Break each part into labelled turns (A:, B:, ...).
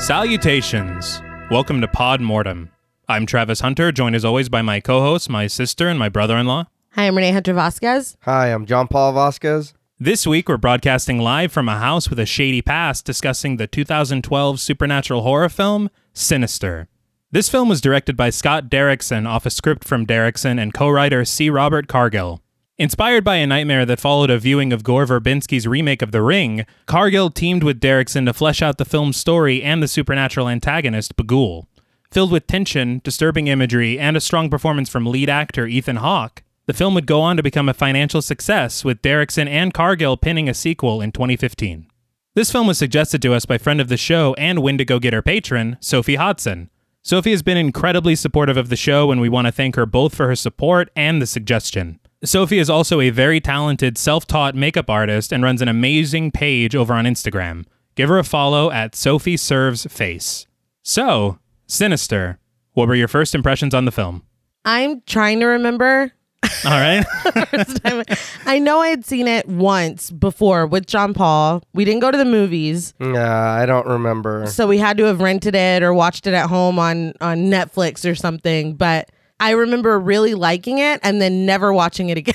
A: Salutations! Welcome to Pod Mortem. I'm Travis Hunter, joined as always by my co hosts, my sister, and my brother in law.
B: Hi, I'm Renee Hunter Vasquez.
C: Hi, I'm John Paul Vasquez.
A: This week, we're broadcasting live from a house with a shady past discussing the 2012 supernatural horror film, Sinister. This film was directed by Scott Derrickson off a script from Derrickson and co writer C. Robert Cargill. Inspired by a nightmare that followed a viewing of Gore Verbinski's remake of The Ring, Cargill teamed with Derrickson to flesh out the film's story and the supernatural antagonist, Bagul. Filled with tension, disturbing imagery, and a strong performance from lead actor Ethan Hawke, the film would go on to become a financial success, with Derrickson and Cargill pinning a sequel in 2015. This film was suggested to us by friend of the show and Wendigo Getter patron, Sophie Hodson. Sophie has been incredibly supportive of the show, and we want to thank her both for her support and the suggestion. Sophie is also a very talented self taught makeup artist and runs an amazing page over on Instagram. Give her a follow at Sophie Serves Face. So, Sinister, what were your first impressions on the film?
B: I'm trying to remember.
A: All right.
B: First time. I know I had seen it once before with John Paul. We didn't go to the movies,
C: Nah, Uh, I don't remember.
B: so we had to have rented it or watched it at home on on Netflix or something. But I remember really liking it and then never watching it again.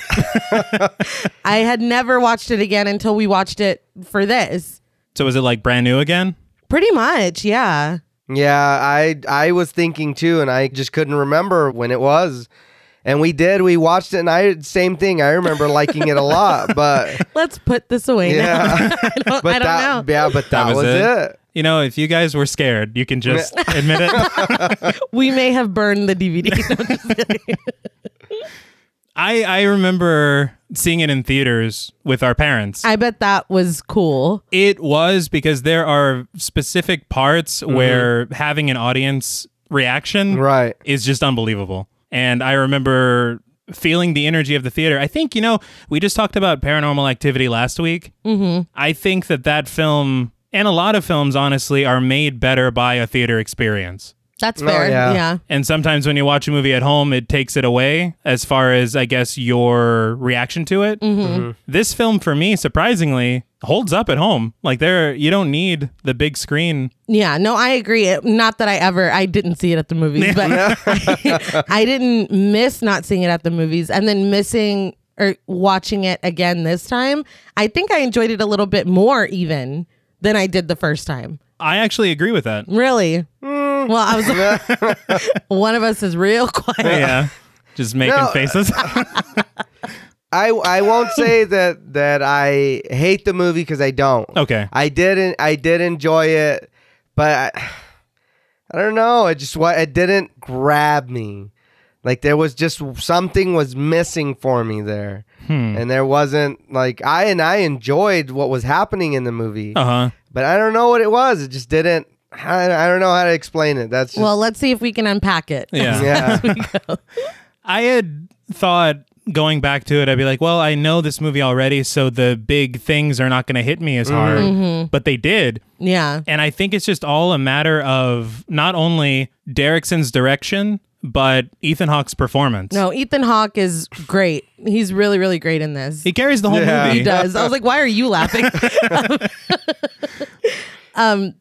B: I had never watched it again until we watched it for this.
A: so, is it like brand new again?
B: Pretty much, yeah.
C: Yeah, I I was thinking too, and I just couldn't remember when it was. And we did. We watched it, and I same thing. I remember liking it a lot, but
B: Let's put this away
C: yeah,
B: now. I don't, I don't
C: but that
B: know.
C: yeah, but that, was, it.
A: You know, if you guys were scared, you can just admit it.
B: We may have burned the DVD. No, just kidding.
A: I, I remember seeing it in theaters with our parents.
B: I bet that was cool.
A: It was because there are specific parts where having an audience reaction
C: Right.
A: is just unbelievable. And I remember feeling the energy of the theater. I think, you know, we just talked about paranormal activity last week. Mm-hmm. I think that that film and a lot of films, honestly, are made better by a theater experience.
B: That's fair. yeah.
C: yeah.
A: And sometimes when you watch a movie at home, it takes it away as far as, I guess, your reaction to it. This film, for me, surprisingly, holds up at home. Like, there, you don't need the big screen.
B: Yeah. No, I agree. It- not that I ever, I didn't see it at the movies, but I, I didn't miss not seeing it at the movies and then missing or watching it again this time. I think I enjoyed it a little bit more even than I did the first time.
A: I actually agree with that.
B: Really?
A: Hmm.
B: Well, I was one of us is real quiet.
A: Yeah. Just making
C: No,
A: faces.
C: I I won't say that that I hate the movie because I don't.
A: okay.
C: I didn't. I did enjoy it, but I, I don't know. It just what it didn't grab me. Like there was just something was missing for me there,
A: Hmm.
C: and there wasn't like I and I enjoyed what was happening in the movie,
A: Uh huh.
C: but I don't know what it was. It just didn't. I, I don't know how to explain it. That's just,
B: Well, let's see if we can unpack it.
A: Yeah.
C: yeah.
A: I had thought going back to it, I'd be like, well, I know this movie already, so the big things are not going to hit me as hard. But they did.
B: Yeah.
A: And I think it's just all a matter of not only Derrickson's direction, but Ethan Hawke's performance.
B: No, Ethan Hawke is great. He's really, really great in this.
A: He carries the whole
C: Yeah.
A: movie.
B: He does. I was like, why are you laughing? um,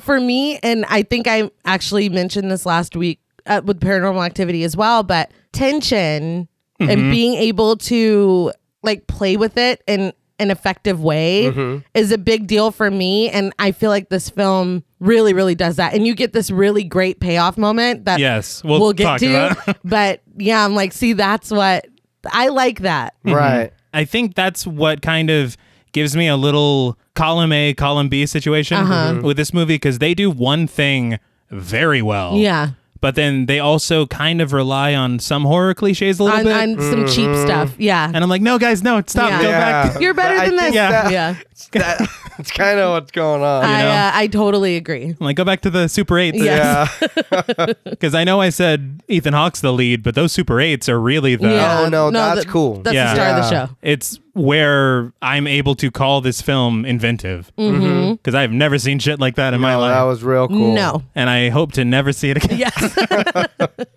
B: for me, and I think I actually mentioned this last week uh, with paranormal activity as well, but tension
A: Mm-hmm.
B: and being able to like play with it in an effective way
A: Mm-hmm.
B: is a big deal for me. And I feel like this film really, really does that. And you get this really great payoff moment that
A: Yes, we'll
B: we'll get
A: talk about
B: to. but yeah, I'm like, see, that's what I like that.
C: right.
A: I think that's what kind of gives me a little column A, column B situation
B: Uh-huh.
C: Mm-hmm.
A: with this movie because they do one thing very well.
B: Yeah.
A: But then they also kind of rely on some horror cliches a little
B: on,
A: bit.
B: on some cheap stuff. Yeah.
A: and I'm like, no, guys, no, stop,
B: Yeah.
A: go
C: Yeah.
A: back.
B: You're better
C: I
B: than this.
C: think
A: Yeah.
B: Yeah.
C: that- That, that's kind of what's going on.
B: I,
A: know?
B: uh, I totally agree.
A: I'm like, go back to the Super 8s.
B: Yeah.
C: yeah.
A: Because I know I said Ethan Hawke's the lead, but those Super 8s are really the.
C: Oh, no, that's cool.
B: That's
A: Yeah.
B: the star of the
C: Yeah.
B: show.
A: It's where I'm able to call this film inventive. Because mm-hmm. I've never seen shit like that in my
C: Oh,
A: life.
C: that was real cool.
B: No.
A: and I hope to never see it again.
B: Yes.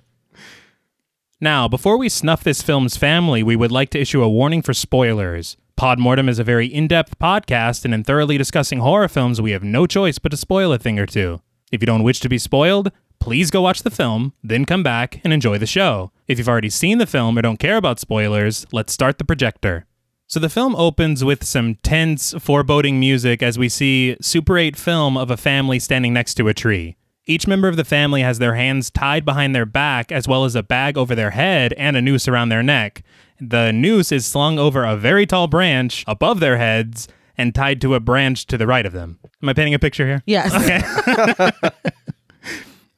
A: Now, before we snuff this film's family, we would like to issue a warning for spoilers. Podmortem is a very in depth podcast, and in thoroughly discussing horror films, we have no choice but to spoil a thing or two. If you don't wish to be spoiled, please go watch the film, then come back and enjoy the show. If you've already seen the film or don't care about spoilers, let's start the projector. So the film opens with some tense, foreboding music as we see Super 8 film of a family standing next to a tree. Each member of the family has their hands tied behind their back, as well as a bag over their head and a noose around their neck. The noose is slung over a very tall branch above their heads and tied to a branch to the right of them. Am I painting a picture here?
B: Yes.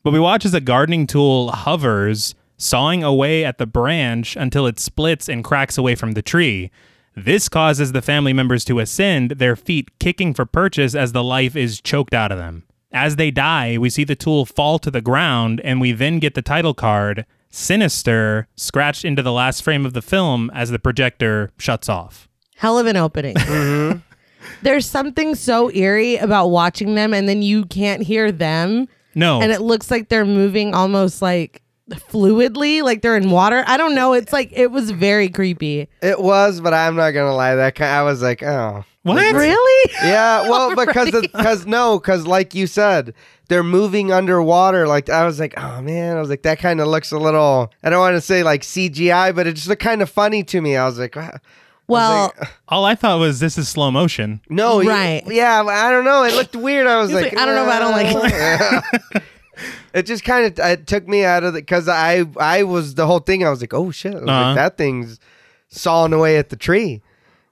A: But we watch as a gardening tool hovers, sawing away at the branch until it splits and cracks away from the tree. This causes the family members to ascend, their feet kicking for purchase as the life is choked out of them. As they die, we see the tool fall to the ground, and we then get the title card, Sinister, scratched into the last frame of the film as the projector shuts off.
B: Hell of an opening.
C: Mm-hmm.
B: There's something so eerie about watching them and then you can't hear them.
C: Oh.
A: No.
B: And it looks like they're moving almost like fluidly, like they're in water. I don't know. It's like, it was very creepy.
C: It was, but I'm not gonna lie. That kind I was like, oh,
A: what?
B: Really?
C: yeah. Well, because because no, because like you said, they're moving underwater. Like I was like, oh man, I was like that kind of looks a little. I don't want to say like CGI, but it just looked kind of funny to me. I was like, wow.
B: Well,
A: All I thought was this is slow motion.
C: no, you-
B: Right.
C: yeah, I don't know. It looked weird. I was
B: He's
C: like,
B: like, I don't know if I don't like
C: it. It just kind of it took me out of the because I I was the whole thing. I was like, oh shit, I was like,
A: Uh-huh.
C: that thing's sawing away at the tree.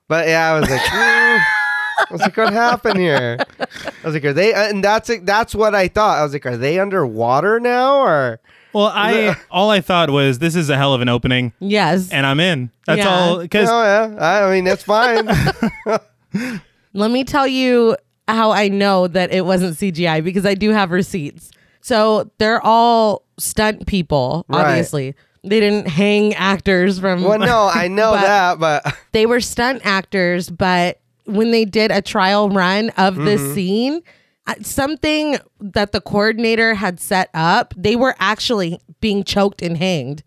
C: But yeah, I was like, mm. I was like, what happened here? I was like, are they? And that's it, that's what I thought. I was like, are they underwater now or?
A: Well, I all I thought was this is a hell of an opening.
B: yes.
A: and I'm in. That's
B: Yeah.
A: all. Because
C: Oh yeah, I, I mean that's fine.
B: Let me tell you how I know that it wasn't CGI because I do have receipts. So they're all stunt people,
C: Right.
B: obviously. They didn't hang actors from.
C: well, no, I know
B: But-
C: that, but
B: They were stunt actors, but when they did a trial run of this
C: Mm-hmm.
B: scene, uh, something that the coordinator had set up, they were actually being choked and hanged.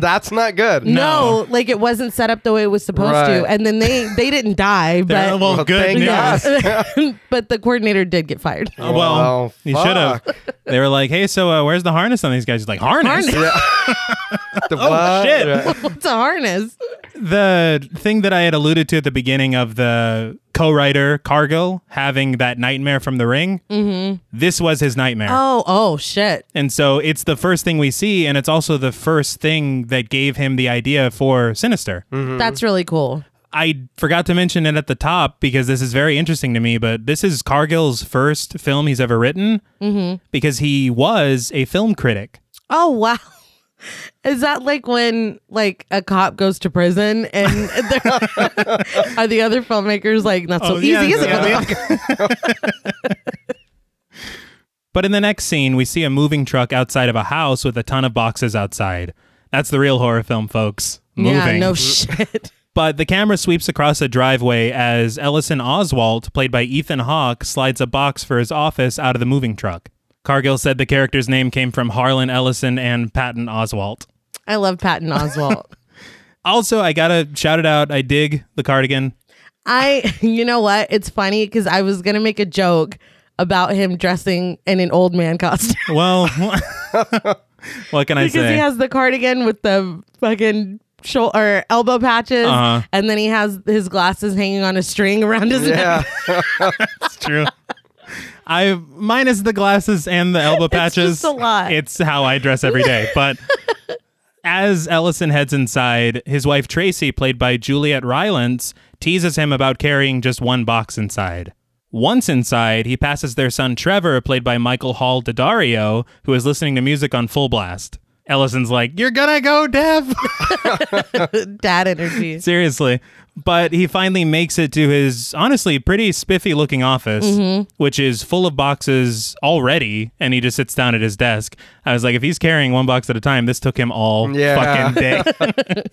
C: that's not good.
B: No, like it wasn't set up the way it was supposed
C: Right.
B: to. And then they they didn't die,
A: they're-
B: but
A: well,
C: Well,
A: good
C: thank
A: news.
C: God.
B: but the coordinator did get fired.
A: Oh,
C: Well,
A: well, you should have. They were like, "Hey, so uh, where's the harness on these guys?" He's like, "Harness."
B: Harness.
C: The what?
A: Oh, shit.
C: Yeah.
B: What's a harness?
A: The thing that I had alluded to at the beginning of the co-writer Cargill having that nightmare from The Ring. Mm-hmm. This was his nightmare.
B: Oh, oh shit.
A: And so it's the first thing we see, and it's also the first thing that gave him the idea for Sinister.
B: That's really cool.
A: I forgot to mention it at the top because this is very interesting to me, but this is Cargill's first film he's ever written mm-hmm. because he was a film critic.
B: Oh wow. Is that like when like a cop goes to prison and they're- are the other filmmakers like not so
A: Oh,
B: easy,
A: yeah,
B: is it?
A: yeah. But in the next scene, we see a moving truck outside of a house with a ton of boxes outside. That's the real horror film, folks. Moving.
B: Yeah, no shit.
A: But the camera sweeps across a driveway as Ellison Oswalt, played by Ethan Hawke, slides a box for his office out of the moving truck. Cargill said the character's name came from Harlan Ellison and Patton Oswalt.
B: I love Patton Oswalt.
A: Also, I gotta shout it out. I dig the cardigan.
B: I you know what? It's funny because I was gonna make a joke about him dressing in an old man costume.
A: Well, what can I
B: because
A: say?
B: he has the cardigan with the fucking shoulder elbow patches
A: Uh-huh.
B: and then he has his glasses hanging on a string around his neck.
C: Yeah.
A: it's true. I minus the glasses and the elbow patches.
B: just a lot.
A: It's how I dress every day. But as Ellison heads inside, his wife Tracy, played by Juliet Rylance, teases him about carrying just one box inside. Once inside, he passes their son Trevor, played by Michael Hall Daddario, who is listening to music on full blast. Ellison's like, "You're gonna go deaf."
B: Dad energy.
A: Seriously. But he finally makes it to his honestly pretty spiffy looking office, which is full of boxes already. And he just sits down at his desk. I was like, if he's carrying one box at a time, this took him all
C: Yeah.
A: fucking day.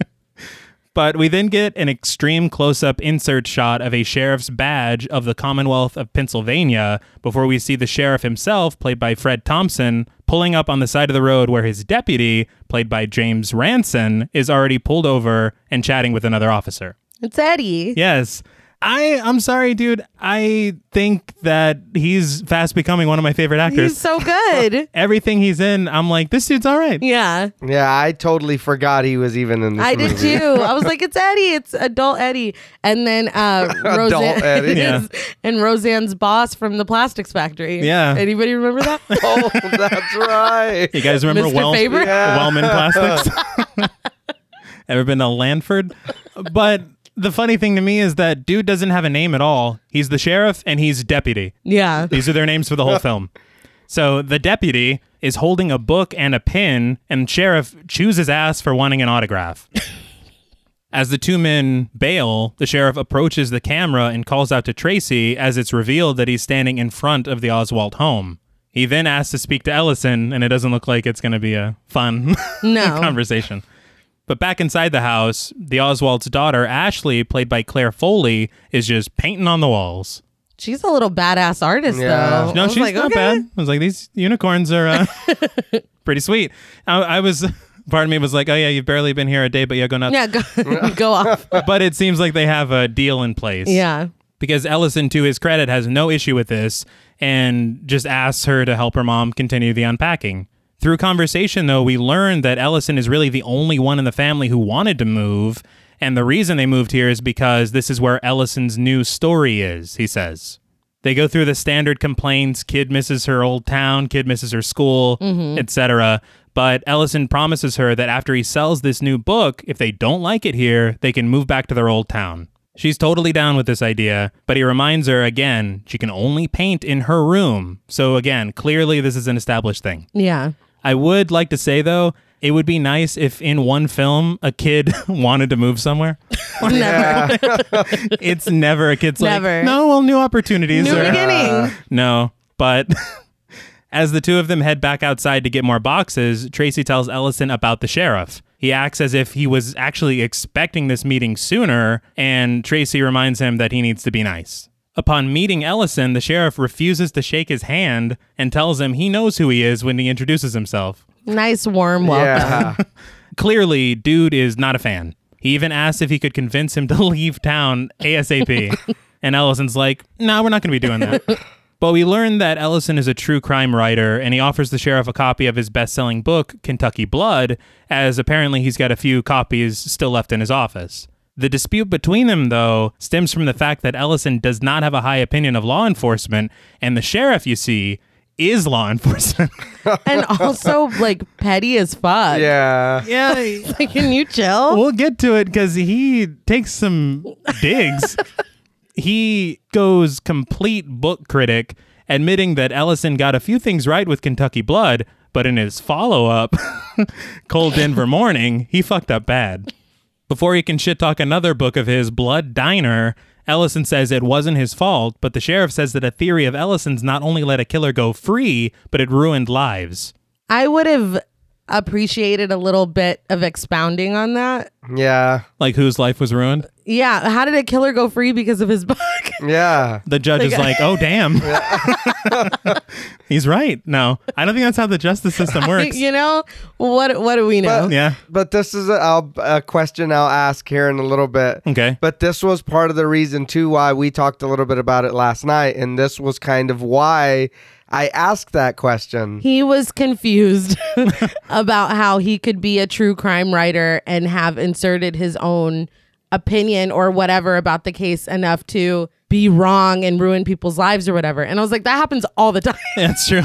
A: but we then get an extreme close up insert shot of a sheriff's badge of the Commonwealth of Pennsylvania before we see the sheriff himself, played by Fred Thompson, pulling up on the side of the road where his deputy, played by James Ranson, is already pulled over and chatting with another officer.
B: It's Eddie.
A: Yes. I I'm sorry, dude. I think that he's fast becoming one of my favorite actors.
B: He's so good.
A: Everything he's in, I'm like, this dude's all right.
B: yeah.
C: Yeah, I totally forgot he was even in this
B: I
C: movie.
B: did too. I was like, it's Eddie. It's adult Eddie. And then uh, Roseanne
C: Eddie.
A: Yeah.
B: and Roseanne's boss from the plastics factory.
A: Yeah.
B: Anybody remember that?
C: Oh, that's right.
A: You guys remember
B: Mr.
A: Wel-
B: Faber?
C: Yeah.
A: Wellman Plastics? Ever been to Lanford? But the funny thing to me is that dude doesn't have a name at all. He's the sheriff and he's deputy.
B: yeah.
A: These are their names for the whole film. So the deputy is holding a book and a pin, and sheriff chews his ass for wanting an autograph. As the two men bail, the sheriff approaches the camera and calls out to Tracy as it's revealed that he's standing in front of the Oswald home. He then asks to speak to Ellison, and it doesn't look like it's going to be a fun
B: No.
A: conversation. But back inside the house, the Oswald's daughter, Ashley, played by Claire Foley, is just painting on the walls.
B: she's a little badass artist
C: Yeah.
B: though. I
A: No,
B: was
A: she's
B: like,
A: not
B: okay.
A: bad. I was like, these unicorns are uh, pretty sweet. I, I was, part of me was like, oh yeah, you've barely been here a day, but you're going to.
B: Yeah, go, go off.
A: But it seems like they have a deal in place.
B: Yeah.
A: Because Ellison, to his credit, has no issue with this and just asks her to help her mom continue the unpacking. Through conversation, though, we learn that Ellison is really the only one in the family who wanted to move. And the reason they moved here is because this is where Ellison's new story is, he says. They go through the standard complaints kid misses her old town, kid misses her school, etc. But Ellison promises her that after he sells this new book, if they don't like it here, they can move back to their old town. She's totally down with this idea, but he reminds her again she can only paint in her room. So, again, clearly this is an established thing.
B: Yeah.
A: I would like to say, though, it would be nice if in one film a kid wanted to move somewhere.
B: Never.
C: Yeah.
A: It's never a kid's
B: Never.
A: like, no, well, new opportunities.
B: New
A: are- uh,
B: beginning.
A: no, but as the two of them head back outside to get more boxes, Tracy tells Ellison about the sheriff. He acts as if he was actually expecting this meeting sooner, and Tracy reminds him that he needs to be nice. Upon meeting Ellison, the sheriff refuses to shake his hand and tells him he knows who he is when he introduces himself.
B: Nice warm welcome.
C: yeah.
A: Clearly, dude is not a fan. He even asks if he could convince him to leave town ASAP. and Ellison's like, nah, we're not going to be doing that. but we learn that Ellison is a true crime writer and he offers the sheriff a copy of his best selling book, Kentucky Blood, as apparently he's got a few copies still left in his office. The dispute between them, though, stems from the fact that Ellison does not have a high opinion of law enforcement, and the sheriff, you see, is law enforcement.
B: And also like petty as fuck.
C: Yeah.
A: yeah,
B: Like, can you chill?
A: We'll get to it because he takes some digs. he goes complete book critic, admitting that Ellison got a few things right with Kentucky Blood, but in his follow up, Cold Denver Morning, he fucked up bad. Before he can shit talk another book of his, Blood Diner, Ellison says it wasn't his fault, but the sheriff says that a theory of Ellison's not only let a killer go free, but it ruined lives.
B: I would have appreciated a little bit of expounding on that.
C: Yeah.
A: Like whose life was ruined?
B: Yeah, how did a killer go free because of his book?
C: Yeah.
A: the judge is like, "Oh damn, he's right." No, I don't think that's how the justice system works.
B: you know what? What do we know?
C: But-
A: Yeah.
C: But this is a, I'll, a question I'll ask here in a little bit.
A: Okay.
C: But this was part of the reason too why we talked a little bit about it last night, and this was kind of why I asked that question.
B: He was confused about how he could be a true crime writer and have inserted his own opinion or whatever about the case enough to be wrong and ruin people's lives or whatever. And I was like, that happens all the time.
A: That's true.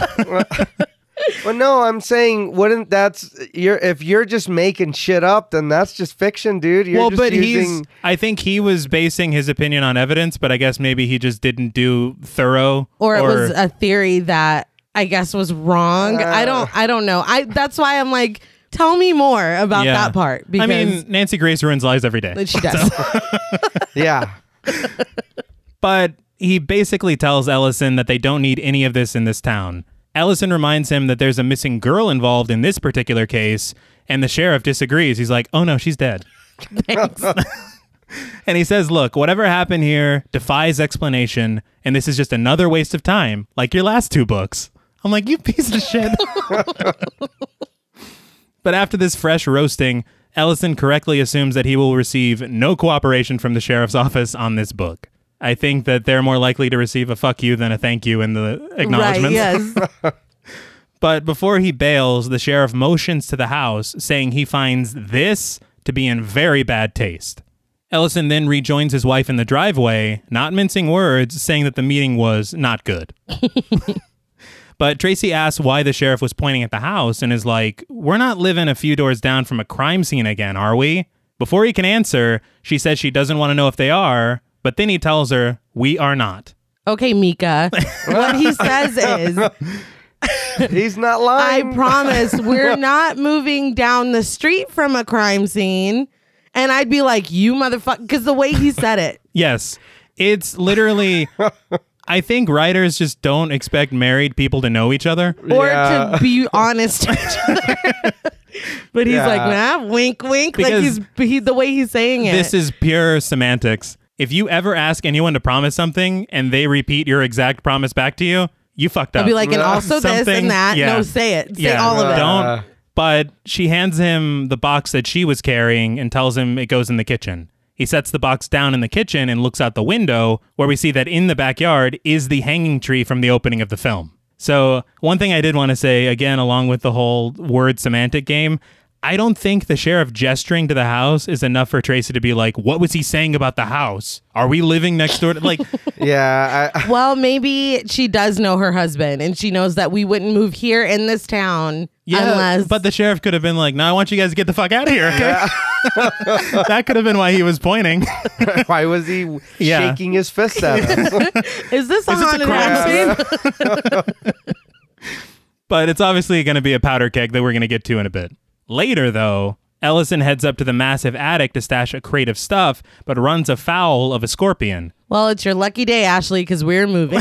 C: Well, no, I'm saying wouldn't that's you're if you're just making shit up, then that's just fiction, dude. You're
A: well,
C: just
A: but he's.
C: using,
A: I think he was basing his opinion on evidence, but I guess maybe he just didn't do thorough.
B: or it was uh, a theory that I guess was wrong. I don't I don't know. I that's why I'm like tell me more about
A: Yeah.
B: that part because
A: I mean, Nancy Grace ruins lives every day.
B: she does.
C: yeah.
A: but he basically tells Ellison that they don't need any of this in this town. Ellison reminds him that there's a missing girl involved in this particular case, and the sheriff disagrees. He's like, "Oh no, she's dead."
B: Thanks.
A: And he says, Look, whatever happened here defies explanation, and this is just another waste of time, like your last two books. I'm like, You piece of shit. but after this fresh roasting, Ellison correctly assumes that he will receive no cooperation from the sheriff's office on this book. I think that they're more likely to receive a fuck you than a thank you in the acknowledgments.
B: Right, yes.
A: But before he bails, the sheriff motions to the house, saying he finds this to be in very bad taste. Ellison then rejoins his wife in the driveway, not mincing words, saying that the meeting was not good. but Tracy asks why the sheriff was pointing at the house and is like, We're not living a few doors down from a crime scene again, are we? Before he can answer, she says she doesn't want to know if they are, but then he tells her, We are not.
B: okay, Mika. what he says is,
C: He's not
B: I
C: lying.
B: promise we're not moving down the street from a crime scene. And I'd be like, you motherfucker. Because the way he said it,
A: Yes. It's literally I think writers just don't expect married people to know each other.
B: or
C: Yeah.
B: to be honest to each other. but he's like, nah, wink, wink.
A: Because
B: like he's he, the way he's saying it.
A: This is pure semantics. If you ever ask anyone to promise something and they repeat your exact promise back to you, you fucked up.
B: I'll be like, and also this
A: Something-
B: and that.
A: yeah.
B: No, say it. Say
A: yeah,
B: all of it.
A: Don't. But she hands him the box that she was carrying and tells him it goes in the kitchen. He sets the box down in the kitchen and looks out the window, where we see that in the backyard is the hanging tree from the opening of the film. So, one thing I did want to say, again, along with the whole word semantic game, I don't think the sheriff gesturing to the house is enough for Tracy to be like, What was he saying about the house? Are we living next door? to-" Like,
C: yeah, I,
B: Well, maybe she does know her husband and she knows that we wouldn't move here in this town
A: Yeah,
B: unless
A: but the sheriff could have been like, "No, I want you guys to get the fuck out of here." Okay? that could have been why he was pointing.
C: why was he
A: Yeah.
C: shaking his fist at us?
B: is this
A: this
B: a
A: a
B: haunted
A: crime
B: house?
A: scene? but it's obviously going to be a powder keg that we're going to get to in a bit. Later, though, Ellison heads up to the massive attic to stash a crate of stuff, but runs afoul of a scorpion.
B: Well, it's your lucky day, Ashley, because we're moving.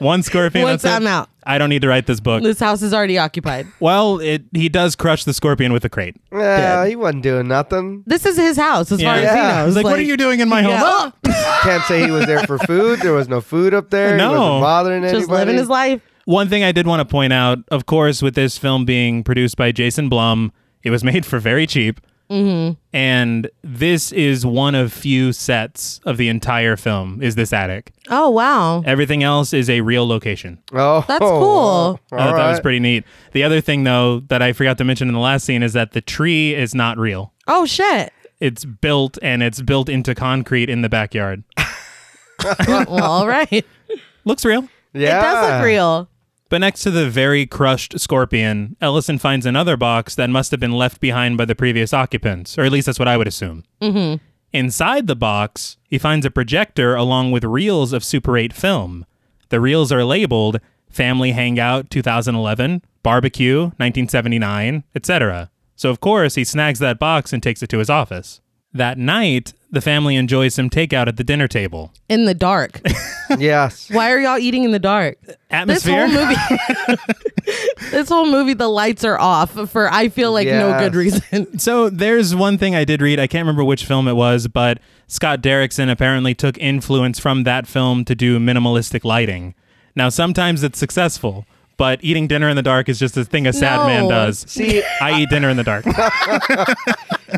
A: One scorpion.
B: Once
A: that's it.
B: I'm out.
A: I don't need to write this book.
B: this house is already occupied.
A: Well, it he does crush the scorpion with a crate.
C: yeah, Ah, he wasn't doing nothing.
B: This is his house, as far as he
C: Yeah.
B: knows.
A: He's like, "What are you doing in my home?"
B: Yeah.
A: Ah!
C: Can't say he was there for food. There was no food up there.
A: No.
C: he wasn't bothering anybody.
B: Just living his life.
A: One thing I did want to point out, of course, with this film being produced by Jason Blum, it was made for very cheap. And this is one of few sets of the entire film is this attic.
B: Oh wow,
A: Everything else is a real location.
C: Oh,
B: that's cool.
A: I thought Oh, That was
C: Alright.
A: pretty neat. The other thing though that I forgot to mention in the last scene is that the tree is not real.
B: Oh shit.
A: It's built and it's built into concrete in the backyard.
B: well, all right.
A: Looks real.
C: Yeah,
B: It does look real.
A: But next to the very crushed scorpion, Ellison finds another box that must have been left behind by the previous occupants, or at least that's what I would assume. Mm-hmm. Inside the box, he finds a projector along with reels of Super 8 film. The reels are labeled Family Hangout 2011, Barbecue 1979, etc. So, of course, he snags that box and takes it to his office. That night, the family enjoys some takeout at the dinner table.
B: In the dark.
C: Yes.
B: Why are y'all eating in the dark? This
A: Atmosphere?
B: whole movie. this whole movie, the lights are off for I feel like no good
C: Yes.
B: reason.
A: So there's one thing I did read. I can't remember which film it was, but Scott Derrickson apparently took influence from that film to do minimalistic lighting. Now, sometimes it's successful, but eating dinner in the dark is just a thing a sad
B: No.
A: man does.
C: See-
A: I eat dinner in the dark.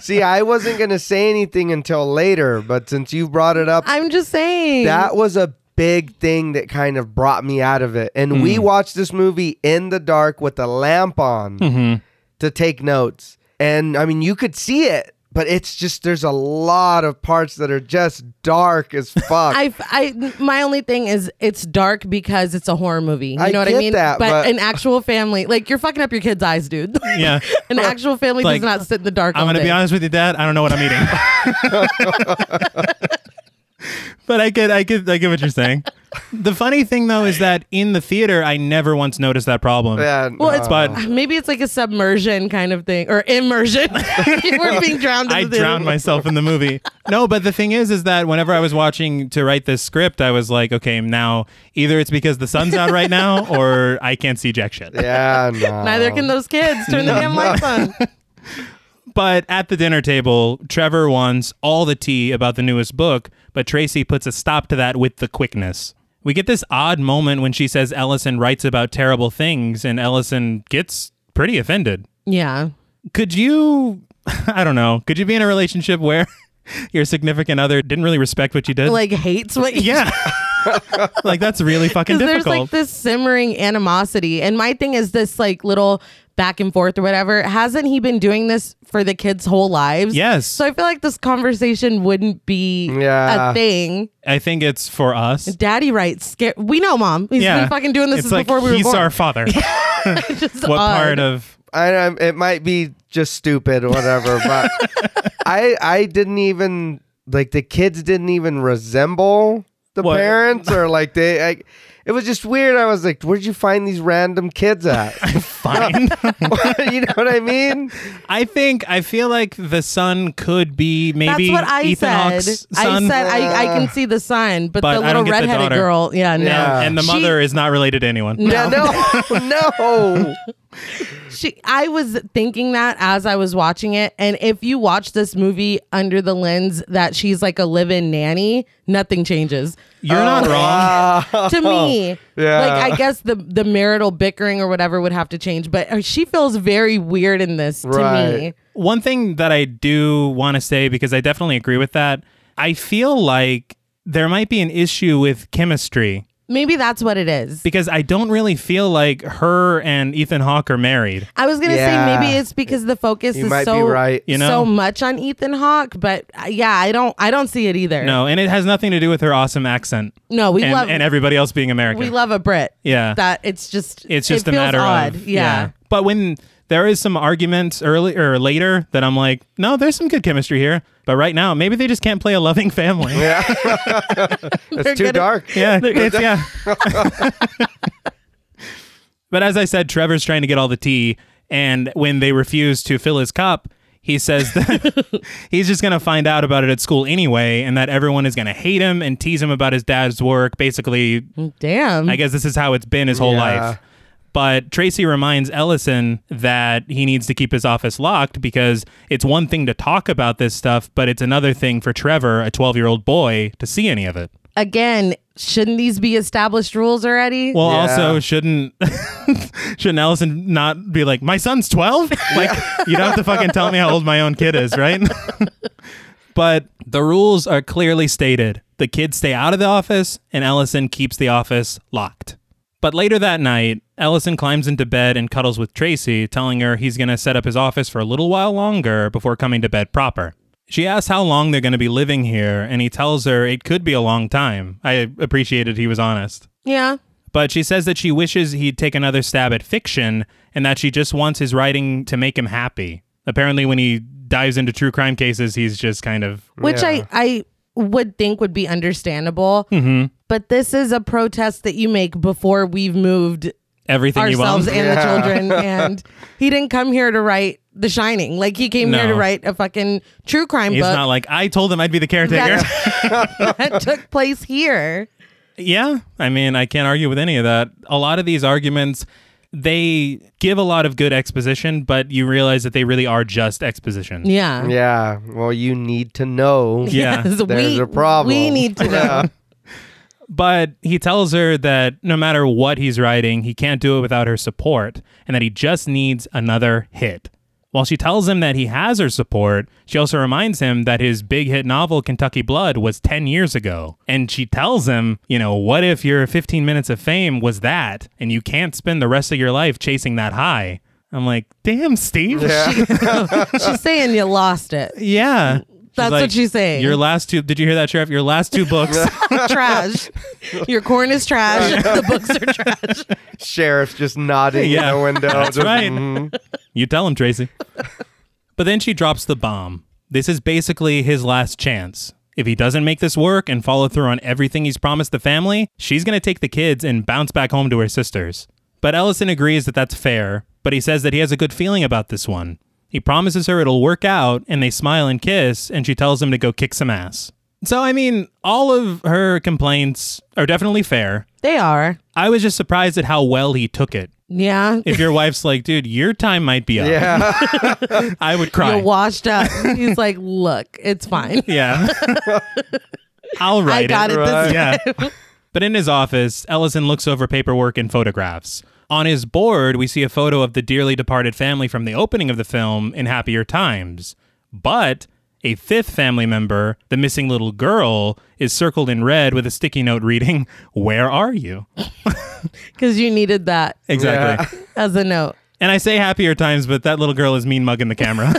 C: See, I wasn't gonna say anything until later, but since you brought it up,
B: I'm just saying.
C: that was a big thing that kind of brought me out of it. And
B: Mm.
C: we watched this movie in the dark with a lamp on
B: Mm-hmm.
C: to take notes. And I mean, you could see it, but it's just there's a lot of parts that are just dark as fuck.
B: I, I, my only thing is it's dark because it's a horror movie. You
C: I
B: know what I
C: get
B: mean?
C: that,
B: but,
C: but-
B: an actual family, like you're fucking up your kid's eyes, dude.
A: Yeah.
B: an actual family
A: Like,
B: does not sit in the dark.
A: I'm
B: all
A: going to be
B: day.
A: honest with you, Dad. I don't know what I'm eating. but I get, I get, I get what you're saying. The funny thing though is that in the theater, I never once noticed that problem.
C: Yeah,
B: Well,
C: no.
B: it's
A: But-
B: maybe it's like a submersion kind of thing or immersion. you were being drowned. In
A: I
B: the
A: drowned myself in the movie. No, but the thing is, is that whenever I was watching to write this script, I was like, okay, now either it's because the sun's out right now, or I can't see jack shit.
C: yeah, no.
B: Neither can those kids turn the damn lights on.
A: But at the dinner table, Trevor wants all the tea about the newest book, but Tracy puts a stop to that with the quickness. We get this odd moment when she says Ellison writes about terrible things, and Ellison gets pretty offended.
B: Yeah.
A: Could you? I don't know. Could you be in a relationship where your significant other didn't really respect what you did.
B: like hates what you
A: yeah. like that's really fucking
B: because there's like
A: difficult.
B: this simmering animosity and my thing is this like little back and forth or whatever hasn't he been doing this for the kids whole lives
A: Yes.
B: so i feel like this conversation wouldn't be
C: Yeah.
B: a thing
A: I think it's for us.
B: daddy writes sca- we know mom He's
A: yeah.
B: been fucking doing this
A: it's
B: since
A: like,
B: before we were
A: he's
B: born Uh,
A: our father.
B: It's just
A: what
B: odd.
A: part of
C: I don't- it might be just stupid or whatever, but I I didn't even like the kids didn't even resemble the
A: What?
C: parents or like they I, it was just weird. I was like, where'd you find these random kids at?
A: fine?
C: you know what I mean?
A: I think I feel like the son could be maybe
B: that's what I
A: Ethan
B: said.
A: Hawke's
B: I
A: son.
B: said I, I can see the sign, but,
A: But
B: the
A: I don't
B: little
A: get the
B: redheaded
A: daughter.
B: girl, yeah, no.
C: Yeah.
A: and the
B: She-
A: mother is not related to anyone.
C: Yeah,
A: Oh.
C: no, no.
B: She, I was thinking that as I was watching it, and if you watch this movie under the lens that she's like a live-in nanny, nothing changes
A: You're not wrong.
B: to me.
C: Yeah.
B: Like I guess the the marital bickering or whatever would have to change, but uh, she feels very weird in this to me.
C: Right.
A: One thing that I do want to say, because I definitely agree with that, I feel like there might be an issue with chemistry
B: Maybe that's what it is.
A: because I don't really feel like her and Ethan Hawke are married.
B: I was gonna
C: Yeah.
B: say maybe it's because the focus
C: You
B: is
C: might be
B: so
C: right.
A: You know?
B: so much on Ethan Hawke, but uh, yeah, I don't I don't see it either.
A: No, and it has nothing to do with her awesome accent
B: no, we
A: and,
B: love
A: and everybody else being American.
B: we love a Brit.
A: yeah.
B: That it's just
A: it's just a
B: it feels
A: matter
B: odd.
A: of
B: yeah.
A: But when there is some arguments early or later that I'm like, no, there's some good chemistry here. But right now, maybe they just can't play a loving family. yeah,
B: They're
C: It's too
B: gonna-
C: dark.
A: it's- yeah. but as I said, Trevor's trying to get all the tea, and when they refuse to fill his cup. He says that he's just going to find out about it at school anyway, and that everyone is going to hate him and tease him about his dad's work, basically
B: Damn.
A: I guess this is how it's been his whole
C: Yeah.
A: life. But Tracy reminds Ellison that he needs to keep his office locked because it's one thing to talk about this stuff, but it's another thing for Trevor, a 12 year old boy, to see any of it.
B: Again, shouldn't these be established rules already?
A: Well,
C: Yeah.
A: also, shouldn't shouldn't Ellison not be like, my son's 12? Like, you don't have to fucking tell me how old my own kid is, right? but the rules are clearly stated. The kids stay out of the office, and Ellison keeps the office locked. But later that night, Ellison climbs into bed and cuddles with Tracy, telling her he's going to set up his office for a little while longer before coming to bed proper. She asks how long they're going to be living here, and he tells her it could be a long time. I appreciated he was honest
B: yeah.
A: but she says that she wishes he'd take another stab at fiction and that she just wants his writing to make him happy. Apparently, when he dives into true crime cases, he's just kind of.
B: Which I I would think would be understandable.
A: Mm-hmm.
B: But this is a protest that you make before we've moved
A: Everything
B: ourselves
A: you own.
B: and the children. And he didn't come here to write The Shining. Like he came here
A: No.
B: to write a fucking true crime
A: He's
B: book
A: not like, I told him I'd be the caretaker.
B: that, that took place here.
A: yeah. I mean, I can't argue with any of that. A lot of these arguments, they give a lot of good exposition, but you realize that they really are just exposition.
B: Yeah.
C: Yeah. Well, you need to know.
A: Yeah.
B: Yes,
C: There's
B: we,
C: a problem.
B: We need to know.
C: Yeah.
A: But he tells her that no matter what he's writing, he can't do it without her support and that he just needs another hit. While she tells him that he has her support, she also reminds him that his big hit novel, Kentucky Blood, was 10 years ago. And she tells him, you know, what if your 15 minutes of fame was that and you can't spend the rest of your life chasing that high? I'm like, damn, Steve. Yeah.
B: She's saying you lost it. That's what she's saying.
A: Your last two, did you hear that, Sheriff? Your last two books.
B: trash. Your corn is trash. the books are trash.
C: Sheriff's just nodding
A: Yeah.
C: in the window.
A: That's
C: just,
A: right.
C: mhm.
A: You tell him, Tracy. but then she drops the bomb. This is basically his last chance. If he doesn't make this work and follow through on everything he's promised the family, she's going to take the kids and bounce back home to her sisters. But Ellison agrees that that's fair, but he says that he has a good feeling about this one. He promises her it'll work out, and they smile and kiss, and she tells him to go kick some ass. So, I mean, all of her complaints are definitely fair.
B: They are.
A: I was just surprised at how well he took it.
B: Yeah.
A: If your wife's like, dude, your time might be up.
C: Yeah.
A: I would cry.
B: You're washed up. He's like, look, it's fine.
A: yeah. I'll write
B: I got it this
C: right.
A: Yeah. but in his office, Ellison looks over paperwork and photographs. On his board, we see a photo of the dearly departed family from the opening of the film in happier times. But A fifth family member, the missing little girl, is circled in red with a sticky note reading, Where are you?
B: because you needed that
A: Exactly.
B: as a note.
A: And I say happier times, but that little girl is mean mugging the camera.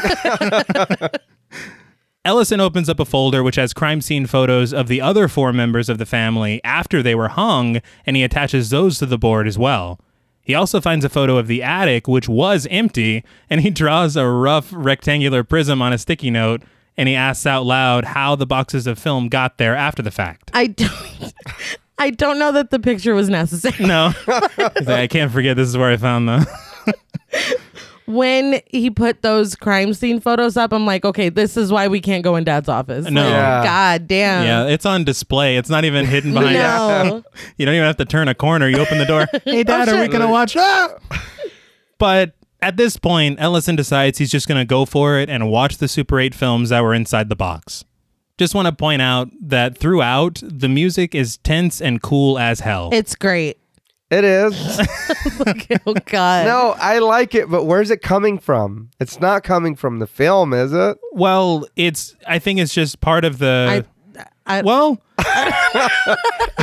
A: Ellison opens up a folder which has crime scene photos of the other four members of the family after they were hung, and he attaches those to the board as well. He also finds a photo of the attic, which was empty, and he draws a rough rectangular prism on a sticky note, and he asks out loud how the boxes of film got there after the fact.
B: I don't. I don't know that the picture was necessary.
A: No, He's like, I can't forget this is where I found them.
B: When he put those crime scene photos up, I'm like, okay, this is why we can't go in Dad's office.
A: No.
B: Like,
C: Yeah.
B: God damn.
A: Yeah, it's on display. It's not even hidden behind.
B: No.
A: You don't even have to turn a corner. You open the door. hey, Dad,
B: Oh,
A: are we
B: shit.
A: going to watch that? but at this point, Ellison decides he's just going to go for it and watch the Super 8 films that were inside the box. Just want to point out that throughout, the music is tense and cool as hell.
B: It's great.
C: It is.
B: Oh God.
C: No, I like it, but where's it coming from? It's not coming from the film, is it?
A: well, it's, I think it's just part of the.
B: I, I,
A: Well,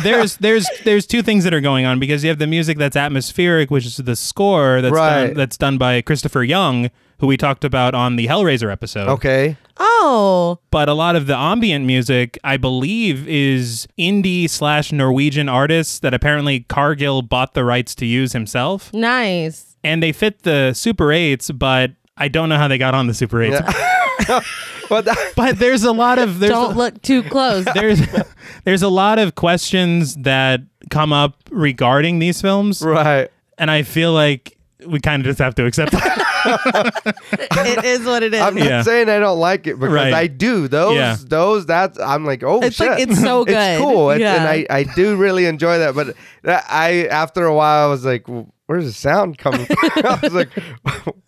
A: there's there's there's two things that are going on because you have the music that's atmospheric, which is the score that's
C: Right.
A: done, that's done by Christopher Young, who we talked about on the Hellraiser episode.
C: Okay.
B: oh,
A: But a lot of the ambient music, I believe, is indie slash Norwegian artists that apparently Cargill bought the rights to use himself,
B: nice.
A: and they fit the Super Eights, but. I don't know how they got on the Super 8s.
C: Well, that,
A: But there's a lot of there's
B: Don't look too close.
A: there's there's a lot of questions that come up regarding these films,
C: right.
A: and I feel like we kind of just have to accept. That.
B: it is what it is.
C: I'm not
A: Yeah.
C: saying I don't like it because
A: Right.
C: I do. Those,
A: Yeah.
C: those, that's, I'm like, oh
B: It's
C: shit.
B: like- it's so good.
C: It's cool. It's, And
B: Yeah.
C: I, I do really enjoy that. But that, I, after a while, I was like, "Well, where's the sound coming from? I was like,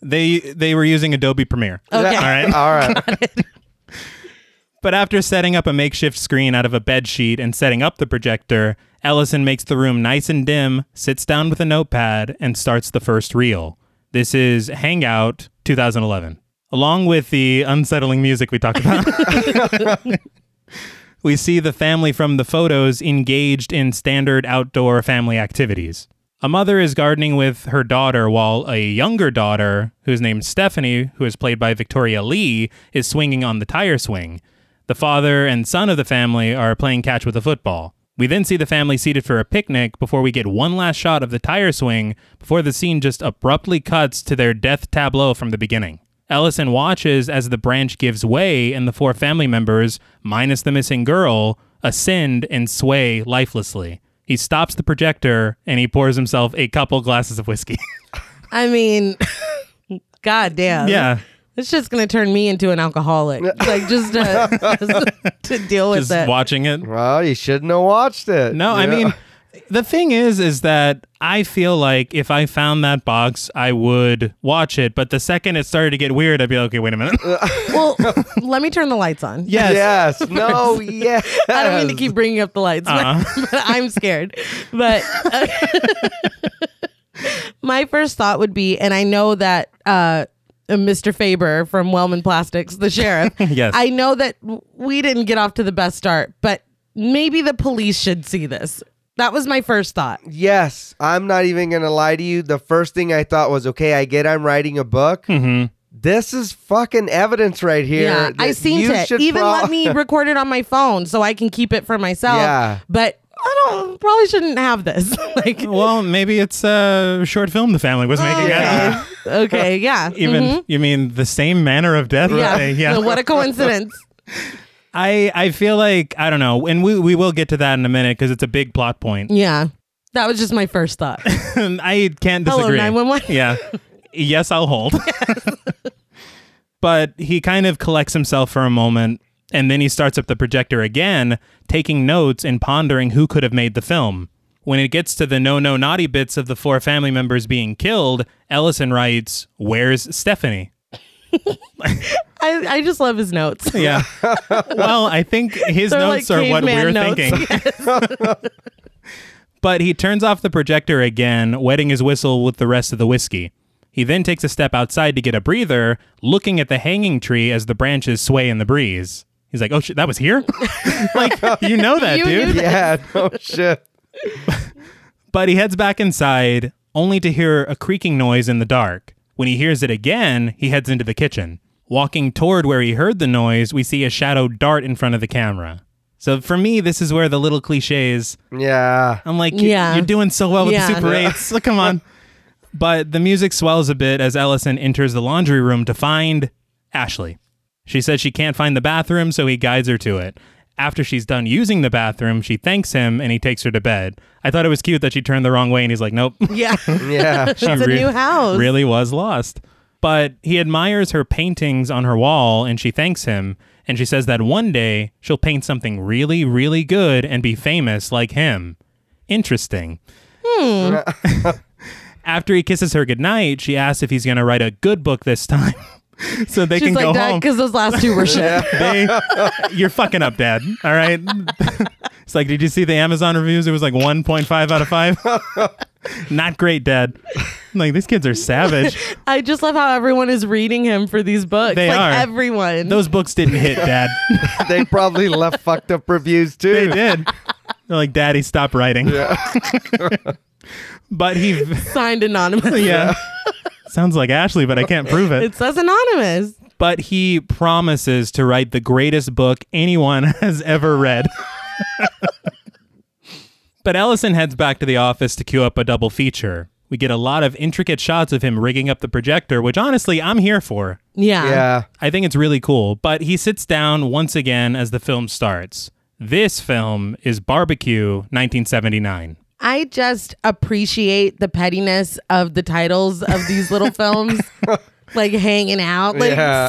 A: they they were using Adobe Premiere,
C: Oh.
B: Okay.
A: all right.
C: all right.
A: But after setting up a makeshift screen out of a bed sheet and setting up the projector, Ellison makes the room nice and dim, sits down with a notepad, and starts the first reel. This is Hangout 2011, along with the unsettling music we talked about. we see the family from the photos engaged in standard outdoor family activities. A mother is gardening with her daughter while a younger daughter, who's named Stephanie, who is played by Victoria Lee, is swinging on the tire swing. The father and son of the family are playing catch with a football. We then see the family seated for a picnic before we get one last shot of the tire swing before the scene just abruptly cuts to their death tableau from the beginning. Ellison watches as the branch gives way and the four family members, minus the missing girl, ascend and sway lifelessly. He stops the projector and he pours himself a couple glasses of whiskey.
B: I mean, God damn.
A: yeah.
B: It's just gonna turn me into an alcoholic. like just to, just to deal with
A: Just
B: it.
A: watching it.
C: Well, you shouldn't have watched it.
A: No, I
C: You know?
A: mean, the thing is, is that I feel like if I found that box, I would watch it. But the second it started to get weird, I'd be like, okay, wait a minute.
B: well, let me turn the lights on.
A: yes.
C: Yes. No. Yes.
B: I don't mean to keep bringing up the lights, but-
A: Uh-huh.
B: but, I'm scared. But uh, my first thought would be, and I know that uh, Mr. Faber from Wellman Plastics, the sheriff,
A: Yes.
B: I know that w- we didn't get off to the best start, but maybe the police should see this. That was my first thought.
C: Yes, I'm not even gonna lie to you. The first thing I thought was, okay, I get I'm writing a book.
A: Mm-hmm.
C: This is fucking evidence right here.
B: Yeah, I
C: that
B: seen
C: you
B: it.
C: should
B: Even
C: prob-
B: let me record it on my phone so I can keep it for myself.
C: Yeah.
B: But I don't probably shouldn't have this. like
A: Well, maybe it's a short film the family was making. I don't know.
C: Yeah.
B: okay, yeah.
A: Even you mean the same manner of death?
B: Yeah.
A: Okay, yeah.
B: What a coincidence.
A: I I feel like I don't know, and we we will get to that in a minute because it's a big plot point.
B: Yeah. That was just my first thought.
A: I can't
B: Hello,
A: disagree.
B: 911.
A: Yeah. Yes, I'll hold. but he kind of collects himself for a moment and then he starts up the projector again, taking notes and pondering who could have made the film. When it gets to the no no naughty bits of the four family members being killed, Ellison writes, "Where's Stephanie?"
B: I, I just love his notes.
A: Yeah. well, I think his
B: They're
A: notes
B: like
A: are what
B: caveman
A: we're
B: notes.
A: thinking. but he turns off the projector again, wetting his whistle with the rest of the whiskey. He then takes a step outside to get a breather, looking at the hanging tree as the branches sway in the breeze. He's like, "Oh shit, that was here!" like you know that,
B: You knew
A: dude.
B: that.
C: Yeah, no shit.
A: But he heads back inside, only to hear a creaking noise in the dark. When he hears it again, he heads into the kitchen. Walking toward where he heard the noise, we see a shadow dart in front of the camera. So for me, this is where the little cliches.
C: Yeah.
A: I'm like, you-
B: Yeah.
A: you're doing so well with
B: Yeah.
A: the Super 8s. Look, come on. But the music swells a bit as Ellison enters the laundry room to find Ashley. She says she can't find the bathroom, so he guides her to it. After she's done using the bathroom, she thanks him and he takes her to bed. I thought it was cute that she turned the wrong way and he's like, nope.
B: Yeah.
C: Yeah.
A: She
B: It's a new house.
A: Really was lost. But he admires her paintings on her wall and she thanks him. And she says that one day she'll paint something really, really good and be famous like him. Interesting.
B: Hmm.
A: After he kisses her goodnight, she asks if he's going to write a good book this time so they
B: She's
A: can go
B: like that
A: home.
B: because those last two were shit.
A: They, you're fucking up, Dad. All right. it's like, did you see the Amazon reviews? It was like 1.5 out of 5. Not great, Dad. I'm like, these kids are savage.
B: I just love how everyone is reading him for these books.
A: They
B: like
A: are.
B: everyone.
A: Those books didn't hit, Dad.
C: they probably left fucked up reviews too.
A: they did. They're like, Daddy, stop writing. but he,
B: signed anonymous.
A: yeah. Sounds like Ashley, but I can't prove it.
B: It says anonymous.
A: but he promises to write the greatest book anyone has ever read. but Ellison heads back to the office to queue up a double feature. We get a lot of intricate shots of him rigging up the projector, which honestly, I'm here for.
B: Yeah.
C: Yeah.
A: I think it's really cool. But he sits down once again as the film starts. This film is Barbecue 1979.
B: I just appreciate the pettiness of the titles of these little films. like hanging out. Like
C: Yeah.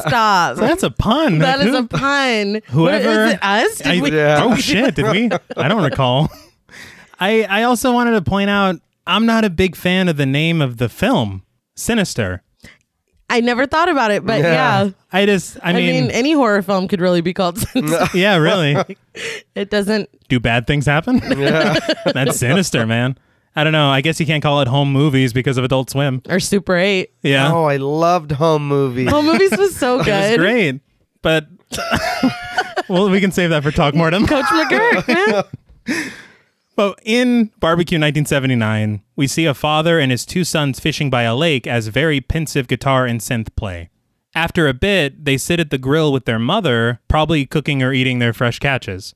B: stop.
A: That's a pun.
B: That is
A: Who-
B: a pun.
A: Whoever-
B: What, is it us? Did
A: I-
B: we?
C: Yeah.
A: Oh shit, did we? I don't recall. I I also wanted to point out I'm not a big fan of the name of the film, Sinister.
B: I never thought about it, but
C: Yeah.
B: yeah.
A: I just I,
B: I mean,
A: mean,
B: any horror film could really be called. Sinister.
A: yeah, really.
B: It doesn't.
A: Do bad things happen?
C: Yeah.
A: That's sinister, man. I don't know. I guess you can't call it home movies because of Adult Swim.
B: Or Super Eight.
A: Yeah.
C: Oh, I loved home movies.
B: Home movies was so
A: it's
B: good.
A: great. But well, we can save that for talk mortem.
B: Coach McGurk, man.
A: But in Barbecue 1979, we see a father and his two sons fishing by a lake as very pensive guitar and synth play. After a bit, they sit at the grill with their mother, probably cooking or eating their fresh catches.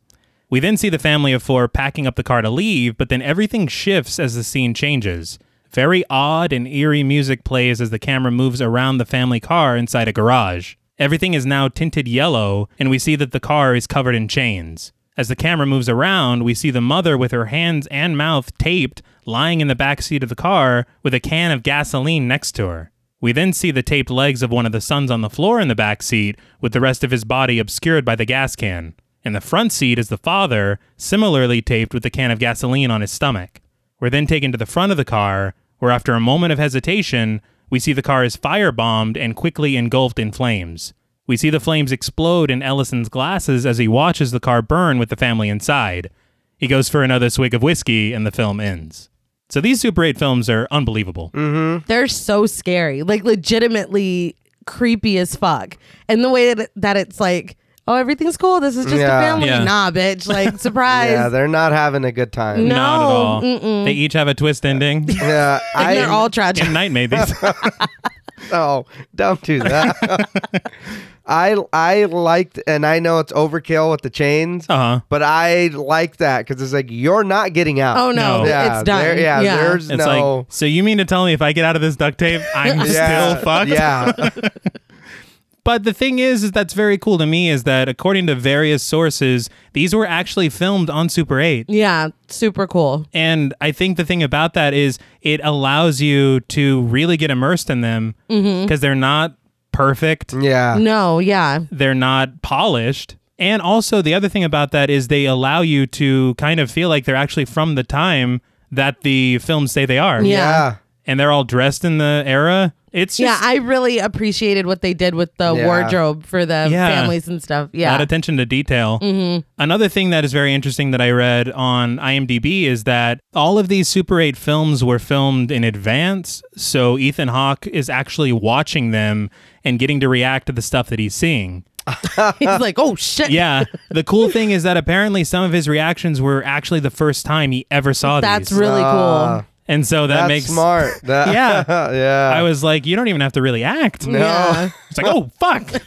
A: We then see the family of four packing up the car to leave, but then everything shifts as the scene changes. Very odd and eerie music plays as the camera moves around the family car inside a garage. Everything is now tinted yellow, and we see that the car is covered in chains. As the camera moves around, we see the mother with her hands and mouth taped, lying in the back seat of the car with a can of gasoline next to her. We then see the taped legs of one of the sons on the floor in the back seat, with the rest of his body obscured by the gas can. In the front seat is the father, similarly taped with the can of gasoline on his stomach. We're then taken to the front of the car, where after a moment of hesitation, we see the car is firebombed and quickly engulfed in flames. We see the flames explode in Ellison's glasses as he watches the car burn with the family inside. He goes for another swig of whiskey, and the film ends. So these Super 8 films are unbelievable.
C: Mm.
B: They're so scary. Like legitimately creepy as fuck. And the way that, that it's like, oh, everything's cool. This is just
C: Yeah.
B: a family.
A: Yeah.
B: Nah, bitch. Like surprise.
C: Yeah, they're not having a good time.
B: No.
A: Not at all. They each have a twist ending.
C: Yeah,
B: and
C: I
B: they're all tragic.
A: Night made these.
C: oh, don't do that. I I liked, and I know it's overkill with the chains,
A: Uh-huh.
C: but I like that because it's like you're not getting out.
B: Oh no,
A: No.
C: Yeah,
B: it's done.
C: there- yeah, there's
A: It's
C: no.
A: like, so you mean to tell me if I get out of this duct tape, I'm
C: yeah,
A: still fucked?
C: Yeah,
A: But the thing is, is that's very cool to me is that according to various sources, these were actually filmed on Super 8.
B: yeah, super cool.
A: And I think the thing about that is it allows you to really get immersed in them because
B: Mm-hmm.
A: they're not perfect.
C: yeah.
B: No, yeah.
A: they're not polished. And also, the other thing about that is they allow you to kind of feel like they're actually from the time that the films say they are.
B: Yeah.
C: Yeah.
A: And they're all dressed in the era. It's
B: yeah,
A: just
B: I really appreciated what they did with the
C: Yeah.
B: wardrobe for the
A: Yeah.
B: families and stuff.
A: a
B: Yeah. Mm-hmm.
A: lot of attention to detail. Another thing that is very interesting that I read on IMDb is that all of these Super 8 films were filmed in advance. So Ethan Hawke is actually watching them and getting to react to the stuff that he's seeing.
B: He's like, oh shit.
A: Yeah. the cool thing is that apparently some of his reactions were actually the first time he ever saw
B: That's
A: these.
B: really
C: Ah.
B: cool.
A: and so that
C: That's
A: makes
C: smart. That-
A: Yeah.
C: yeah.
A: I was like, you don't even have to really act.
C: No.
B: Yeah.
A: It's like, oh fuck.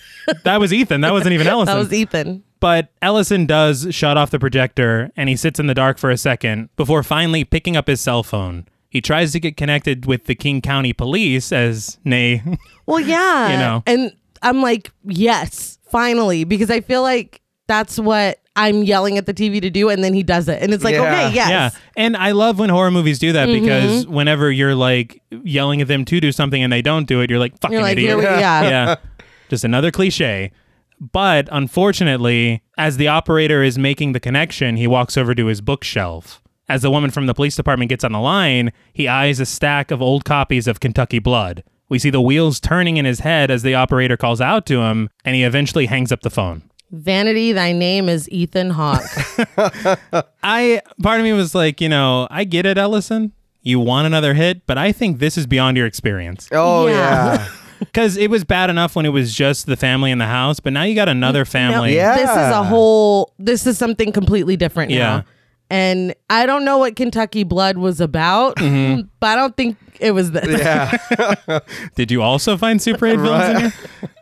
A: that was Ethan. That wasn't even Ellison.
B: That was Ethan.
A: But Ellison does shut off the projector and he sits in the dark for a second before finally picking up his cell phone. He tries to get connected with the King County police as nay.
B: Well, yeah.
A: You know.
B: And I'm like, yes, finally, because I feel like that's what I'm yelling at the TV to do. And then he does it. And it's like,
C: Yeah.
B: okay,
A: yeah.
B: yes.
A: And I love when horror movies do
B: Mm-hmm.
A: that because whenever you're like yelling at them to do something and they don't do it, you're like fucking
B: You're like,
A: idiot.
B: here we yeah.
A: yeah. Just another cliche. But unfortunately, as the operator is making the connection, he walks over to his bookshelf. As the woman from the police department gets on the line, he eyes a stack of old copies of Kentucky Blood. We see the wheels turning in his head as the operator calls out to him, and he eventually hangs up the phone.
B: Vanity, thy name is Ethan Hawke.
A: I part of me was like, you know, I get it, Ellison. You want another hit, but I think this is beyond your experience.
C: oh
B: Yeah.
C: yeah.
A: Because it was bad enough when it was just the family in the house, but now you got another family.
C: Yeah.
B: This is a whole. This is something completely different.
A: Yeah.
B: Now. And I don't know what Kentucky Blood was about,
A: Mm-hmm.
B: but I don't think it was this.
C: Yeah.
A: Did you also find Super 8 films in here?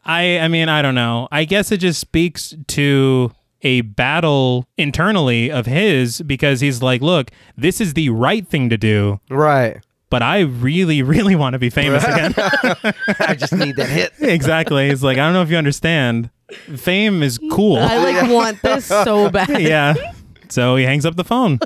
A: I, I mean, I don't know. I guess it just speaks to a battle internally of his because he's like, look, this is the right thing to do,
C: right.
A: but I really, really want to be famous again.
C: I just need that hit.
A: exactly. He's like, I don't know if you understand. Fame is cool.
B: I like want this so bad.
A: yeah. So he hangs up the phone.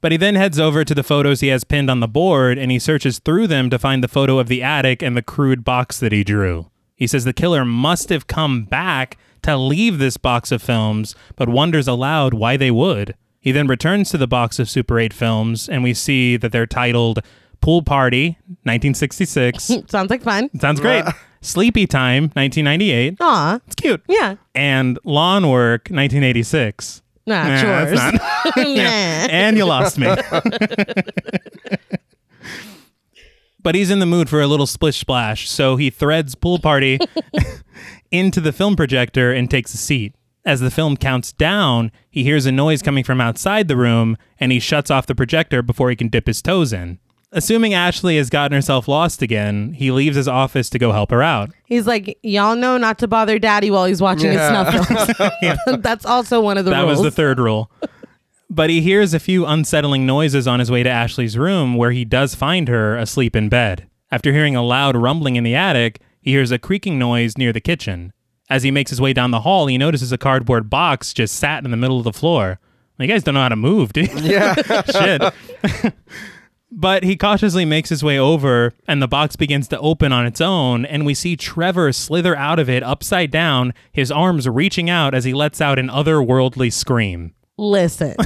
A: But he then heads over to the photos he has pinned on the board and he searches through them to find the photo of the attic and the crude box that he drew. He says the killer must have come back to leave this box of films, but wonders aloud why they would. He then returns to the box of Super 8 films and we see that they're titled Pool Party 1966.
B: Sounds like fun.
A: Sounds great. Sleepy Time 1998.
B: Aw.
A: It's cute.
B: Yeah.
A: And Lawn Work 1986.
B: Nah,
A: Nah,
B: chores.
A: that's not-
B: Nah.
A: and you lost me. but he's in the mood for a little splish splash, so he threads pool party into the film projector and takes a seat. As the film counts down, he hears a noise coming from outside the room and he shuts off the projector before he can dip his toes in. Assuming Ashley has gotten herself lost again, he leaves his office to go help her out.
B: He's like, y'all know not to bother daddy while he's watching his snuff films. That's also one of the
A: that
B: rules.
A: was the third rule. But he hears a few unsettling noises on his way to Ashley's room, where he does find her asleep in bed. After hearing a loud rumbling in the attic, he hears a creaking noise near the kitchen. As he makes his way down the hall, he notices a cardboard box just sat in the middle of the floor. You guys don't know how to move, dude. Yeah. Shit. But he cautiously makes his way over, and the box begins to open on its own, and we see Trevor slither out of it upside down, his arms reaching out as he lets out an otherworldly scream.
B: Listen.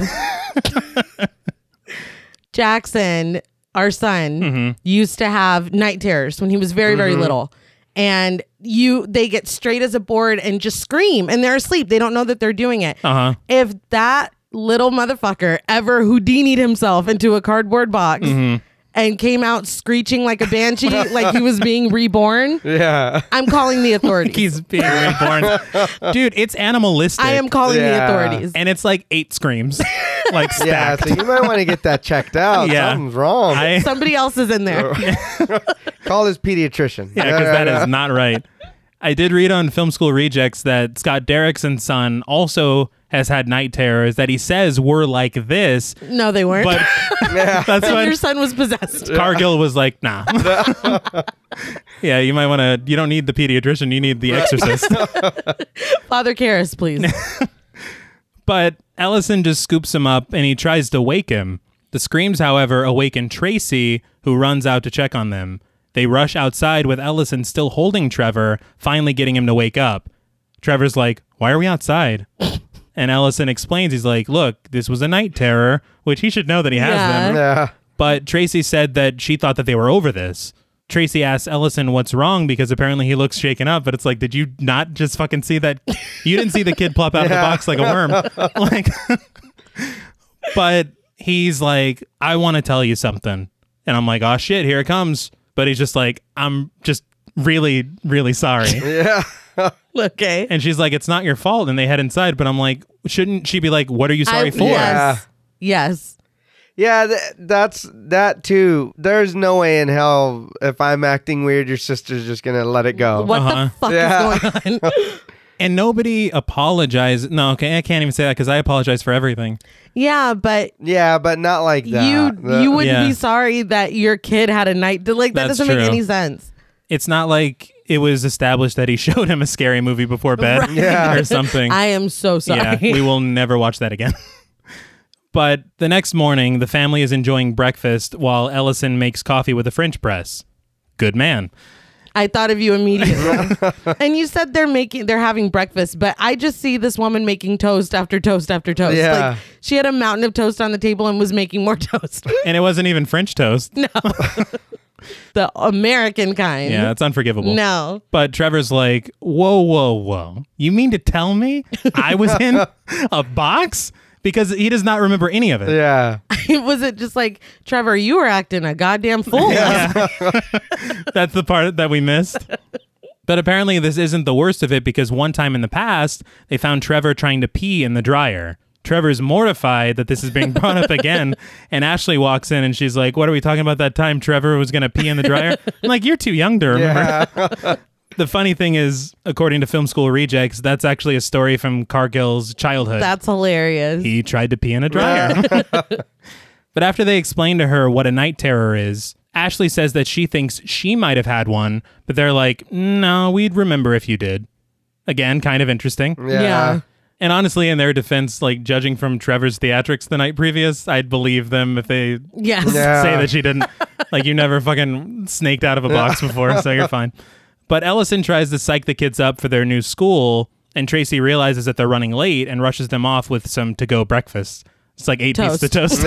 B: Jackson, our son, used to have night terrors when he was very, very little. And you they get straight as a board and just scream and they're asleep. They don't know that they're doing it.
A: Uh huh.
B: If that little motherfucker ever Houdini'd himself into a cardboard box and came out screeching like a banshee, like he was being reborn,
C: Yeah.
B: I'm calling the authorities.
A: He's being reborn. Dude, it's animalistic.
B: I am calling
C: Yeah.
B: the authorities.
A: And it's like eight screams, like
C: Yeah.
A: stacked.
C: So you might want to get that checked out.
A: Yeah.
C: Something's wrong.
A: I,
B: Somebody else is in there.
C: Call his pediatrician.
A: Yeah, because that is not right. I did read on Film School Rejects that Scott Derrickson's son also has had night terrors that he says were like this,
B: No, they weren't.
A: but that's
B: Your
A: what
B: son was possessed.
A: Cargill was like, nah. yeah, you might want to, you don't need the pediatrician, you need the exorcist.
B: Father Karras, please.
A: but Ellison just scoops him up and he tries to wake him. The screams, however, awaken Tracy, who runs out to check on them. They rush outside with Ellison still holding Trevor, finally getting him to wake up. Trevor's like, Why are we outside? and Ellison explains, He's like, Look, this was a night terror, which he should know that he has
B: Yeah.
A: them.
C: Yeah.
A: But Tracy said that she thought that they were over this. Tracy asks Ellison what's wrong because apparently he looks shaken up, but it's like, did you not just fucking see that? You didn't see the kid plop out of the box like a worm. like, but he's like, I want to tell you something. And I'm like, oh shit, here it comes. But he's just like, I'm just really, really sorry.
C: Yeah.
B: Okay.
A: And she's like, it's not your fault. And they head inside. But I'm like, shouldn't she be like, what are you sorry
B: I-
A: for?
C: Yeah.
B: Yes. Yes.
C: Yeah, th- that's that too. There's no way in hell if I'm acting weird, your sister's just gonna let it go.
B: What
A: Uh-huh.
B: the fuck
C: Yeah.
B: is going on?
A: And nobody apologized. No, okay, I can't even say that because I apologize for everything.
B: yeah, but
C: Yeah, but not like that.
B: you you wouldn't
A: Yeah.
B: be sorry that your kid had a night like that
A: That's
B: doesn't
A: true.
B: make any sense.
A: It's not like it was established that he showed him a scary movie before bed
B: Right.
C: Yeah.
A: or something.
B: I am so sorry.
A: yeah, we will never watch that again. but the next morning, the family is enjoying breakfast while Ellison makes coffee with a French press. Good man.
B: I thought of you immediately. and you said they're making they're having breakfast, but I just see this woman making toast after toast after toast.
C: Yeah.
B: Like she had a mountain of toast on the table and was making more toast.
A: And it wasn't even French toast.
B: the American kind.
A: Yeah, it's unforgivable.
B: No.
A: But Trevor's like, whoa, whoa, whoa. You mean to tell me I was in a box? Because he does not remember any of it.
C: yeah.
B: was it just like, Trevor, you were acting a goddamn fool.
A: That's the part that we missed. But apparently, this isn't the worst of it because one time in the past, they found Trevor trying to pee in the dryer. Trevor's mortified that this is being brought up again. And Ashley walks in and she's like, What are we talking about that time Trevor was going to pee in the dryer? I'm like, You're too young to remember.
C: Yeah.
A: The funny thing is, according to Film School Rejects, that's actually a story from Cargill's childhood
B: That's hilarious.
A: he tried to pee in a dryer. but after they explain to her what a night terror is, Ashley says that she thinks she might have had one, but they're like, no, we'd remember if you did. Again, kind of interesting.
C: Yeah.
B: Yeah.
A: And honestly, in their defense, like judging from Trevor's theatrics the night previous, I'd believe them if they
B: Yes.
C: Yeah.
A: say that she didn't. like you never fucking snaked out of a box before, so you're fine. But Ellison tries to psych the kids up for their new school, and Tracy realizes that they're running late and rushes them off with some to-go breakfast. It's like eight pieces of toast.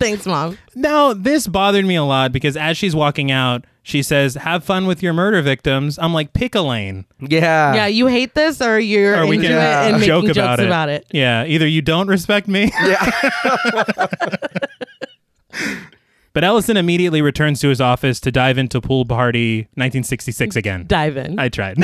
B: Thanks, Mom.
A: now this bothered me a lot because as she's walking out, she says, "Have fun with your murder victims." I'm like, pick a lane,
C: Yeah.
B: Yeah, you hate this or you're
A: Ah. or we
B: into
A: can uh,
B: it and making
A: joke
B: jokes
A: about it.
B: about it.
A: Yeah, either you don't respect me.
C: Yeah.
A: But Ellison immediately returns to his office to dive into pool party 1966 again.
B: Dive in.
A: I tried.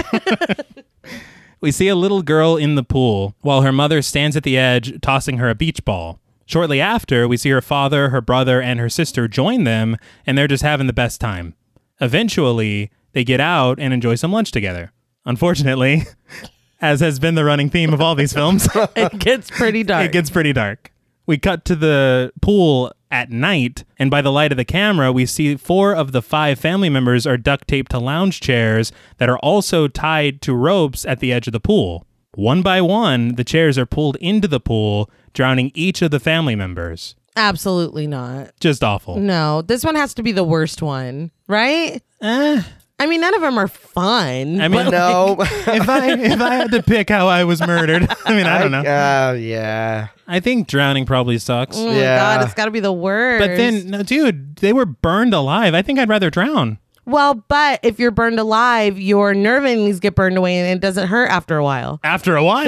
A: we see a little girl in the pool while her mother stands at the edge, tossing her a beach ball. Shortly after, we see her father, her brother, and her sister join them, and they're just having the best time. Eventually, they get out and enjoy some lunch together. Unfortunately, as has been the running theme of all these films,
B: it gets pretty dark.
A: it gets pretty dark. We cut to the pool at night, and by the light of the camera, we see four of the five family members are duct taped to lounge chairs that are also tied to ropes at the edge of the pool. One by one, the chairs are pulled into the pool, drowning each of the family members.
B: Absolutely not.
A: Just awful.
B: No, this one has to be the worst one, right?
A: Eh,
B: I mean, none of them are fun.
A: I mean,
C: No.
A: if I if I had to pick how I was murdered, I mean, I don't know.
C: Uh, yeah.
A: I think drowning probably sucks.
B: oh my
C: yeah.
B: god, it's got to be the worst.
A: But then, no, dude, they were burned alive. I think I'd rather drown.
B: well, but if you're burned alive, your nerve endings get burned away, and it doesn't hurt after a while.
A: After a while.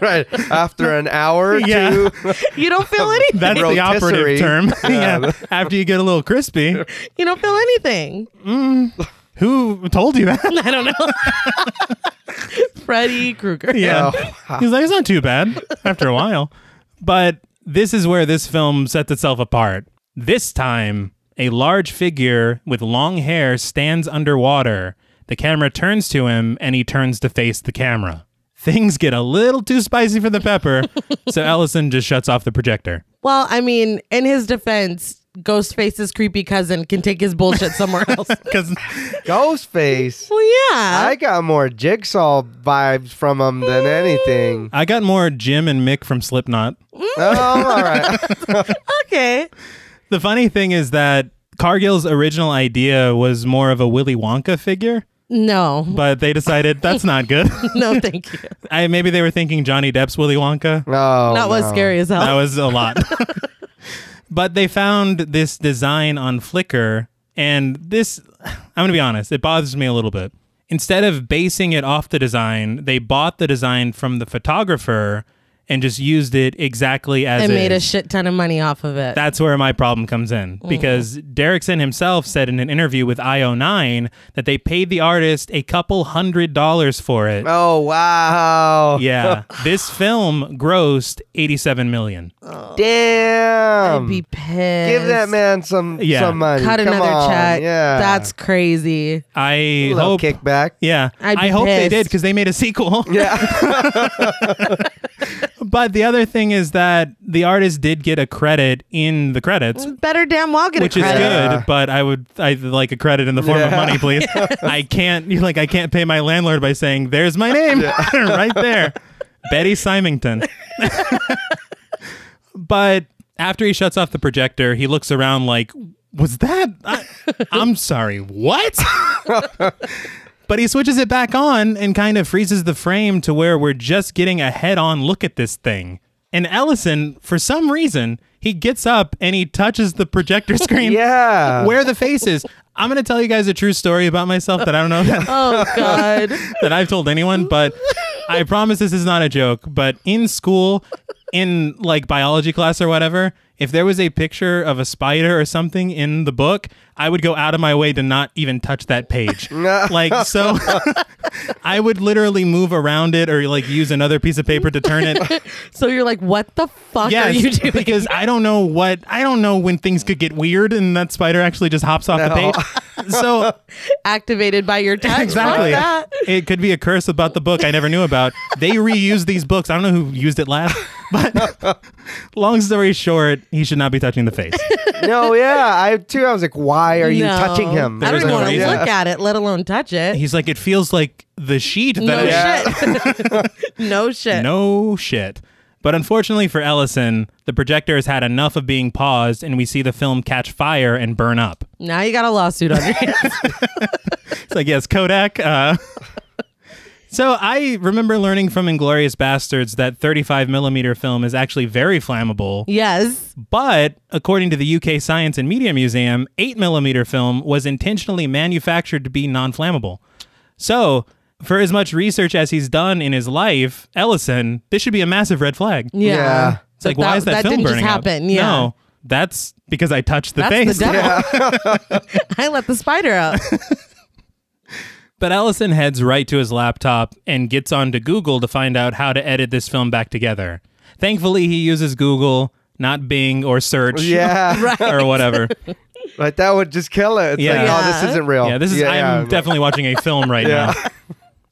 C: Right. After an hour or
A: Yeah.
C: two.
B: You don't feel anything.
A: That's the operative
C: Rotisserie.
A: term. yeah. After you get a little crispy.
B: you don't feel anything,
A: Who told you that?
B: Freddy Krueger.
A: yeah.
C: Oh.
A: He's like, it's not too bad after a while. But this is where this film sets itself apart. This time, a large figure with long hair stands underwater. The camera turns to him and he turns to face the camera. Things get a little too spicy for the pepper, so Ellison just shuts off the projector.
B: Well, I mean, in his defense, Ghostface's creepy cousin can take his bullshit somewhere else.
A: Because
C: Ghostface.
B: well, yeah.
C: I got more jigsaw vibes from him than anything.
A: I got more Jim and Mick from Slipknot.
C: Oh, all right.
B: okay.
A: The funny thing is that Cargill's original idea was more of a Willy Wonka figure,
B: No,
A: but they decided that's not good.
B: no, thank you.
A: I, maybe they were thinking Johnny Depp's Willy Wonka.
C: Oh, No.
B: That was
C: no.
B: scary as hell.
A: That was a lot. But they found this design on Flickr, and this, I'm going to be honest, it bothers me a little bit. Instead of basing it off the design, they bought the design from the photographer and just used it exactly as
B: and made a
A: is.
B: shit ton of money off of it.
A: That's where my problem comes
B: Mm-hmm.
A: in because Derrickson himself said in an interview with IO9 that they paid the artist a couple hundred dollars for it.
C: Oh wow!
A: Yeah. this film grossed 87 million.
C: Damn!
B: I'd be pissed.
C: um, Give that man some
A: Yeah.
C: some money.
B: Cut
C: Come
B: another
C: on.
B: check.
C: Yeah,
B: That's crazy.
A: I
C: a little
A: hope
C: kickback.
A: Yeah.
B: I'd be
A: I hope they
B: pissed.
A: did because they made a sequel.
C: Yeah.
A: but the other thing is that the artist did get a credit in the credits.
B: Better damn well get
A: Which
B: a
A: is
B: credit.
A: good, but I would I like a credit in the form of
C: Yeah.
A: money, please. I can't you like I can't pay my landlord by saying there's my name right there, Betty Symington. but after he shuts off the projector, he looks around like, "Was that? I, I'm sorry, what?" But he switches it back on and kind of freezes the frame to where we're just getting a head on look at this thing. And Ellison, for some reason, he gets up and he touches the projector screen
C: yeah.
A: where the face is. I'm going to tell you guys a true story about myself that I don't know that,
B: Oh god.
A: that I've told anyone, but I promise this is not a joke. But in school, in like biology class or whatever, if there was a picture of a spider or something in the book, I would go out of my way to not even touch that page. like, so I would literally move around it or like use another piece of paper to turn it
B: so you're like, what the fuck are you
A: yes,
B: doing?
A: because I don't know what I don't know when things could get weird, and that spider actually just hops off
C: No.
A: the page. So
B: Activated by your touch.
A: exactly,
B: Fuck that.
A: it could be a curse about the book I never knew about. They reused these books. I don't know who used it last, but long story short, he should not be touching the face.
C: no, yeah. I too. I was like, why are you
B: No.
C: touching him?
B: I
A: There's
B: don't even
A: no
B: want to
A: reason.
B: look at it, let alone touch it.
A: He's like, it feels like the sheet that
B: no
A: I
B: shit. no shit.
A: No shit. But unfortunately for Ellison, the projector has had enough of being paused, and we see the film catch fire and burn up.
B: Now you got a lawsuit on your hands.
A: It's like, yes, Kodak. Uh, so I remember learning from Inglorious Bastards that 35 millimeter film is actually very flammable.
B: yes.
A: But according to the UK Science and Media Museum, 8 millimeter film was intentionally manufactured to be non flammable. So, for as much research as he's done in his life, Ellison, this should be a massive red flag.
B: Yeah.
C: Yeah.
A: It's like,
B: But
A: why is that, film
B: didn't
A: burning
B: just
A: up?
B: happen? Yeah.
A: No, that's because I touched the
B: That's
A: face.
B: the devil. I let the spider out.
A: But Allison heads right to his laptop and gets onto Google to find out how to edit this film back together. Thankfully, he uses Google, not Bing or search
C: Yeah.
A: or whatever.
C: But that would just kill it. It's
A: Yeah.
C: like, oh,
B: Yeah.
C: this isn't real.
A: Yeah, this is. I'm
C: yeah.
A: definitely watching a film right now.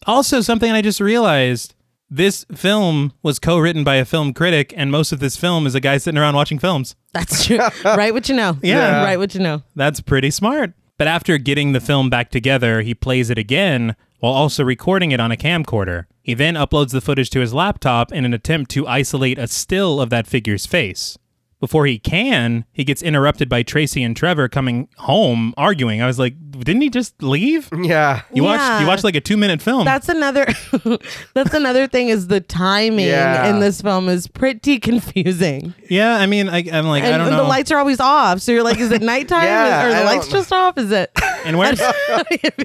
A: Also, something I just realized: this film was co-written by a film critic, and most of this film is a guy sitting around watching films.
B: That's true. Write what you know.
A: Yeah.
B: Write what you know.
A: That's pretty smart. But after getting the film back together, he plays it again while also recording it on a camcorder. He then uploads the footage to his laptop in an attempt to isolate a still of that figure's face. Before he can, he gets interrupted by Tracy and Trevor coming home arguing. I was like, didn't he just leave?
C: Yeah.
A: You watched
B: Yeah.
A: you watched like a 2-minute film.
B: That's another that's another thing is the timing
C: Yeah.
B: in this film is pretty confusing.
A: yeah, I mean, I, I'm like,
B: And
A: I don't
B: the
A: know.
B: lights are always off. So you're like, is it nighttime?
C: Yeah,
B: Is- or
C: I
B: the lights
C: don't-
B: just off? Is it
A: and where's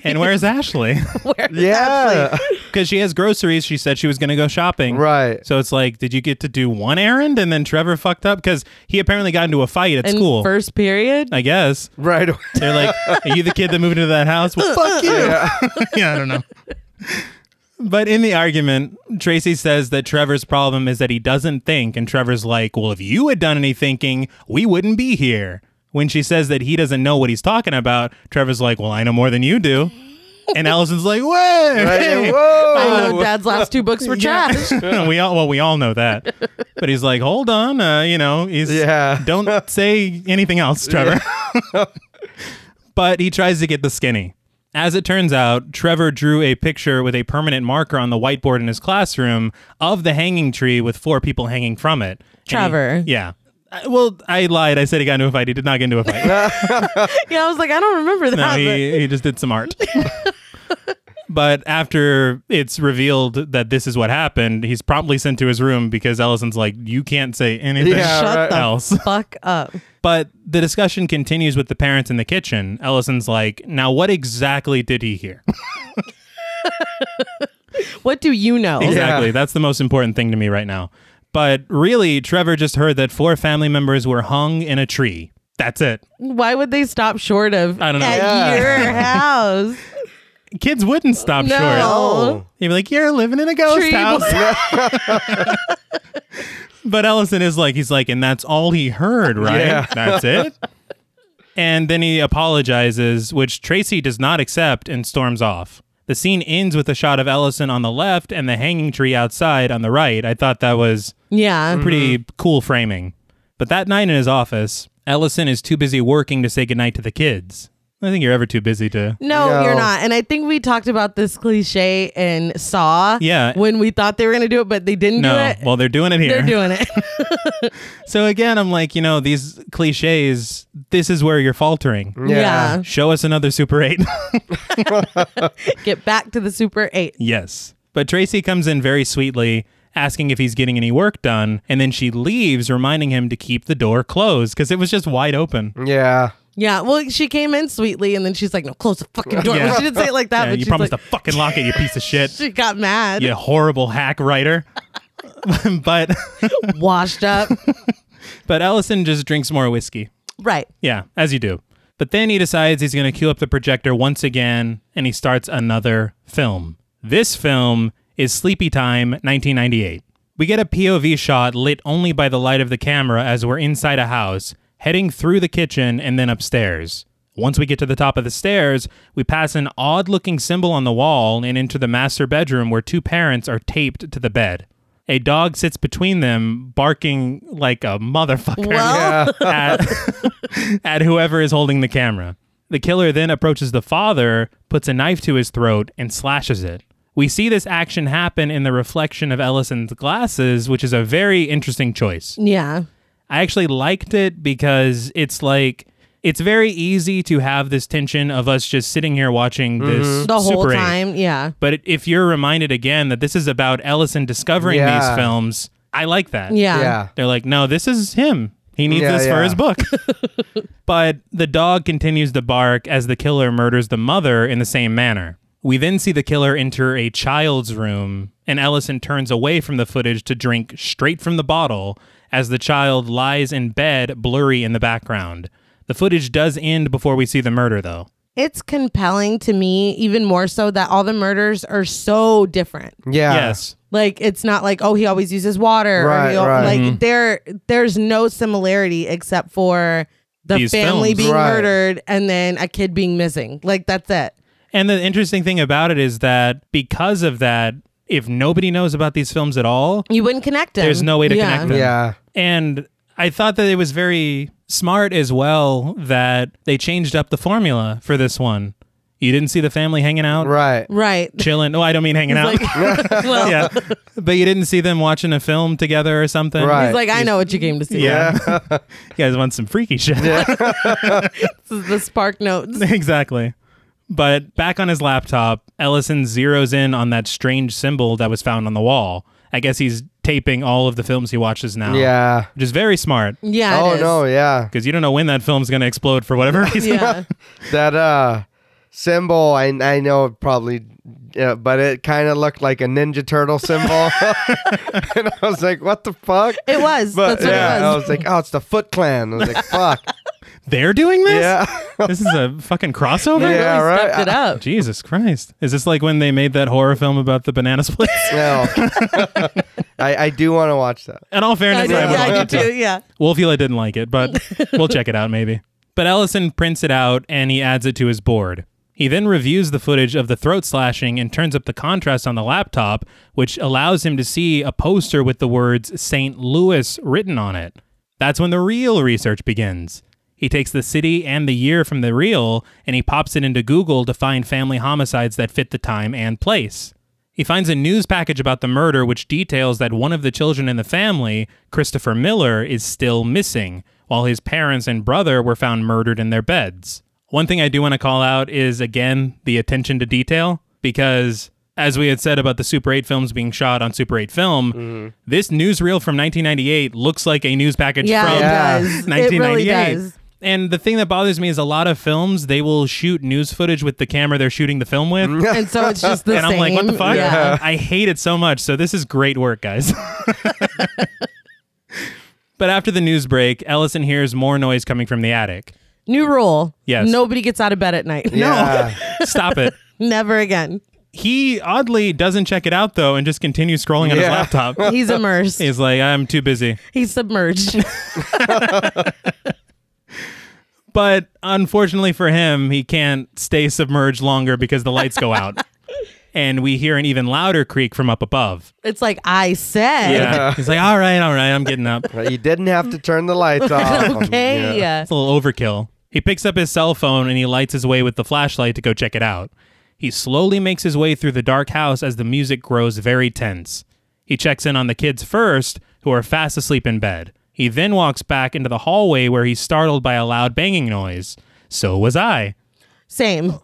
A: and where's Ashley?
B: where is
C: Yeah.
B: Ashley?
A: Because she has groceries. She said she was going to go shopping.
C: Right.
A: So it's like, did you get to do one errand and then Trevor fucked up? Because he apparently got into a fight at
B: In
A: school.
B: First period.
A: I guess.
C: Right.
A: They're like, are you the kid that moved into that house? Well, fuck you. yeah, I don't know. But in the argument, Tracy says that Trevor's problem is that he doesn't think. And Trevor's like, well, if you had done any thinking, we wouldn't be here. When she says that he doesn't know what he's talking about, Trevor's like, well, I know more than you do. And Allison's like, wait. hey."
C: Whoa.
B: I know dad's last two books were
A: oh. Yeah.
B: trash.
A: we all well, we all know that. But he's like, hold on, uh, you know, he's
C: Yeah.
A: don't say anything else, Trevor. but he tries to get the skinny. As it turns out, Trevor drew a picture with a permanent marker on the whiteboard in his classroom of the hanging tree with four people hanging from it. And he-
B: Trevor.
A: yeah. I- Well, I lied. I said he got into a fight. He did not get into a fight.
B: Yeah, I was like, I don't remember that.
A: No,
B: but-
A: he, he just did some art. But after it's revealed that this is what happened, he's promptly sent to his room because Ellison's like, "You can't say anything
C: Yeah,
B: Shut
C: right.
B: the
A: else."
B: fuck up.
A: But the discussion continues with the parents in the kitchen. Ellison's like, "Now, what exactly did he hear?"
B: What do you know?
A: Exactly. That's the most important thing to me right now. But really, Trevor just heard that four family members were hung in a tree. That's it.
B: Why would they stop short of
A: I don't know.
B: at
C: Yeah.
B: your house?
A: Kids wouldn't stop
B: No.
A: short.
C: Oh.
A: You'd be like, "You're living in a ghost
B: Tree
A: house." but Ellison is like, he's like, and that's all he heard, right?
C: Yeah.
A: That's it. And then he apologizes, which Tracy does not accept and storms off. The scene ends with a shot of Ellison on the left and the hanging tree outside on the right. I thought that was
B: Yeah.
A: pretty cool framing. But that night in his office, Ellison is too busy working to say goodnight to the kids. I think you're ever too busy to.
B: No,
C: No.
B: you're not. And I think we talked about this cliche in Saw.
A: Yeah.
B: When we thought they were going to do it, but they didn't do
A: No,
B: it.
A: well, they're doing it here.
B: They're doing it.
A: so again, I'm like, you know, these cliches, this is where you're faltering.
B: Mm. yeah.
A: Show us another Super 8.
B: Get back to the Super 8.
A: yes. But Tracy comes in very sweetly, asking if he's getting any work done, and then she leaves, reminding him to keep the door closed because it was just wide open.
C: Yeah.
B: Yeah. Well, she came in sweetly and then she's like, no, close the fucking door.
A: Yeah.
B: Well, she didn't say it like that,
A: Yeah,
B: but
A: you
B: she's
A: promised
B: like,
A: to fucking lock it, you piece of shit.
B: she got mad,
A: you horrible hack writer. but
B: washed up.
A: but Ellison just drinks more whiskey.
B: right.
A: Yeah, as you do. But then he decides he's going to cue up the projector once again and he starts another film. This film is Sleepy Time 1998. We get a POV shot lit only by the light of the camera as we're inside a house, heading through the kitchen and then upstairs. Once we get to the top of the stairs, we pass an odd looking symbol on the wall and enter the master bedroom where two parents are taped to the bed. A dog sits between them, barking like a motherfucker
B: Well.
A: at, at whoever is holding the camera. The killer then approaches the father, puts a knife to his throat, and slashes it. We see this action happen in the reflection of Ellison's glasses, which is a very interesting choice.
B: Yeah.
A: I actually liked it because it's like it's very easy to have this tension of us just sitting here watching this
B: The whole
A: Super 8.
B: time. Yeah.
A: But if you're reminded again that this is about Ellison discovering
C: Yeah.
A: these films, I like that.
B: Yeah.
C: Yeah.
A: They're like, no, this is him. He needs
C: Yeah,
A: this for
C: yeah.
A: his book. but the dog continues to bark as the killer murders the mother in the same manner. We then see the killer enter a child's room, and Ellison turns away from the footage to drink straight from the bottle as the child lies in bed, blurry in the background. The footage does end before we see the murder, though.
B: It's compelling to me, even more so that all the murders are so different.
C: Yeah.
A: Yes.
B: Like it's not like oh he always uses water. or
C: Right,
B: he al-
C: right.
B: Like
A: Mm-hmm.
B: there there's no similarity except for the
A: These
B: family
A: films.
B: being
C: Right.
B: murdered and then a kid being missing. Like that's it.
A: And the interesting thing about it is that because of that, if nobody knows about these films at all,
B: You wouldn't connect them.
A: There's no way to
B: Yeah.
A: connect them.
C: Yeah.
A: And I thought that it was very smart as well that they changed up the formula for this one. You didn't see the family hanging out,
C: Right.
B: Right.
A: chilling. No, I don't mean hanging out.
B: well,
A: yeah. But you didn't see them watching a film together or something.
C: Right.
B: he's like I know what you came to see.
A: Yeah. you guys want some freaky shit.
B: This is the spark notes.
A: exactly. But back on his laptop, Ellison zeroes in on that strange symbol that was found on the wall. I guess he's taping all of the films he watches now.
C: Yeah.
A: Which is very smart
B: Yeah. it
C: Oh
B: is.
C: no, yeah.
A: because you don't know when that film's going to explode for whatever reason.
B: Yeah.
C: That uh symbol I I know it probably yeah, but it kind of looked like a ninja turtle symbol. and I was like, "What the fuck?"
B: It was.
C: But
B: That's what
C: yeah,
B: it
C: I
B: was.
C: was like, "Oh, it's the Foot Clan." I was like, "Fuck."
A: They're doing this?
C: yeah.
A: this is a fucking crossover?
B: They
C: Yeah,
B: really
C: right.
B: stepped it up.
A: Jesus Christ. Is this like when they made that horror film about the banana splits?
C: No. I I do want to watch that.
A: In all
B: I
A: fairness,
B: did,
A: I would
B: yeah,
A: like
B: I
A: it
B: did too. Yeah.
A: Wolfula didn't like it, but we'll check it out maybe. But Ellison prints it out and he adds it to his board. He then reviews the footage of the throat slashing and turns up the contrast on the laptop, which allows him to see a poster with the words St. Louis written on it. That's when the real research begins. He takes the city and the year from the real and he pops it into Google to find family homicides that fit the time and place. He finds a news package about the murder which details that one of the children in the family, Christopher Miller, is still missing, while his parents and brother were found murdered in their beds. One thing I do want to call out is again the attention to detail. because as we had said about the Super 8 films being shot on Super 8 film,
B: Mm-hmm.
A: this newsreel from 1998 looks like a news package
B: Yeah,
A: from
B: it
C: Yeah.
B: does. It really
A: 1998.
B: does.
A: And the thing that bothers me is a lot of films they will shoot news footage with the camera they're shooting the film with.
B: And so it's just the
A: and I'm
B: same.
A: like, what the fuck?
B: Yeah.
A: I hate it so much. So this is great work, guys. but after the news break, Ellison hears more noise coming from the attic.
B: New rule.
A: Yes.
B: Nobody gets out of bed at night.
C: Yeah.
A: Stop it.
B: Never again.
A: He oddly doesn't check it out though and just continues scrolling on his
C: Yeah.
A: laptop.
B: He's immersed.
A: He's like, I'm too busy.
B: He's submerged.
A: But unfortunately for him, he can't stay submerged longer because the lights go out. and we hear an even louder creak from up above.
B: it's like I said.
A: Yeah. He's like, all right, all right, I'm getting up.
C: But you didn't have to turn the lights off.
B: Okay.
C: Yeah.
A: It's a little overkill. He picks up his cell phone and he lights his way with the flashlight to go check it out. He slowly makes his way through the dark house as the music grows very tense. He checks in on the kids first, who are fast asleep in bed. He then walks back into the hallway where he's startled by a loud banging noise. So was I.
B: Same.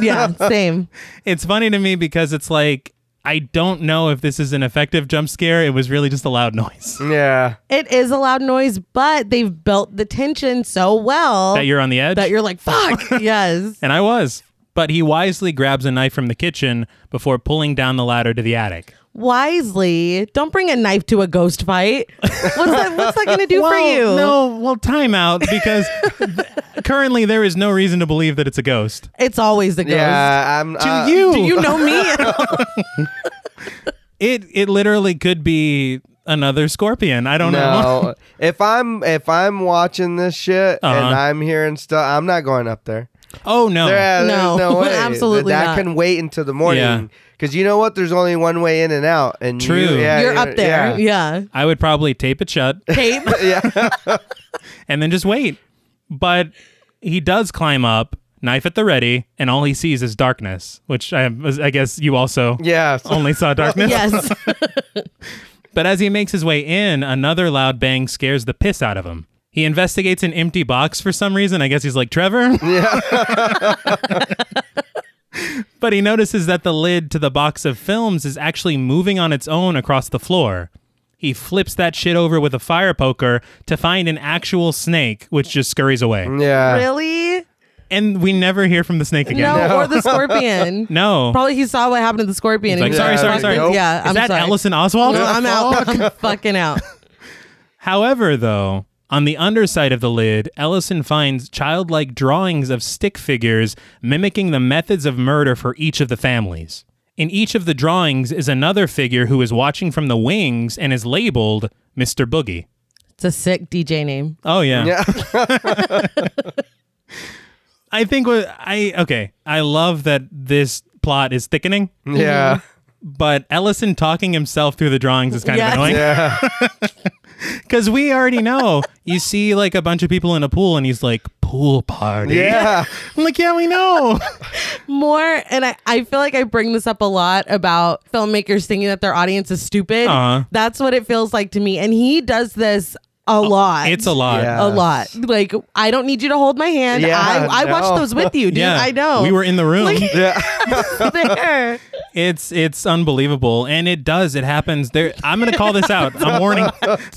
B: Yeah, same.
A: It's funny to me because it's like, I don't know if this is an effective jump scare. It was really just a loud noise.
C: Yeah.
B: It is a loud noise, but they've built the tension so well
A: that you're on the edge?
B: that you're like, fuck. yes.
A: and I was. But he wisely grabs a knife from the kitchen before pulling down the ladder to the attic.
B: Wisely, don't bring a knife to a ghost fight. What's that, what's that going to do for you?
A: No, well, time out because th- currently there is no reason to believe that it's a ghost. Uh,
B: It's always the ghost.
C: Yeah. I'm. uh, To
A: you.
B: Do you know me?
A: It it literally could be another scorpion. I don't know.
C: No. if I'm if I'm watching this shit
A: Uh-huh.
C: and I'm hearing stuff, I'm not going up there.
A: Oh no.
C: Yeah, there's
B: No,
C: no, way.
B: absolutely
C: that
B: not.
C: can wait until the
A: Yeah.
C: morning. Because you know what? There's only one way in and out. And you-
A: True.
C: yeah,
B: You're up there.
C: Yeah.
B: Yeah.
A: I would probably tape it shut
B: Tape.
A: and then just wait. But he does climb up, knife at the ready, and all he sees is darkness, which I, I guess you also
C: Yeah. so-
A: only saw darkness.
B: yes.
A: But as he makes his way in, another loud bang scares the piss out of him. He investigates an empty box for some reason. I guess he's like, Trevor? Yeah. but he notices that the lid to the box of films is actually moving on its own across the floor. He flips that shit over with a fire poker to find an actual snake, which just scurries away.
C: yeah.
B: Really?
A: And we never hear from the snake again.
B: No, or the scorpion.
A: No.
B: Probably he saw what happened to the scorpion.
A: Like,
B: and he
A: sorry,
B: was
A: sorry,
B: like,
A: sorry.
B: "Fuck this." Yeah,
A: is
B: I'm
A: that
B: sorry.
A: Ellison Oswald?
B: No, I'm out.
A: Oh.
B: I'm fucking out.
A: However, though, on the underside of the lid, Ellison finds childlike drawings of stick figures mimicking the methods of murder for each of the families. In each of the drawings is another figure who is watching from the wings and is labeled Mr. Boogie.
B: It's a sick DJ name.
A: Oh yeah.
C: Yeah.
A: I think what I okay, I love that this plot is thickening,
C: Yeah.
A: but Ellison talking himself through the drawings is kind
B: Yes.
A: of annoying.
C: Yeah.
A: Cuz we already know. you see like a bunch of people in a pool and he's like pool party.
C: Yeah.
A: I'm like, yeah, we know.
B: More, and I, I feel like I bring this up a lot about filmmakers thinking that their audience is stupid.
A: Uh-huh. Oh,
B: That's what it feels like to me. And he does this a lot.
A: It's a lot.
C: Yeah.
B: A lot. Like, I don't need you to hold my hand.
C: Yeah,
B: I, I
C: no.
B: watched those with you, dude.
A: Yeah,
B: I know.
A: We were in the room.
B: Like-
C: Yeah.
B: there.
A: it's it's unbelievable, and it does. It happens. There, I'm gonna call this out. I'm warning.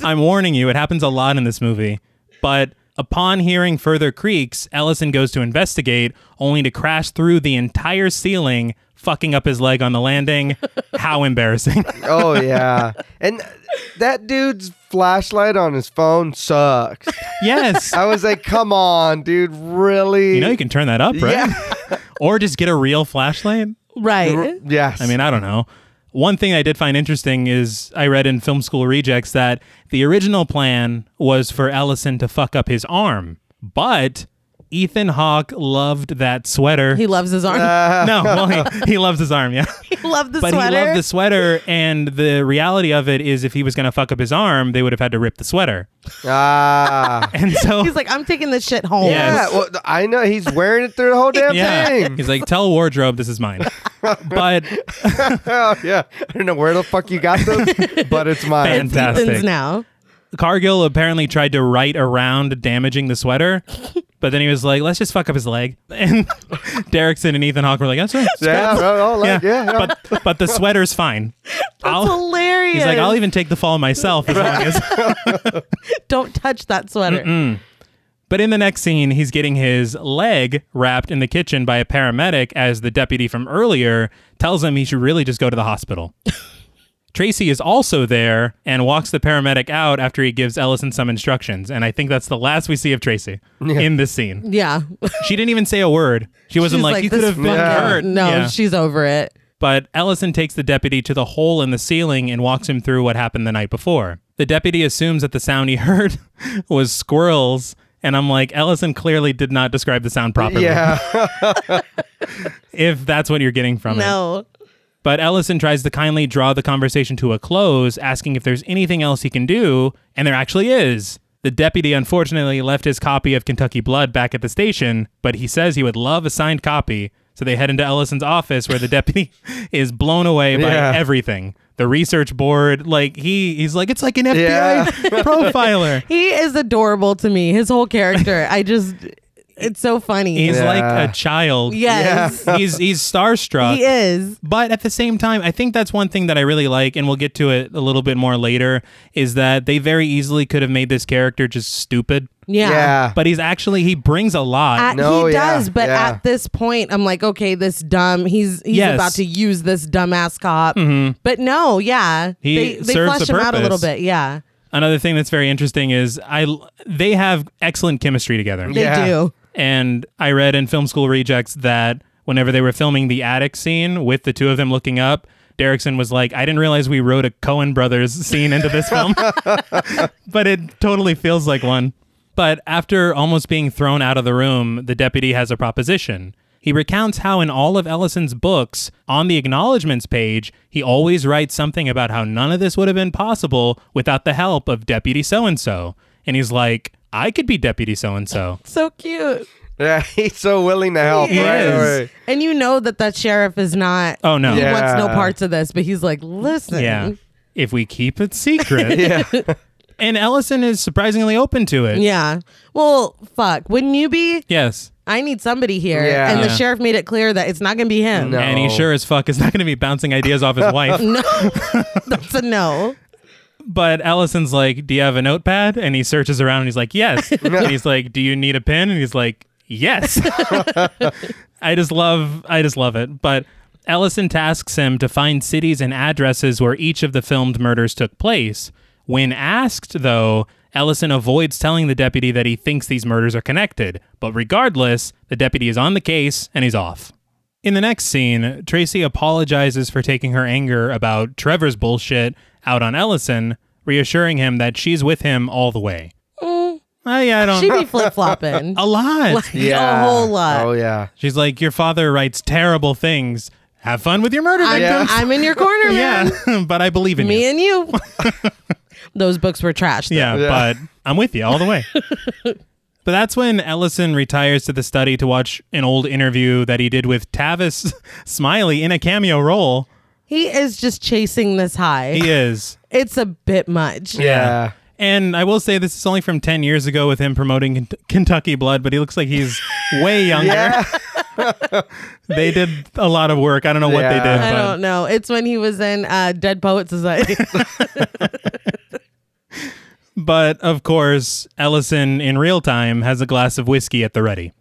A: I'm warning you. It happens a lot in this movie. But upon hearing further creaks, Ellison goes to investigate, only to crash through the entire ceiling, fucking up his leg on the landing. How embarrassing!
C: Oh yeah. And that dude's flashlight on his phone sucks.
A: yes.
C: I was like, come on, dude. Really?
A: You know you can turn that up, right? Or just get a real flashlight.
B: Right.
C: Yes.
A: I mean, I don't know. One thing I did find interesting is I read in Film School Rejects that the original plan was for Ellison to fuck up his arm, but Ethan Hawke loved that sweater.
B: He loves his arm.
A: no, well, he, he loves his arm, yeah.
B: he loved the
A: uh, But
B: sweater.
A: he loved the sweater, and the reality of it is if he was going to fuck up his arm, they would have had to rip the sweater.
C: ah.
A: And so.
B: He's like, I'm taking this shit home.
A: Yes.
C: Yeah, well, I know he's wearing it through the whole damn
A: yeah.
C: thing.
A: He's like, tell wardrobe this is mine. but
C: Oh, yeah, I don't know where the fuck you got those, but it's mine.
A: Fan- Fantastic.
B: Ethan's now.
A: Cargill apparently tried to right around damaging the sweater But then he was like, let's just fuck up his leg. And Derrickson and Ethan Hawke were like, that's right.
C: Yeah, oh, like, yeah, yeah.
A: But, but the sweater's fine.
B: That's
A: I'll,
B: hilarious.
A: he's like, I'll even take the fall myself as long as.
B: Don't touch that sweater.
A: But in the next scene, he's getting his leg wrapped in the kitchen by a paramedic as the deputy from earlier tells him he should really just go to the hospital. Tracy is also there and walks the paramedic out after he gives Ellison some instructions. And I think that's the last we see of Tracy in this scene.
B: Yeah.
A: She didn't even say a word. She wasn't
B: She's
A: like,
B: like,
A: you could
B: "This
A: have been
C: fucking-
A: hurt.
B: No,
A: Yeah.
B: she's over it.
A: But Ellison takes the deputy to the hole in the ceiling and walks him through what happened the night before. The deputy assumes that the sound he heard was squirrels, and I'm like, Ellison clearly did not describe the sound properly.
C: Yeah.
A: If that's what you're getting from it.
B: No.
A: But Ellison tries to kindly draw the conversation to a close, asking if there's anything else he can do, and there actually is. The deputy unfortunately left his copy of Kentucky Blood back at the station, but he says he would love a signed copy. So they head into Ellison's office where the deputy is blown away by
C: Yeah.
A: everything. The research board, like he he's like, it's like an FBI
C: Yeah.
A: profiler.
B: He is adorable to me. His whole character. I just it's so funny.
A: He's
C: Yeah.
A: like a child.
B: yes.
A: He's he's starstruck.
B: He is.
A: But at the same time, I think that's one thing that I really like, and we'll get to it a little bit more later, is that they very easily could have made this character just stupid.
B: Yeah.
C: yeah.
A: But he's actually, he brings a lot.
B: At-
C: No,
B: he
C: yeah,
B: does, but
C: yeah.
B: at this point, I'm like, okay, this dumb. He's he's
A: Yes. Mm-hmm.
B: about to use this dumbass cop. But no, yeah,
A: He
B: they they
A: serves
B: flush
A: a
B: him out a little
A: purpose.
B: bit. Yeah,
A: Another thing that's very interesting is I they have excellent chemistry together.
B: they
C: Yeah.
B: do.
A: And I read in Film School Rejects that whenever they were filming the attic scene with the two of them looking up, Derrickson was like, I didn't realize we wrote a Cohen Brothers scene into this film. but it totally feels like one. But after almost being thrown out of the room, the deputy has a proposition. He recounts how in all of Ellison's books, on the acknowledgments page, he always writes something about how none of this would have been possible without the help of Deputy So and so. And he's like, I could be Deputy So and so.
B: So cute.
C: Yeah, he's so willing to help.
A: He
C: right
A: is.
C: away.
B: And you know that that sheriff is not.
A: Oh, no.
B: he
A: Yeah.
B: wants no parts of this. But he's like, listen,
A: Yeah. If we keep it secret.
C: Yeah.
A: And Ellison is surprisingly open to it.
B: Yeah. Well, fuck. Wouldn't you be?
A: Yes.
B: I need somebody here.
C: Yeah.
B: And the
A: Yeah.
B: sheriff made it clear that it's not going to be him.
C: No.
A: And he sure as fuck is not going to be bouncing ideas off his wife.
B: That's a no.
A: But Ellison's like, Do you have a notepad? And he searches around and he's like, Yes. and he's like, Do you need a pen? And he's like, Yes. I just love I just love it. But Ellison tasks him to find cities and addresses where each of the filmed murders took place. When asked, though, Ellison avoids telling the deputy that he thinks these murders are connected. But regardless, the deputy is on the case and he's off. In the next scene, Tracy apologizes for taking her anger about Trevor's bullshit out on Ellison, reassuring him that she's with him all the way. I, I don't
B: She'd be flip flopping.
A: a lot.
C: Yeah.
B: A whole lot.
C: Oh yeah.
A: She's like, your father writes terrible things. Have fun with your murder
B: I'm,
A: victims.
B: I'm in your corner, man.
A: Yeah, but I believe in
B: Me
A: you.
B: and you. Those books were trash. though.
A: Yeah,
C: Yeah.
A: but I'm with you all the way. but that's when Ellison retires to the study to watch an old interview that he did with Tavis Smiley in a cameo role.
B: He is just chasing this high.
A: He is.
B: It's a bit much.
C: Yeah.
A: And I will say this is only from 10 years ago with him promoting Ken- Kentucky Blood, but he looks like he's way younger.
C: Yeah.
A: They did a lot of work. I don't know what they did.
C: Yeah.
B: I
A: but
B: don't know. It's when he was in uh, Dead Poet Society.
A: But of course, Ellison in real time has a glass of whiskey at the ready.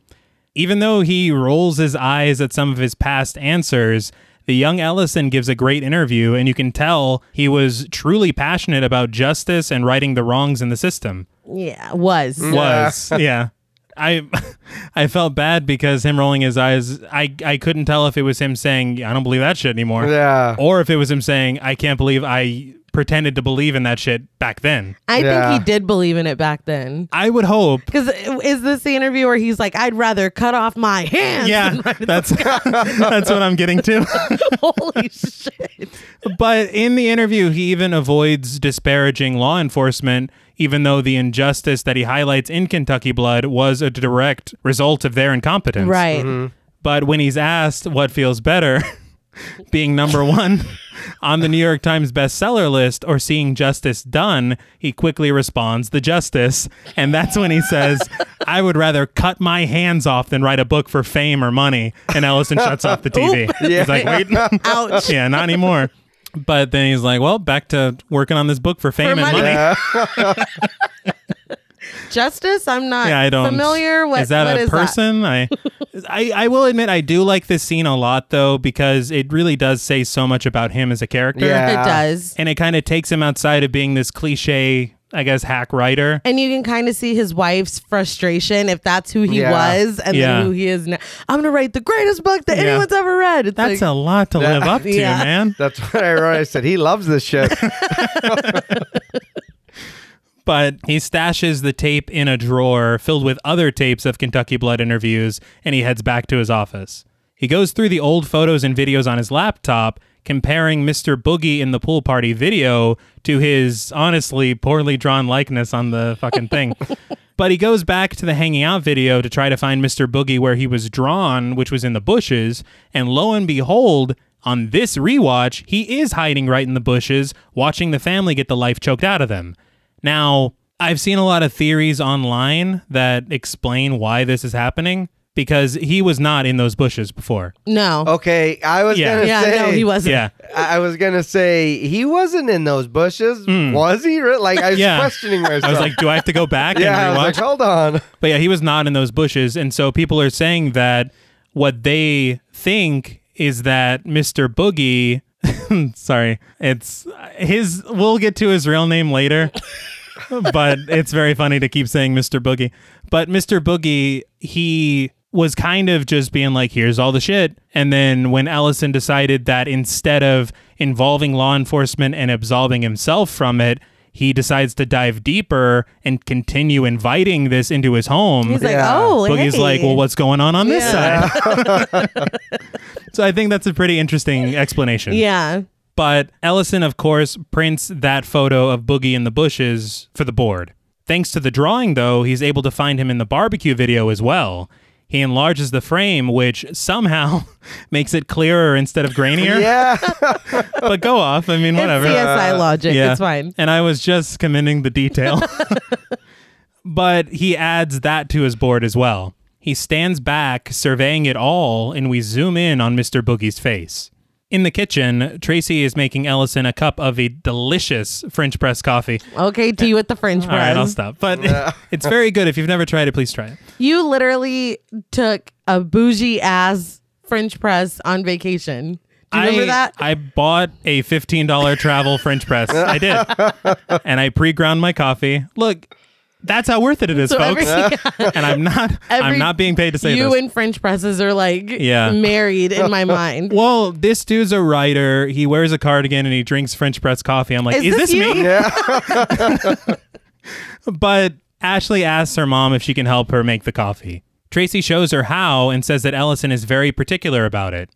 A: Even though he rolls his eyes at some of his past answers, the young Ellison gives a great interview, and you can tell he was truly passionate about justice and righting the wrongs in the system.
B: yeah, was.
A: Was yeah, I I felt bad because him rolling his eyes, I I couldn't tell if it was him saying I don't believe that shit anymore,
C: Yeah.
A: or if it was him saying I can't believe I pretended to believe in that shit back then.
B: I
C: Yeah.
B: think he did believe in it back then.
A: I would hope
B: Because is this the interview where he's like, I'd rather cut off my hands?
A: yeah, that's that's what I'm getting to.
B: Holy shit.
A: but in the interview, he even avoids disparaging law enforcement, even though the injustice that he highlights in Kentucky Blood was a direct result of their incompetence.
B: Right.
A: But when he's asked what feels better, being number one on the New York Times bestseller list or seeing justice done, he quickly responds, The justice. And that's when he says, I would rather cut my hands off than write a book for fame or money. And Ellison shuts off the TV. He's like, Wait,
B: Ouch.
A: yeah, not anymore. But then he's like, Well, back to working on this book for fame and
B: money.
A: money.
C: Yeah.
B: Justice, I'm not
A: Yeah, I don't
B: familiar. What
A: is that
B: what
A: a
B: is
A: person? I, I I will admit I do like this scene a lot though because it really does say so much about him as a character.
C: Yeah.
B: It does.
A: And it kind of takes him outside of being this cliche, I guess, hack writer.
B: And you can kind of see his wife's frustration if that's who he
C: Yeah.
B: was and
A: Yeah.
B: then who he is now. I'm gonna write the greatest book that
A: Yeah.
B: anyone's ever read. It's
A: That's
B: like,
A: a lot to live up to,
B: Yeah.
A: man.
C: That's what I wrote. I said he loves this shit.
A: But he stashes the tape in a drawer filled with other tapes of Kentucky Blood interviews, and he heads back to his office. He goes through the old photos and videos on his laptop, comparing Mr. Boogie in the pool party video to his honestly poorly drawn likeness on the fucking thing. but he goes back to the hanging out video to try to find Mr. Boogie where he was drawn, which was in the bushes, and lo and behold, on this rewatch, he is hiding right in the bushes, watching the family get the life choked out of them. Now, I've seen a lot of theories online that explain why this is happening because he was not in those bushes before.
B: no.
C: Okay, Oh, I was
A: Yeah.
C: gonna
B: yeah,
C: say.
B: no, he wasn't.
A: Yeah.
C: I I was gonna say he wasn't in those bushes, was he? Re- Like I was
A: Hmm. Yeah.
C: questioning myself.
A: I was like, do I have to go back
C: yeah, I
A: and
C: was
A: rewatch?
C: like, hold on.
A: But yeah, he was not in those bushes. And so people are saying that what they think is that Mr. Boogie, sorry, it's his, we'll get to his real name later, but it's very funny to keep saying Mr. Boogie. But Mr. Boogie, he was kind of just being like, here's all the shit. And then when Allison decided that instead of involving law enforcement and absolving himself from it, he decides to dive deeper and continue inviting this into his home.
B: He's like,
C: Yeah.
B: oh,
A: Boogie's
B: hey.
A: like, well, what's going on on this
B: Yeah.
A: side? so I think that's a pretty interesting explanation.
B: Yeah.
A: But Ellison, of course, prints that photo of Boogie in the bushes for the board. Thanks to the drawing, though, he's able to find him in the barbecue video as well. He enlarges the frame, which somehow makes it clearer instead of grainier.
C: Yeah,
A: But go off. I mean, whatever.
B: It's
C: Uh,
B: CSI logic. It's fine.
A: And I was just commending the detail. but he adds that to his board as well. He stands back, surveying it all, and we zoom in on Mr. Boogie's face. In the kitchen, Tracy is making Ellison a cup of a delicious French press coffee.
B: Okay, tea with the French
A: All right, I'll
B: press.
A: stop. But it's very good. If you've never tried it, please try it.
B: you literally took a bougie ass French press on vacation. Do you remember
A: I,
B: that?
A: I bought a $15 travel French press. I did. And I pre ground my coffee. Look, that's how worth it it is,
B: So
A: folks.
B: every,
A: and I'm not I'm
B: Every-
A: not being paid to say
B: you
A: this.
B: and French presses are like
A: Yeah.
B: married in my mind.
A: well, this dude's a writer. He wears a cardigan and he drinks French press coffee. I'm like, is,
B: Is this
A: this, me?
B: you?
A: But Ashley asks her mom if she can help her make the coffee. Tracy shows her how and says that Ellison is very particular about it.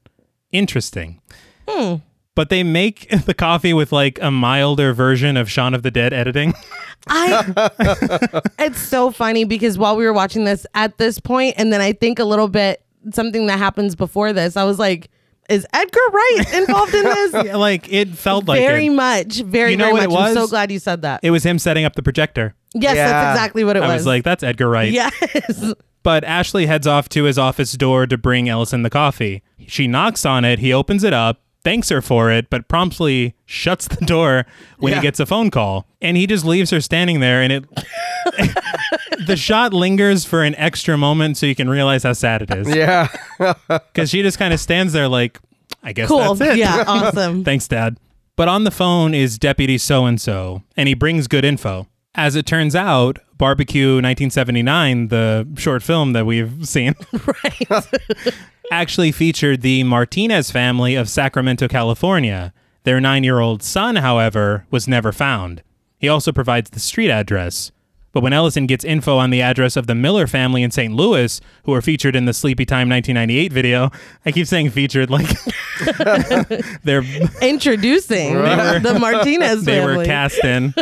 A: Interesting.
B: Hmm.
A: But they make the coffee with like a milder version of Shaun of the Dead editing.
B: I it's so funny because while we were watching this at this point, and then I think a little bit something that happens before this, I was like, is Edgar Wright involved in this?
A: like it felt like
B: very
A: it.
B: much, very,
A: You know
B: very
A: what
B: much.
A: it
B: I'm so
A: was?
B: glad you said that.
A: It was him setting up the projector.
B: yes,
C: Yeah.
B: that's exactly what it
A: I was like, that's Edgar Wright.
B: yes.
A: But Ashley heads off to his office door to bring Ellison the coffee. She knocks on it, he opens it up, thanks her for it, but promptly shuts the door when he
C: Yeah.
A: gets a phone call. And he just leaves her standing there and it the shot lingers for an extra moment so you can realize how sad it is.
C: yeah.
A: Cuz she just kind of stands there like, I guess
B: Cool.
A: that's it.
B: Yeah, awesome.
A: Thanks, Dad. But on the phone is Deputy So and so, and he brings good info. As it turns out, Barbecue 1979, the short film that we've seen, actually featured the Martinez family of Sacramento, California. Their nine year old son, however, was never found. He also provides the street address. But when Ellison gets info on the address of the Miller family in St. Louis, who are featured in the Sleepy Time 1998 video, I keep saying featured like they're
B: Introducing the Martinez
A: they
B: family.
A: were cast in.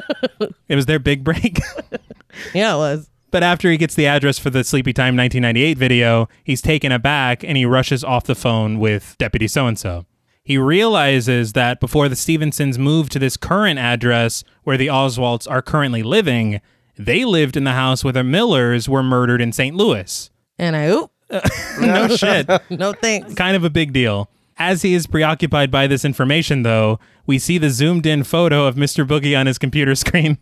A: it was their big break.
B: Yeah, it was.
A: but after he gets the address for the Sleepy Time 1998 video, he's taken aback and he rushes off the phone with Deputy So and so. He realizes that before the Stevensons moved to this current address where the Oswalds are currently living, they lived in the house where the Millers were murdered in St. Louis.
B: And I, oop,
A: no shit.
B: no thanks.
A: Kind of a big deal. As he is preoccupied by this information, though, we see the zoomed in photo of Mr. Boogie on his computer screen.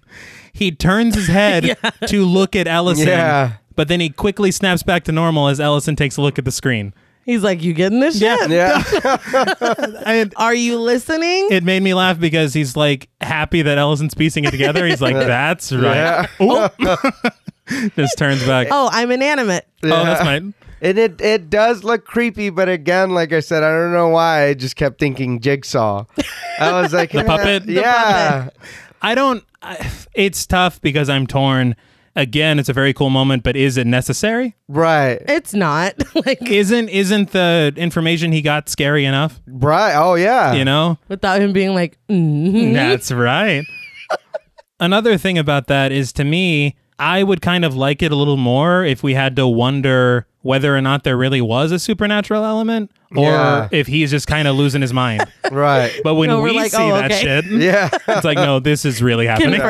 A: He turns his head to look at Ellison,
C: Yeah.
A: but then he quickly snaps back to normal as Ellison takes a look at the screen.
B: He's like, you getting this shit?
C: Yeah.
A: I,
B: Are you listening?
A: it made me laugh because he's like happy that Ellison's piecing it together. He's like, that's right. Just turns back. Oh,
B: oh, I'm inanimate.
A: that's my.
C: And it it does look creepy, but again, like I said, I don't know why I just kept thinking jigsaw. I was like the
A: puppet? The
C: Yeah.
A: I don't. I, it's tough because I'm torn. Again, it's a very cool moment, but is it necessary?
C: Right.
B: It's not like
A: Isn't isn't the information he got scary enough?
C: Right. Oh yeah.
A: You know,
B: without him being like, mm
A: that's right. Another thing about that is, to me, I would kind of like it a little more if we had to wonder whether or not there really was a supernatural element, or
C: Yeah.
A: if he's just kind of losing his mind.
C: Right.
A: But when
B: No, we're
A: we
B: like,
A: see
B: "Oh,
A: that
B: okay."
A: shit,
C: yeah.
A: it's like, no, this is really happening.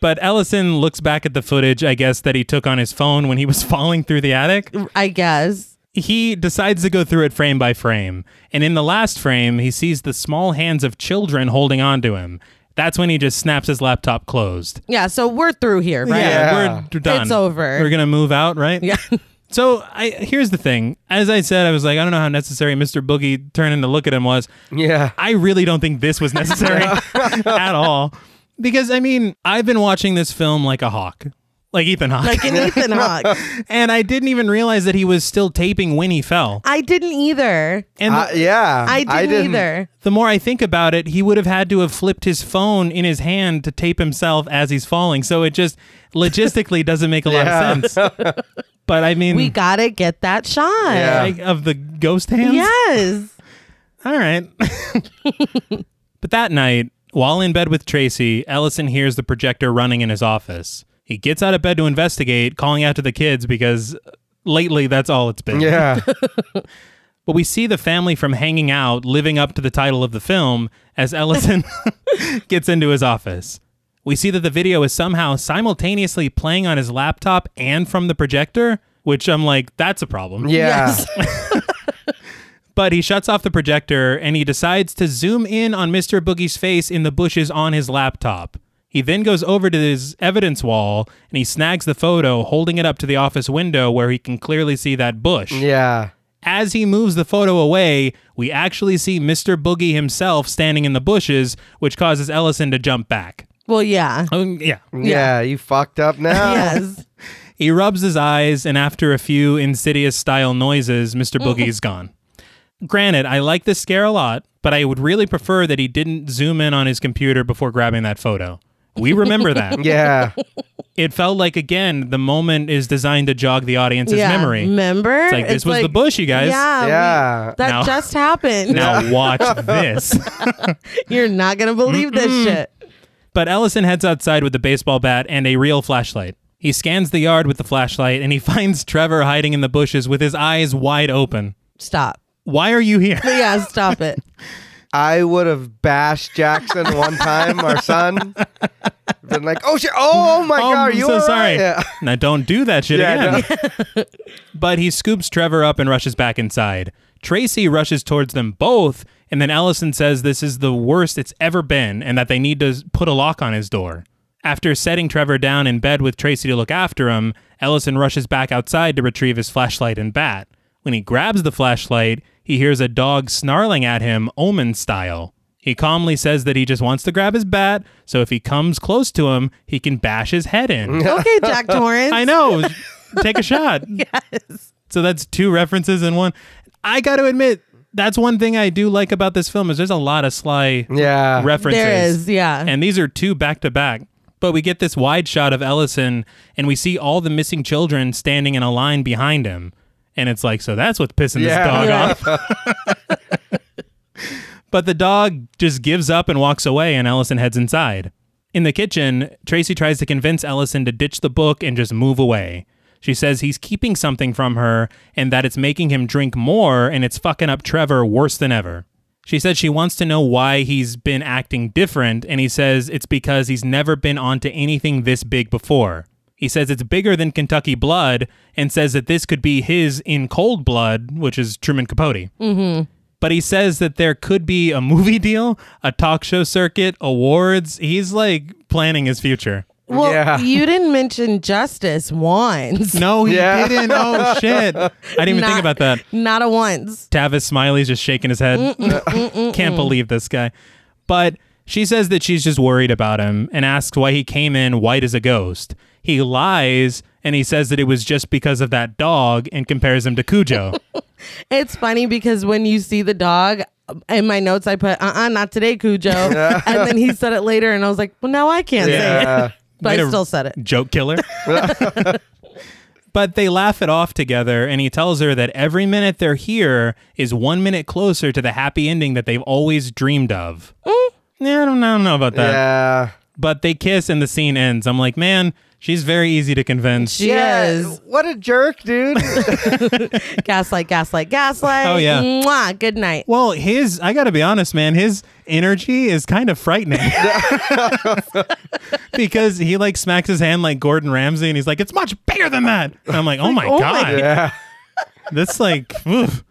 A: But Ellison looks back at the footage, I guess, that he took on his phone when he was falling through the attic.
B: I guess.
A: He decides to go through it frame by frame. And in the last frame, he sees the small hands of children holding on to him. That's when he just snaps his laptop closed.
B: Yeah. So we're through here, right?
C: Yeah.
A: we're done.
B: It's over.
A: We're going to move out, right? Yeah. So I here's the thing. As I said, I was like, I don't know how necessary Mr. Boogie turning to look at him was.
C: Yeah.
A: I really don't think this was necessary at all. Because I mean, I've been watching this film like a hawk. Like Ethan Hawke.
B: Like an Ethan Hawke.
A: and I didn't even realize that he was still taping when he fell.
B: I didn't either.
A: And the,
C: I- yeah.
B: I didn't, either.
A: the more I think about it, he would have had to have flipped his phone in his hand to tape himself as he's falling. So it just logistically doesn't make a
C: Yeah.
A: lot of sense. But I mean,
B: We gotta get that shot.
C: Yeah.
A: like, of the ghost hands?
B: Yes.
A: All right. but that night, while in bed with Tracy, Ellison hears the projector running in his office. He gets out of bed to investigate, calling out to the kids because lately that's all it's been.
C: Yeah.
A: But we see the family from hanging out living up to the title of the film as Ellison gets into his office. We see that the video is somehow simultaneously playing on his laptop and from the projector, which I'm like, that's a problem.
C: Yeah.
A: But he shuts off the projector and he decides to zoom in on Mr. Boogie's face in the bushes on his laptop. He then goes over to his evidence wall and he snags the photo, holding it up to the office window where he can clearly see that bush.
C: Yeah.
A: As he moves the photo away, we actually see Mr. Boogie himself standing in the bushes, which causes Ellison to jump back.
B: Well, yeah.
A: Oh, yeah.
C: Yeah. You fucked up now.
B: Yes.
A: He rubs his eyes, and after a few insidious style noises, Mr. Boogie's gone. Granted, I like this scare a lot, but I would really prefer that he didn't zoom in on his computer before grabbing that photo. We remember that.
C: Yeah.
A: It felt like, again, the moment is designed to jog the audience's
B: yeah.
A: memory.
B: Remember?
A: It's like, this was the bush, you guys.
B: Yeah. we-
C: Yeah.
B: that
A: Now-
B: just happened.
A: Now watch this.
B: You're not gonna believe this shit.
A: But Ellison heads outside with a baseball bat and a real flashlight. He scans the yard with the flashlight and he finds Trevor hiding in the bushes with his eyes wide open.
B: Stop.
A: Why are you here?
B: Yeah, stop it.
C: I would have bashed Jackson one time, our son. Been like, oh shit, oh my
A: Oh,
C: god, are
A: I'm
C: you
A: so
C: all right?"
A: sorry.
C: Yeah.
A: Now don't do that shit
C: Yeah,
A: again. but he scoops Trevor up and rushes back inside. Tracy rushes towards them both, and then Ellison says this is the worst it's ever been and that they need to s- put a lock on his door. After setting Trevor down in bed with Tracy to look after him, Ellison rushes back outside to retrieve his flashlight and bat. When he grabs the flashlight, he hears a dog snarling at him, omen style. He calmly says that he just wants to grab his bat, so if he comes close to him, he can bash his head in.
B: Okay, Jack Torrance.
A: I know. Take a shot. Yes. So that's two references in one. I got to admit, that's one thing I do like about this film is there's a lot of sly
C: Yeah.
A: references.
B: There is, yeah.
A: And these are two back to back. But we get this wide shot of Ellison and we see all the missing children standing in a line behind him. And it's like, so that's what's pissing
C: Yeah.
A: this dog
B: Yeah.
A: off. but the dog just gives up and walks away, and Ellison heads inside. In the kitchen, Tracy tries to convince Ellison to ditch the book and just move away. She says he's keeping something from her and that it's making him drink more and it's fucking up Trevor worse than ever. She said she wants to know why he's been acting different, and he says it's because he's never been onto anything this big before. He says it's bigger than Kentucky Blood and says that this could be his in cold blood, which is Truman Capote. Mm-hmm. But he says that there could be a movie deal, a talk show circuit, awards. He's like planning his future.
B: Well,
C: Yeah.
B: you didn't mention justice once.
A: No, he
C: Yeah.
A: didn't. Oh, shit. I didn't even think
B: Not-
A: about that.
B: Not a once.
A: Tavis Smiley's just shaking his head. Can't believe this guy. But she says that she's just worried about him and asks why he came in white as a ghost. He lies and he says that it was just because of that dog and compares him to Cujo.
B: It's funny because when you see the dog, in my notes I put, uh uh not today, Cujo. and then he said it later, and I was like, well, now I can't say it.
C: Yeah.
B: But
A: Way
B: I
A: to-
B: still said it.
A: Joke killer. but they laugh it off together and he tells her that every minute they're here is one minute closer to the happy ending that they've always dreamed of.
B: Mm.
A: Yeah, I don't, I don't know about that.
C: yeah.
A: but they kiss and the scene ends. I'm like, man, she's very easy to convince.
B: She is.
C: What a jerk, dude.
B: Gaslight, gaslight, gaslight.
A: Oh, yeah.
B: Mwah, good night.
A: well, his, I gotta be honest, man, his energy is kind of frightening. because he like smacks his hand like Gordon Ramsay and he's like, it's much bigger than that. And I'm like, oh my
B: oh my
A: God.
C: yeah.
A: That's like, oof.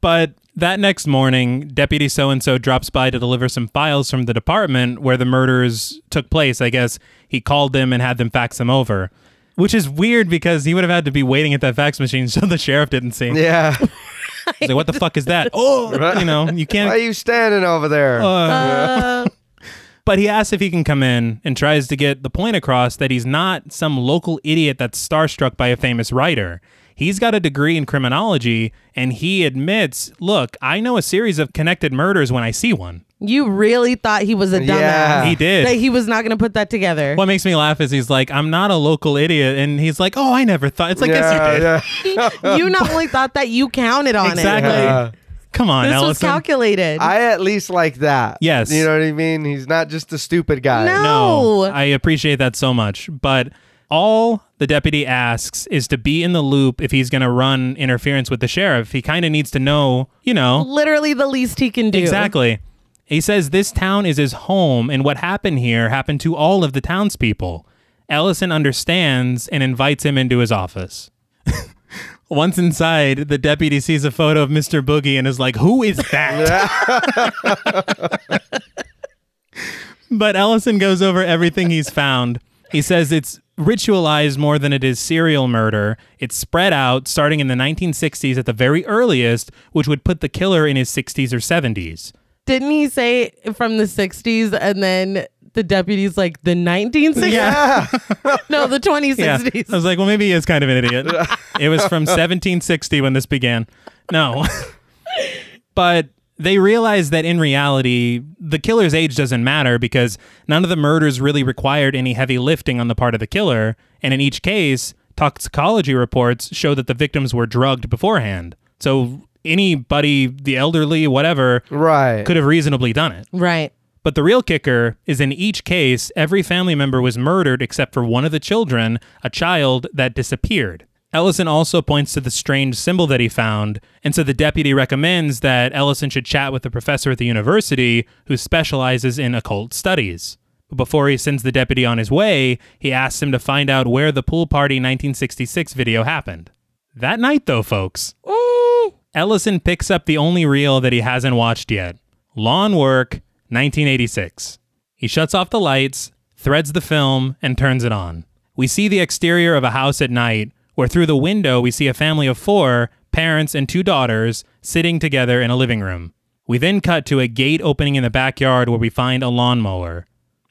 A: but that next morning, Deputy So and so drops by to deliver some files from the department where the murders took place. I guess he called them and had them fax them over, which is weird because he would have had to be waiting at that fax machine so the sheriff didn't see. him.
C: Yeah.
A: He's like, what the fuck is that? Oh, you know, you
C: Why are
A: can't.
C: you standing over there?
A: Oh,
B: Uh,
A: But he asks if he can come in and tries to get the point across that he's not some local idiot that's starstruck by a famous writer. He's got a degree in criminology and he admits, look, I know a series of connected murders when I see one.
B: you really thought he was a dumbass.
C: Yeah.
A: He did.
B: That he was not going to put that together.
A: What makes me laugh is he's like, I'm not a local idiot. And he's like, oh, I never thought. It's like, yes, you
C: yeah,
A: did.
C: yeah.
B: you not only thought that, you counted on
A: Exactly.
B: it.
C: Yeah.
A: Come on,
B: This was
A: Allison.
B: calculated.
C: I at least like that.
A: Yes.
C: You know what I mean? He's not just a stupid guy.
A: no,
B: No. No.
A: I appreciate that so much. But all the deputy asks is to be in the loop if he's going to run interference with the sheriff. He kind of needs to know, you know,
B: Literally the least he can do.
A: Exactly. He says this town is his home, and what happened here happened to all of the townspeople. Ellison understands and invites him into his office. Once inside, the deputy sees a photo of Mr. Boogie and is like, Who is that? but Ellison goes over everything he's found. He says it's ritualized more than it is serial murder. It's spread out starting in the 1960s at the very earliest, which would put the killer in his 60s or 70s.
B: Didn't he say from the 60s and then the deputy's like the 1960s?
A: Yeah.
B: No, the
A: Yeah.
B: 2060s.
A: I was like, well, maybe he is kind of an idiot. it was from 1760 when this began. No. but they realized that in reality, the killer's age doesn't matter because none of the murders really required any heavy lifting on the part of the killer. And in each case, toxicology reports show that the victims were drugged beforehand. So anybody, the elderly, whatever,
C: Right.
A: could have reasonably done it.
B: Right.
A: But the real kicker is in each case, every family member was murdered except for one of the children, a child that disappeared. Ellison also points to the strange symbol that he found, and so the deputy recommends that Ellison should chat with a professor at the university who specializes in occult studies. But before he sends the deputy on his way, he asks him to find out where the pool party 1966 video happened. That night, though, folks, Ellison picks up the only reel that he hasn't watched yet Lawn Work, 1986. He shuts off the lights, threads the film, and turns it on. We see the exterior of a house at night, where through the window we see a family of four parents and two daughters sitting together in a living room. We then cut to a gate opening in the backyard where we find a lawnmower.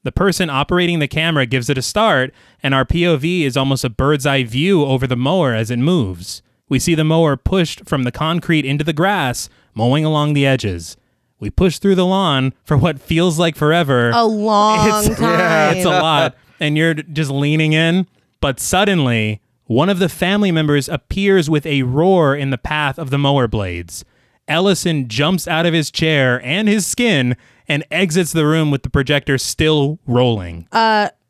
A: The person operating the camera gives it a start, and our POV is almost a bird's eye view over the mower as it moves. We see the mower pushed from the concrete into the grass, mowing along the edges. We push through the lawn for what feels like forever.
B: A long
A: It's-
B: time.
A: It's a lot. And you're just leaning in. But suddenly, one of the family members appears with a roar in the path of the mower blades. Ellison jumps out of his
B: Um,
A: chair and his skin and exits the room with the projector still rolling.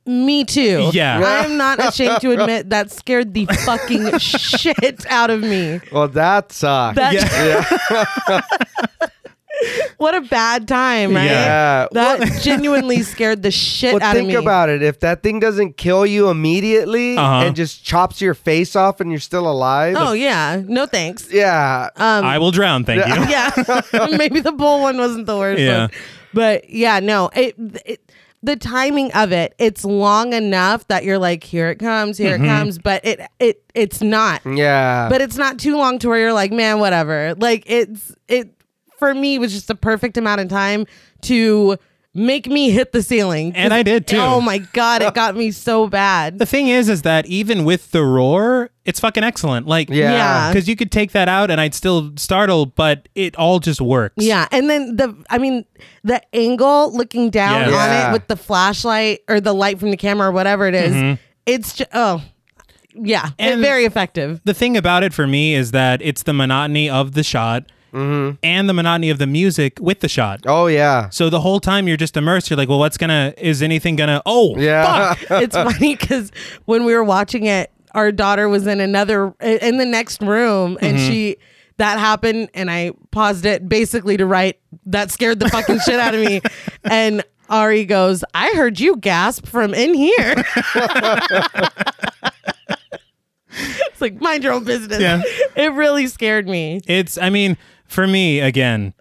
B: Me too.
A: Yeah.
B: I'm not ashamed to admit that scared the fucking shit out of me.
C: Well, that sucks.
B: That
C: yeah.
B: what a bad time, right?
C: Yeah.
B: That genuinely scared the shit
C: Well,
B: out
C: think
B: of me.
C: about it. If that thing doesn't kill you immediately
A: Uh-huh.
C: and just chops your face off and you're still alive,
B: oh Um, yeah, no thanks.
C: yeah,
A: I will drown, thank you.
B: Yeah, maybe the bull one wasn't the worst.
A: Yeah.
B: One. But yeah, no, it, it the timing of it, it's long enough that you're like, here it comes, here
A: Mm-hmm.
B: it comes, but it it it's not.
A: Mm.
C: yeah.
B: But it's not too long to where you're like, man, whatever. Like it's it for me was just the perfect amount of time to make me hit the ceiling. 'Cause-
A: And I did, too.
B: Oh my god, it got me so bad.
A: The thing is, is that even with the roar, it's fucking excellent. Like,
C: Yeah.
B: Yeah.
A: because you could take that out and I'd still startle, but it all just works.
B: Yeah, and then the I mean the angle looking down
A: Yeah.
B: on
C: Yeah.
B: it with the flashlight or the light from the camera or whatever it is, it's just, oh yeah, it-
A: Mm-hmm. And-
B: very effective.
A: The thing about it for me is that it's the monotony of the shot and the monotony of the music with the shot.
C: Mm-hmm. oh yeah.
A: So the whole time you're just immersed. You're like, well, what's gonna? Is anything gonna? Oh,
C: Yeah.
B: it's funny because when we were watching it, our daughter was in another in the next room, and
A: Mm-hmm.
B: she that happened, and I paused it basically to write that scared the fucking shit out of me, and. Ari goes, I heard you gasp from in here. it's like, mind your own business.
A: Yeah.
B: It really scared me.
A: It's, I mean, for me, again,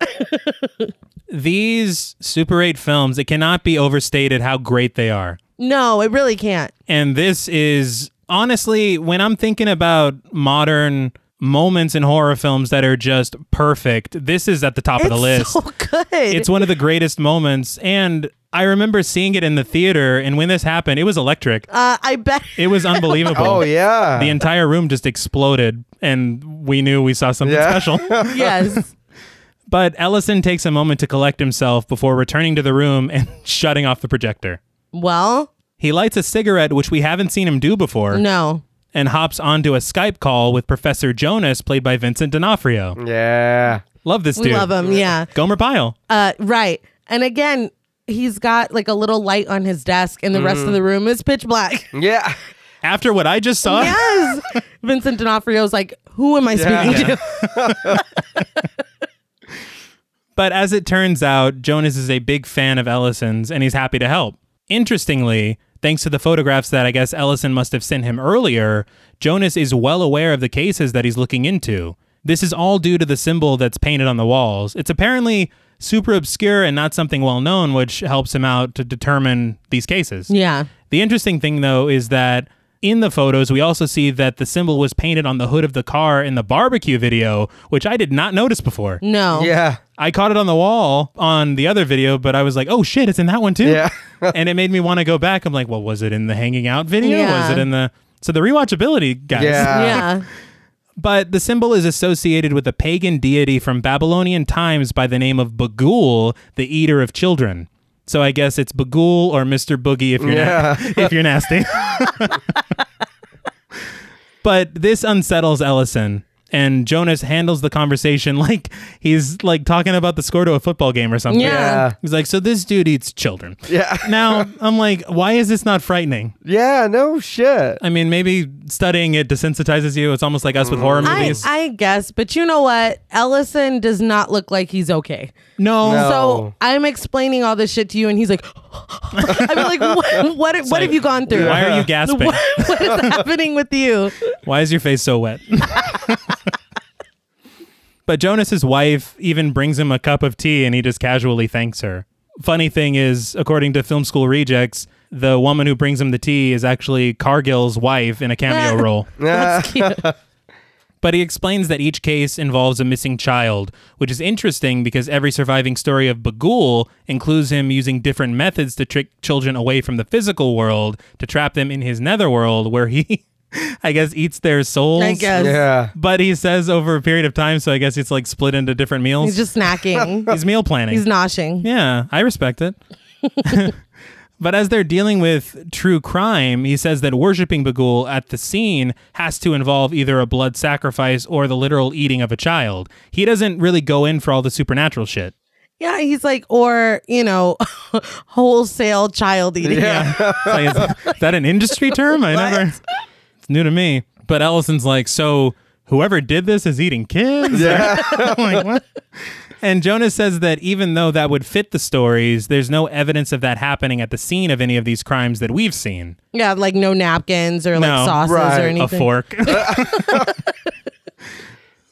A: these Super 8 films, it cannot be overstated how great they are.
B: No, it really can't.
A: And this is, honestly, when I'm thinking about modern moments in horror films that are just perfect, this is at the top of the list.
B: It's so good.
A: it's one of the greatest moments. And I remember seeing it in the theater. And when this happened, it was electric,
B: uh, I bet.
A: it was unbelievable.
C: Oh yeah.
A: The entire room just exploded, and we knew we saw something
C: Yeah.
A: special.
B: yes.
A: But Ellison takes a moment to collect himself before returning to the room and shutting off the projector.
B: Well,
A: He lights a cigarette, which we haven't seen him do before,
B: no.
A: and hops onto a Skype call with Professor Jonas, played by Vincent D'Onofrio.
C: yeah.
A: Love this
B: We
A: dude.
B: love him. Yeah.
A: Gomer Pyle.
B: Uh, right. And again, he's got like a little light on his desk, and the rest of the room is pitch black.
C: Yeah.
A: After what I just saw,
B: yes. Vincent D'Onofrio's like, who am I
C: Yeah.
B: speaking to?
A: But as it turns out, Jonas is a big fan of Ellison's and he's happy to help. Interestingly, thanks to the photographs that I guess Ellison must have sent him earlier, Jonas is well aware of the cases that he's looking into. This is all due to the symbol that's painted on the walls. It's apparently super obscure and not something well known, which helps him out to determine these cases.
B: Yeah.
A: The interesting thing, though, is that in the photos, we also see that the symbol was painted on the hood of the car in the barbecue video, which I did not notice before.
B: No.
C: Yeah.
A: I caught it on the wall on the other video, but I was like, oh shit, it's in that one too.
C: Yeah.
A: and it made me want to go back. I'm like, well, was it in the hanging out video?
B: Yeah.
A: Was it in the. So the rewatchability, guys.
C: Yeah.
B: Yeah.
A: But the symbol is associated with a pagan deity from Babylonian times by the name of Bagul, the eater of children. So I guess it's Bagul or Mr. Boogie if you're na-
C: Yeah.
A: if you're nasty. but this unsettles Ellison and Jonas handles the conversation like he's like talking about the score to a football game or something.
B: Yeah.
A: He's like, "So this dude eats children."
C: Yeah.
A: Now, I'm like, "Why is this not frightening?"
C: Yeah. No shit.
A: I mean, maybe studying it desensitizes you. It's almost like us with
C: Mm.
A: horror
B: I,
A: movies.
B: I guess, but you know what? Ellison does not look like he's okay.
A: no.
C: No.
B: So I'm explaining all this shit to you, and he's like, I'm like, what, what, what have you gone through?
A: Why are you gasping?
B: what, what is happening with you?
A: Why is your face so wet? but Jonas's wife even brings him a cup of tea and he just casually thanks her. Funny thing is, according to Film School Rejects, the woman who brings him the tea is actually Cargill's wife in a cameo role.
B: That's cute.
A: But he explains that each case involves a missing child, which is interesting because every surviving story of Bagul includes him using different methods to trick children away from the physical world to trap them in his netherworld where he, I guess, eats their souls.
B: I guess.
C: Yeah.
A: But he says over a period of time, so I guess it's like split into different meals.
B: He's just snacking.
A: He's meal planning.
B: He's noshing.
A: Yeah, I respect it. but as they're dealing with true crime, he says that worshiping Bagul at the scene has to involve either a blood sacrifice or the literal eating of a child. He doesn't really go in for all the supernatural shit.
B: Yeah, he's like, or you know, wholesale child eating.
A: Yeah. It's like, is, is that an industry term? I never. It's new to me. But Ellison's like, so whoever did this is eating kids. Yeah. like what? And Jonas says that even though that would fit the stories, there's no evidence of that happening at the scene of any of these crimes that we've seen.
B: Yeah, like no napkins or
A: No.
B: like sauces
C: Right.
B: or
C: A
A: a
B: anything.
A: fork.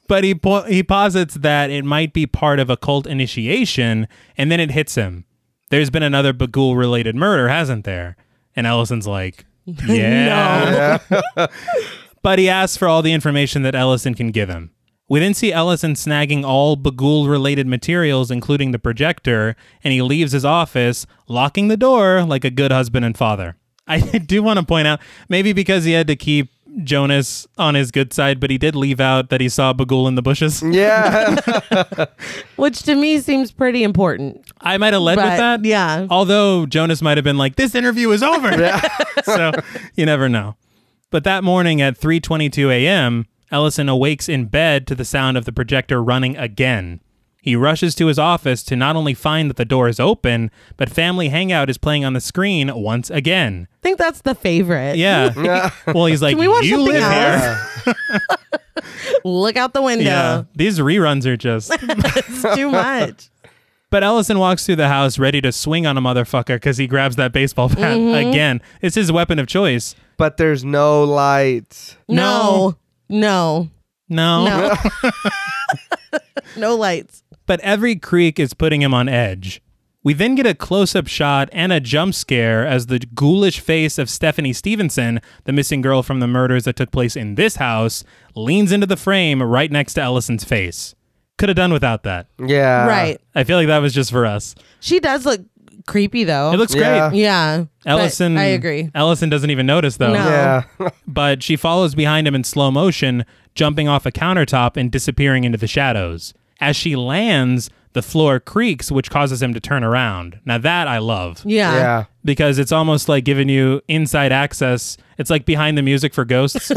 A: but he po- he posits that it might be part of a cult initiation, and then it hits him. There's been another Bagul related murder, hasn't there? And Ellison's like, yeah. but he asks for all the information that Ellison can give him. We then see Ellison snagging all Bagul related materials, including the projector, and he leaves his office, locking the door like a good husband and father. I do want to point out, maybe because he had to keep Jonas on his good side, but he did leave out that he saw Bagul in the bushes.
C: Yeah.
B: which to me seems pretty important.
A: I might have led
B: But
A: with that.
B: yeah.
A: Although Jonas might have been like, this interview is over. so you never know. But that morning at 3:22 a.m., Ellison awakes in bed to the sound of the projector running again. He rushes to his office to not only find that the door is open, but Family Hangout is playing on the screen once again.
B: I think that's the favorite.
A: Yeah. well, he's like,
B: Can we watch
A: you
B: something
A: live
B: else?"
A: here.
B: Look out the window.
A: Yeah. These reruns are just
B: It's too much.
A: But Ellison walks through the house ready to swing on a motherfucker because he grabs that baseball bat
B: Mm-hmm.
A: again. It's his weapon of choice.
C: but there's no lights.
A: No.
B: No.
A: No.
B: No. No. no lights.
A: But every creak is putting him on edge. We then get a close up shot and a jump scare as the ghoulish face of Stephanie Stevenson, the missing girl from the murders that took place in this house, leans into the frame right next to Ellison's face. Could have done without that. Uh.
C: Yeah.
B: right.
A: I feel like that was just for us.
B: She does look creepy though.
A: It looks
C: Yeah.
A: great.
B: yeah. but
A: Ellison
B: I agree.
A: Ellison doesn't even notice though.
B: No.
C: Yeah.
A: but she follows behind him in slow motion, jumping off a countertop and disappearing into the shadows. As she lands, the floor creaks, which causes him to turn around. Now, that I love
B: Yeah.
C: yeah.
A: because it's almost like giving you inside access. It's like behind the music for ghosts.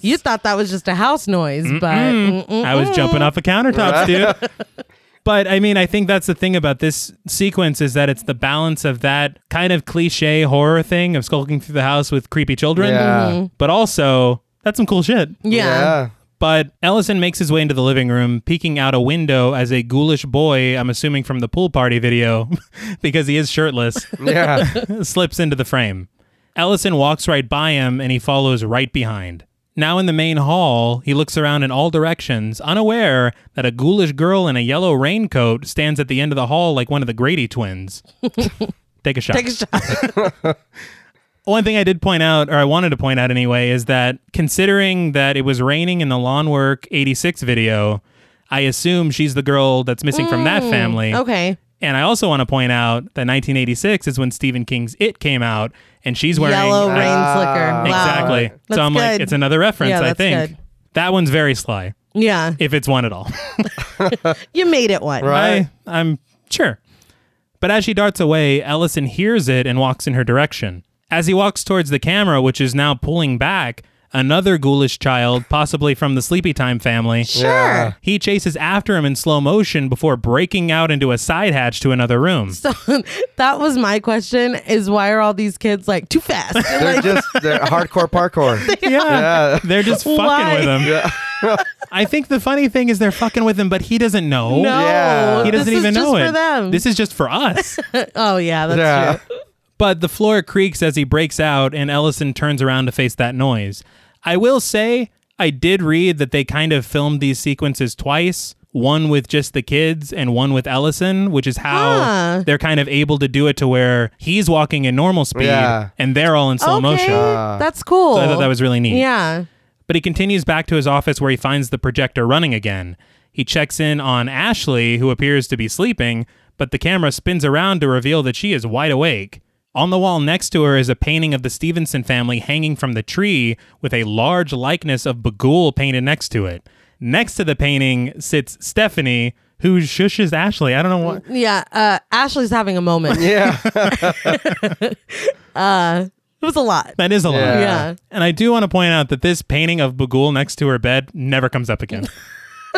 B: You thought that was just a house noise, but mm-mm.
A: I was jumping off of countertops, dude. But I mean, I think that's the thing about this sequence is that it's the balance of that kind of cliche horror thing of skulking through the house with creepy children,
C: Yeah.
A: but also that's some cool shit.
B: yeah.
C: Yeah.
A: But Ellison makes his way into the living room, peeking out a window as a ghoulish boy, I'm assuming from the pool party video, because he is shirtless,
C: Yeah.
A: slips into the frame. Ellison walks right by him and he follows right behind. Now in the main hall, he looks around in all directions, unaware that a ghoulish girl in a yellow raincoat stands at the end of the hall like one of the Grady twins. Take a shot.
B: Take a shot.
A: One thing I did point out, or I wanted to point out anyway, is that considering that it was raining in the Lawn Work 86 video, I assume she's the girl that's missing from that family.
B: Mm, Okay.
A: And I also want to point out that 1986 is when Stephen King's It came out, and she's wearing
B: Yellow rain
C: Ah.
B: slicker. Wow.
A: Exactly.
B: That's
A: so I'm like,
B: good.
A: it's another reference,
B: Yeah,
A: I
B: that's
A: think.
B: good.
A: That one's very sly,
B: Yeah.
A: if it's one at all.
B: You made it one.
C: Right.
A: I, I'm sure. But as she darts away, Ellison hears it and walks in her direction. As he walks towards the camera, which is now pulling back, another ghoulish child, possibly from the Sleepy Time family,
B: Sure.
C: Yeah.
A: he chases after him in slow motion before breaking out into a side hatch to another room.
B: So that was my question is why are all these kids like too fast? And,
C: They're
B: like,
C: just they're hardcore parkour.
A: Yeah. They're just fucking
B: Why?
A: with him. I think the funny thing is they're fucking with him, but he doesn't know.
B: no.
C: Yeah.
A: He doesn't
B: this
A: even
B: is
A: know
B: just
A: it.
B: for them.
A: This is just for us.
B: oh yeah, that's
C: Yeah.
B: true.
A: But the floor creaks as he breaks out, and Ellison turns around to face that noise. I will say, I did read that they kind of filmed these sequences twice one with just the kids and one with Ellison, which is how
B: Huh.
A: they're kind of able to do it to where he's walking in normal speed
C: Yeah.
A: and they're all in slow
B: okay.
A: motion.
B: that's cool.
A: So I thought that was really neat.
B: Yeah.
A: But he continues back to his office where he finds the projector running again. He checks in on Ashley, who appears to be sleeping, but the camera spins around to reveal that she is wide awake. On the wall next to her is a painting of the Stevenson family hanging from the tree with a large likeness of Bagul painted next to it. Next to the painting sits Stephanie, who shushes Ashley. I don't know what.
B: Yeah. Uh, Ashley's having a moment.
C: Yeah.
B: It was a lot.
A: That is a lot.
C: Yeah.
B: Yeah.
A: And I do want to point out that this painting of Bagul next to her bed never comes up again.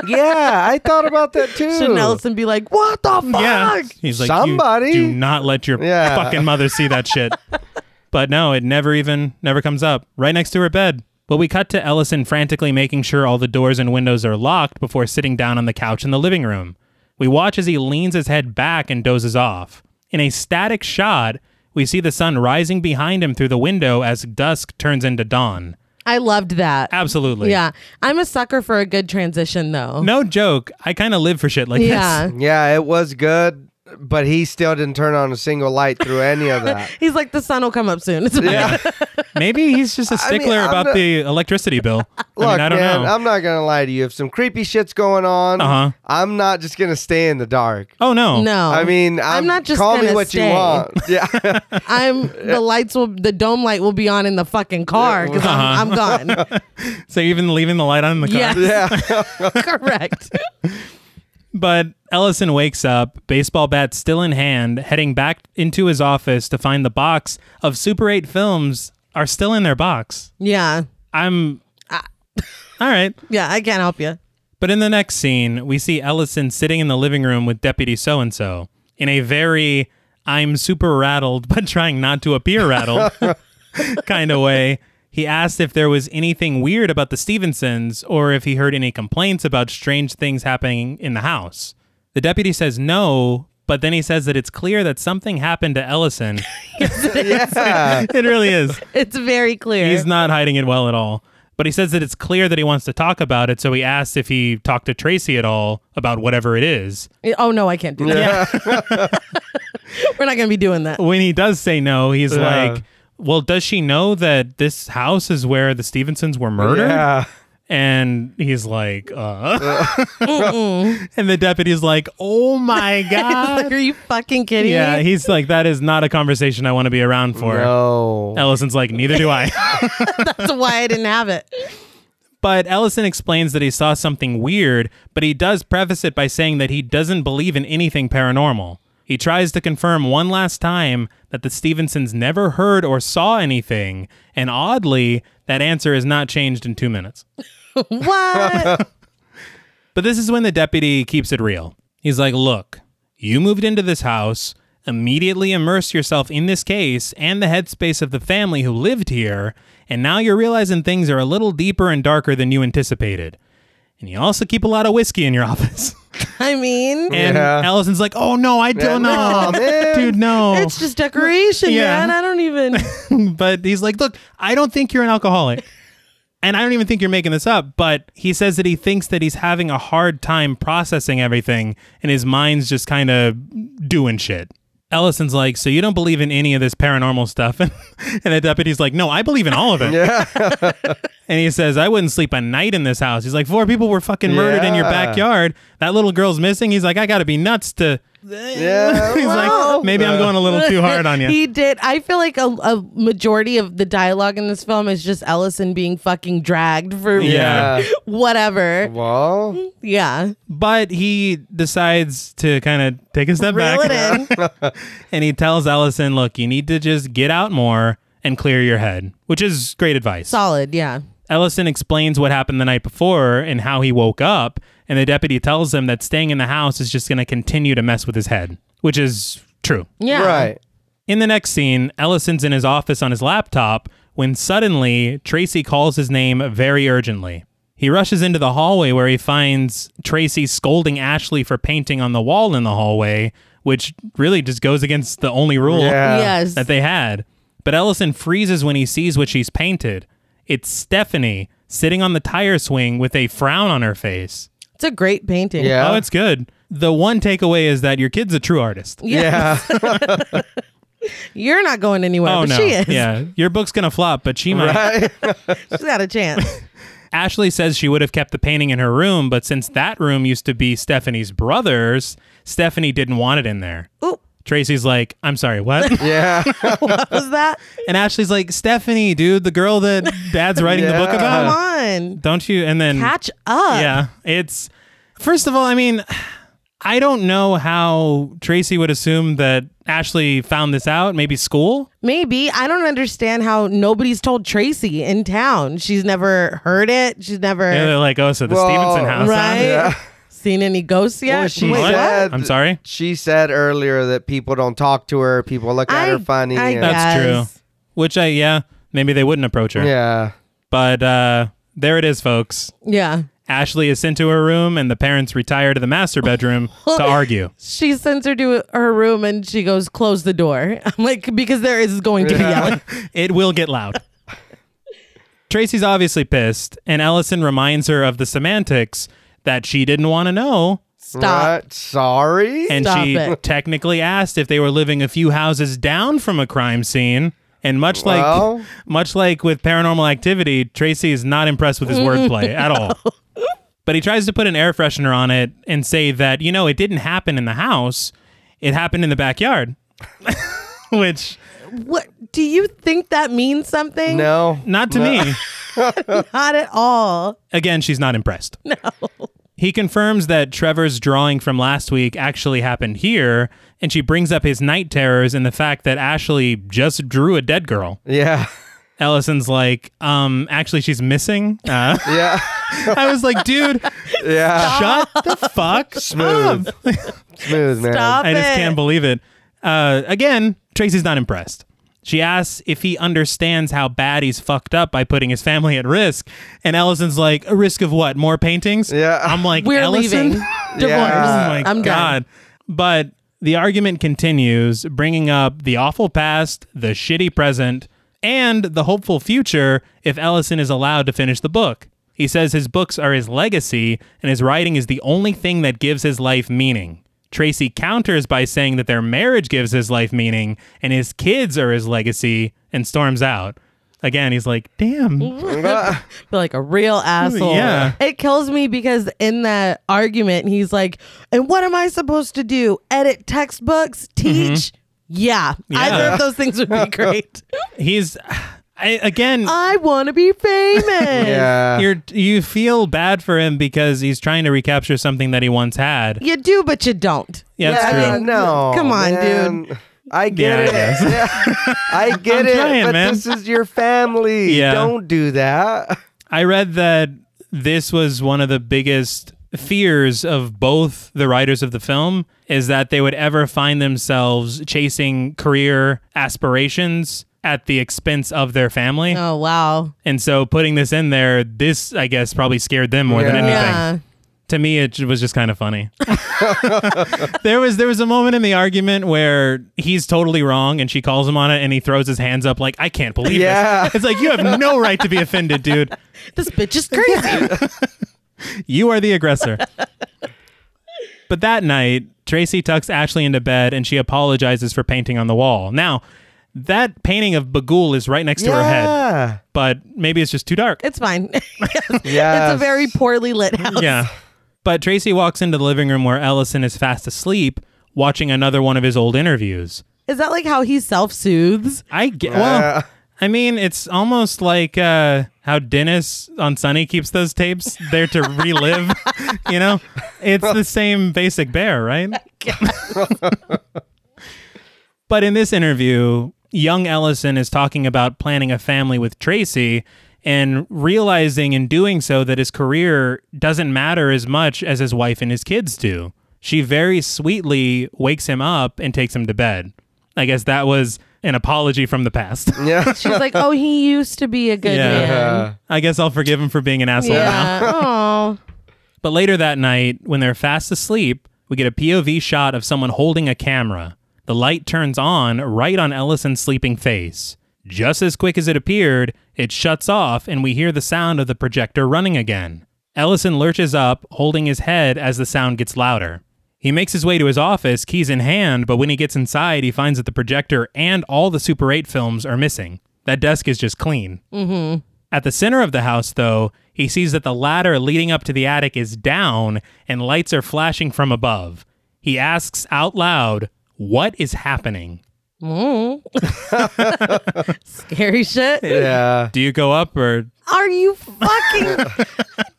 C: yeah, I thought about that too.
B: to Nelson be like, what the fuck?
A: Yeah. He's like, "You
C: Somebody.
A: do not let your
C: Yeah.
A: fucking mother see that shit. but no, it never even never comes up. Right next to her bed. But we cut to Ellison frantically making sure all the doors and windows are locked before sitting down on the couch in the living room. We watch as he leans his head back and dozes off. In a static shot, we see the sun rising behind him through the window as dusk turns into dawn.
B: I loved that.
A: Absolutely.
B: Yeah. I'm a sucker for a good transition though.
A: No joke. I kind of live for shit like
B: yeah.
A: this.
C: Yeah, it was good, but he still didn't turn on a single light through any of that.
B: He's like, the sun will come up soon. It's fine.
A: Maybe he's just a
C: mean,
A: stickler
C: I'm
A: about
C: not-
A: the electricity bill. I
C: Look,
A: mean, I don't
C: man,
A: know.
C: I'm not gonna lie to you. If some creepy shit's going on,
A: Uh-huh.
C: I'm not just gonna stay in the dark.
A: Oh no.
B: No.
C: I mean, I'm,
A: um,
B: not just
C: call me
B: gonna
C: what
B: stay.
C: you want. Yeah,
B: I'm the lights will the dome light will be on in the fucking car because I'm,
A: Uh-huh.
B: I'm gone.
A: So even leaving the light on in the car.
B: yes.
C: yeah.
B: Correct.
A: But Ellison wakes up, baseball bat still in hand, heading back into his office to find the box of Super 8 films are still in their box.
B: Yeah.
A: I'm All right.
B: Yeah. I can't help you.
A: But in the next scene, we see Ellison sitting in the living room with Deputy So and so in a very I'm super rattled, but trying not to appear rattled kind of way. He asked if there was anything weird about the Stevensons or if he heard any complaints about strange things happening in the house. The deputy says no, but then he says that it's clear that something happened to Ellison. it really is.
B: It's very clear.
A: He's not hiding it well at all. But he says that it's clear that he wants to talk about it, so he asks if he talked to Tracy at all about whatever it is.
B: oh no, I can't do that. We're not gonna be doing that.
A: When he does say no, he's
C: Yeah.
A: like, Well, does she know that this house is where the Stevensons were murdered?
C: yeah.
A: And he's like, uh. and the deputy's like, Oh my
B: Like,
A: God.
B: are you fucking kidding
A: yeah,
B: me?
A: he's like, That is not a conversation I want to be around for.
C: No.
A: Ellison's like, Neither do I.
B: That's why I didn't have it.
A: But Ellison explains that he saw something weird, but he does preface it by saying that he doesn't believe in anything paranormal. He tries to confirm one last time that the Stevensons never heard or saw anything, and oddly, that answer is not changed in two minutes.
B: What?
A: But this is when the deputy keeps it real. He's like, Look, you moved into this house, immediately immerse yourself in this case and the headspace of the family who lived here, and now you're realizing things are a little deeper and darker than you anticipated. And you also keep a lot of whiskey in your office.
B: I mean,
A: And
C: Yeah.
A: Allison's like, Oh, no, I don't
C: Yeah,
A: know.
C: no, man.
A: Dude, no.
B: it's just decoration,
A: Oh. Yeah.
B: man. I don't even.
A: but he's like, look, I don't think you're an alcoholic. And I don't even think you're making this up, but he says that he thinks that he's having a hard time processing everything and his mind's just kind of doing shit. Ellison's like, So you don't believe in any of this paranormal stuff? and the deputy's like, No, I believe in all of it. and he says, I wouldn't sleep a night in this house. He's like, Four people were fucking murdered in your
C: Yeah.
A: backyard. That little girl's missing. He's like, I gotta be nuts to.
C: Yeah.
A: He's
B: Wow.
A: like, Maybe
B: Uh,
A: I'm going a little too hard on you.
B: he did. I feel like a, a majority of the dialogue in this film is just Ellison being fucking dragged for
A: Yeah.
C: yeah.
B: whatever.
C: Well,
B: Yeah.
A: But he decides to kind of take a step
B: Reel
A: back
B: it in.
A: and he tells Allison, look, you need to just get out more and clear your head, which is great advice.
B: Solid, yeah.
A: Ellison explains what happened the night before and how he woke up, and the deputy tells him that staying in the house is just going to continue to mess with his head, which is true.
B: Yeah.
C: right.
A: In the next scene, Ellison's in his office on his laptop when suddenly Tracy calls his name very urgently. He rushes into the hallway where he finds Tracy scolding Ashley for painting on the wall in the hallway, which really just goes against the only rule
C: Yeah.
B: yes.
A: that they had. But Ellison freezes when he sees what she's painted. It's Stephanie sitting on the tire swing with a frown on her face.
B: it's a great painting.
C: Yeah.
A: Oh, it's good. The one takeaway is that your kid's a true artist.
C: yeah.
B: You're not going anywhere,
A: Oh
B: but
A: no.
B: she is.
A: Yeah. Your book's gonna flop, but she might.
C: Right.
B: She's got a chance.
A: Ashley says she would have kept the painting in her room, but since that room used to be Stephanie's brother's, Stephanie didn't want it in there.
B: Ooh,
A: Tracy's like, I'm sorry, what?
C: Yeah.
B: what was that?
A: and Ashley's like, Stephanie, dude, the girl that dad's writing the book
C: Yeah.
B: Come
A: about.
B: on.
A: Don't you? And then,
B: Catch up.
A: yeah, it's, first of all, I mean, I don't know how Tracy would assume that Ashley found this out. Maybe school?
B: Maybe. I don't understand how nobody's told Tracy in town. She's never heard it. She's never
A: Yeah, they're like, oh, so the
C: Well,
A: Stevenson house. huh?
B: right?
C: Yeah.
B: Seen any ghosts yet?
C: Well, she
B: Wait,
A: what?
C: said.
A: I'm sorry?
C: She said earlier that people don't talk to her. People look at
B: I-
C: her funny.
B: I
C: and-
B: guess.
A: That's
B: Yes.
A: true. Which I, yeah, maybe they wouldn't approach her.
C: Yeah.
A: But uh, there it is, folks.
B: Yeah.
A: Ashley is sent to her room, and the parents retire to the master bedroom to argue.
B: She sends her to her room and she goes, close the door. I'm like, because there is going to be yelling.
A: It will get loud. Tracy's obviously pissed, and Ellison reminds her of the semantics that she didn't want to know.
B: Stop.
C: What? Sorry.
A: And
B: Stop
A: she
B: it.
A: technically asked if they were living a few houses down from a crime scene. And much like
C: Well.
A: much like with paranormal activity, Tracy is not impressed with his wordplay at all. But he tries to put an air freshener on it and say that, you know, it didn't happen in the house. It happened in the backyard. Which
B: What do you think that means something?
C: no.
A: not to me.
B: Not at
C: Um,
B: all.
A: Again, she's not impressed. No. He confirms that Trevor's drawing from last week actually happened here, and she brings up his night terrors and the fact that Ashley just drew a dead girl.
C: Yeah.
A: Ellison's like, um, actually, she's missing. Uh,
C: Yeah.
A: I was like, dude,
C: Yeah.
A: shut the fuck
C: Smooth.
A: up.
C: Smooth, man.
B: Stop
A: I just
B: it.
A: can't believe it. Uh, again, Tracy's not impressed. She asks if he understands how bad he's fucked up by putting his family at risk, and Ellison's like, "A risk of what? More paintings?"
C: Yeah.
A: I'm like,
B: We're
A: "Ellison?"
B: leaving. Divorce.
A: Oh
C: Yeah.
A: my
B: I'm
A: god!
B: done.
A: But the argument continues, bringing up the awful past, the shitty present, and the hopeful future. If Ellison is allowed to finish the book, he says his books are his legacy, and his writing is the only thing that gives his life meaning. Tracy counters by saying that their marriage gives his life meaning, and his kids are his legacy, and storms out. Again, he's like, "Damn,
C: Uh,
B: But like a real asshole.
A: yeah.
B: It kills me because in that argument, he's like, and what am I supposed to do? Edit textbooks?
A: Mm-hmm.
B: Teach? Yeah. Either of those things would be great.
A: he's." I, again,
B: I want to be famous.
C: yeah.
A: You're you feel bad for him because he's trying to recapture something that he once had.
B: You do, but you don't.
A: Yeah, that's
C: Yeah, I
A: true.
C: mean, no.
B: Come on,
C: man. I get
A: Yeah, I
C: it.
A: guess.
C: Yeah. I get
A: I'm
C: it.
A: trying,
C: but
A: man.
C: this is your family.
A: Yeah.
C: Don't do that.
A: I read that this was one of the biggest fears of both the writers of the film is that they would ever find themselves chasing career aspirations at the expense of their family.
B: Oh, wow.
A: And so putting this in there, this I guess probably scared them more than
C: Yeah.
A: anything.
B: Yeah.
A: to me it was just kind of funny there was there was a moment in the argument where he's totally wrong and she calls him on it and he throws his hands up like i can't believe
C: Yeah.
A: this it's like you have no right to be offended dude
B: This bitch is crazy.
A: you are the aggressor but that night tracy tucks ashley into bed and she apologizes for painting on the wall now that painting of bagul is right next to her head
C: yeah.
A: but maybe it's just too dark
B: it's fine. It's
C: Yes.
B: a very poorly lit house.
A: Yeah. But Tracy walks into the living room where Ellison is fast asleep, watching another one of his old interviews.
B: Is that like how he self soothes?
A: I get. Well, I mean, it's almost like uh, how Dennis on Sunny keeps those tapes there to relive. you know, it's the same basic bear, right? but in this interview, young Ellison is talking about planning a family with Tracy and realizing in doing so that his career doesn't matter as much as his wife and his kids do. She very sweetly wakes him up and takes him to bed. I guess that was an apology from the past.
C: Yeah.
B: She's like, oh, he used to be a good
A: Yeah.
B: man.
A: I guess I'll forgive him for being an asshole now.
B: Yeah. Oh.
A: But later that night, when they're fast asleep, we get a POV shot of someone holding a camera. The light turns on right on Ellison's sleeping face. Just as quick as it appeared, it shuts off and we hear the sound of the projector running again. Ellison lurches up, holding his head as the sound gets louder. He makes his way to his office, keys in hand, but when he gets inside, he finds that the projector and all the Super 8 films are missing. That desk is just clean. At the center of the house, though, he sees that the ladder leading up to the attic is down and lights are flashing from above. He asks out loud, What is happening?
B: Mm. Scary shit.
C: Yeah.
A: Do you go up or
B: Are you fucking?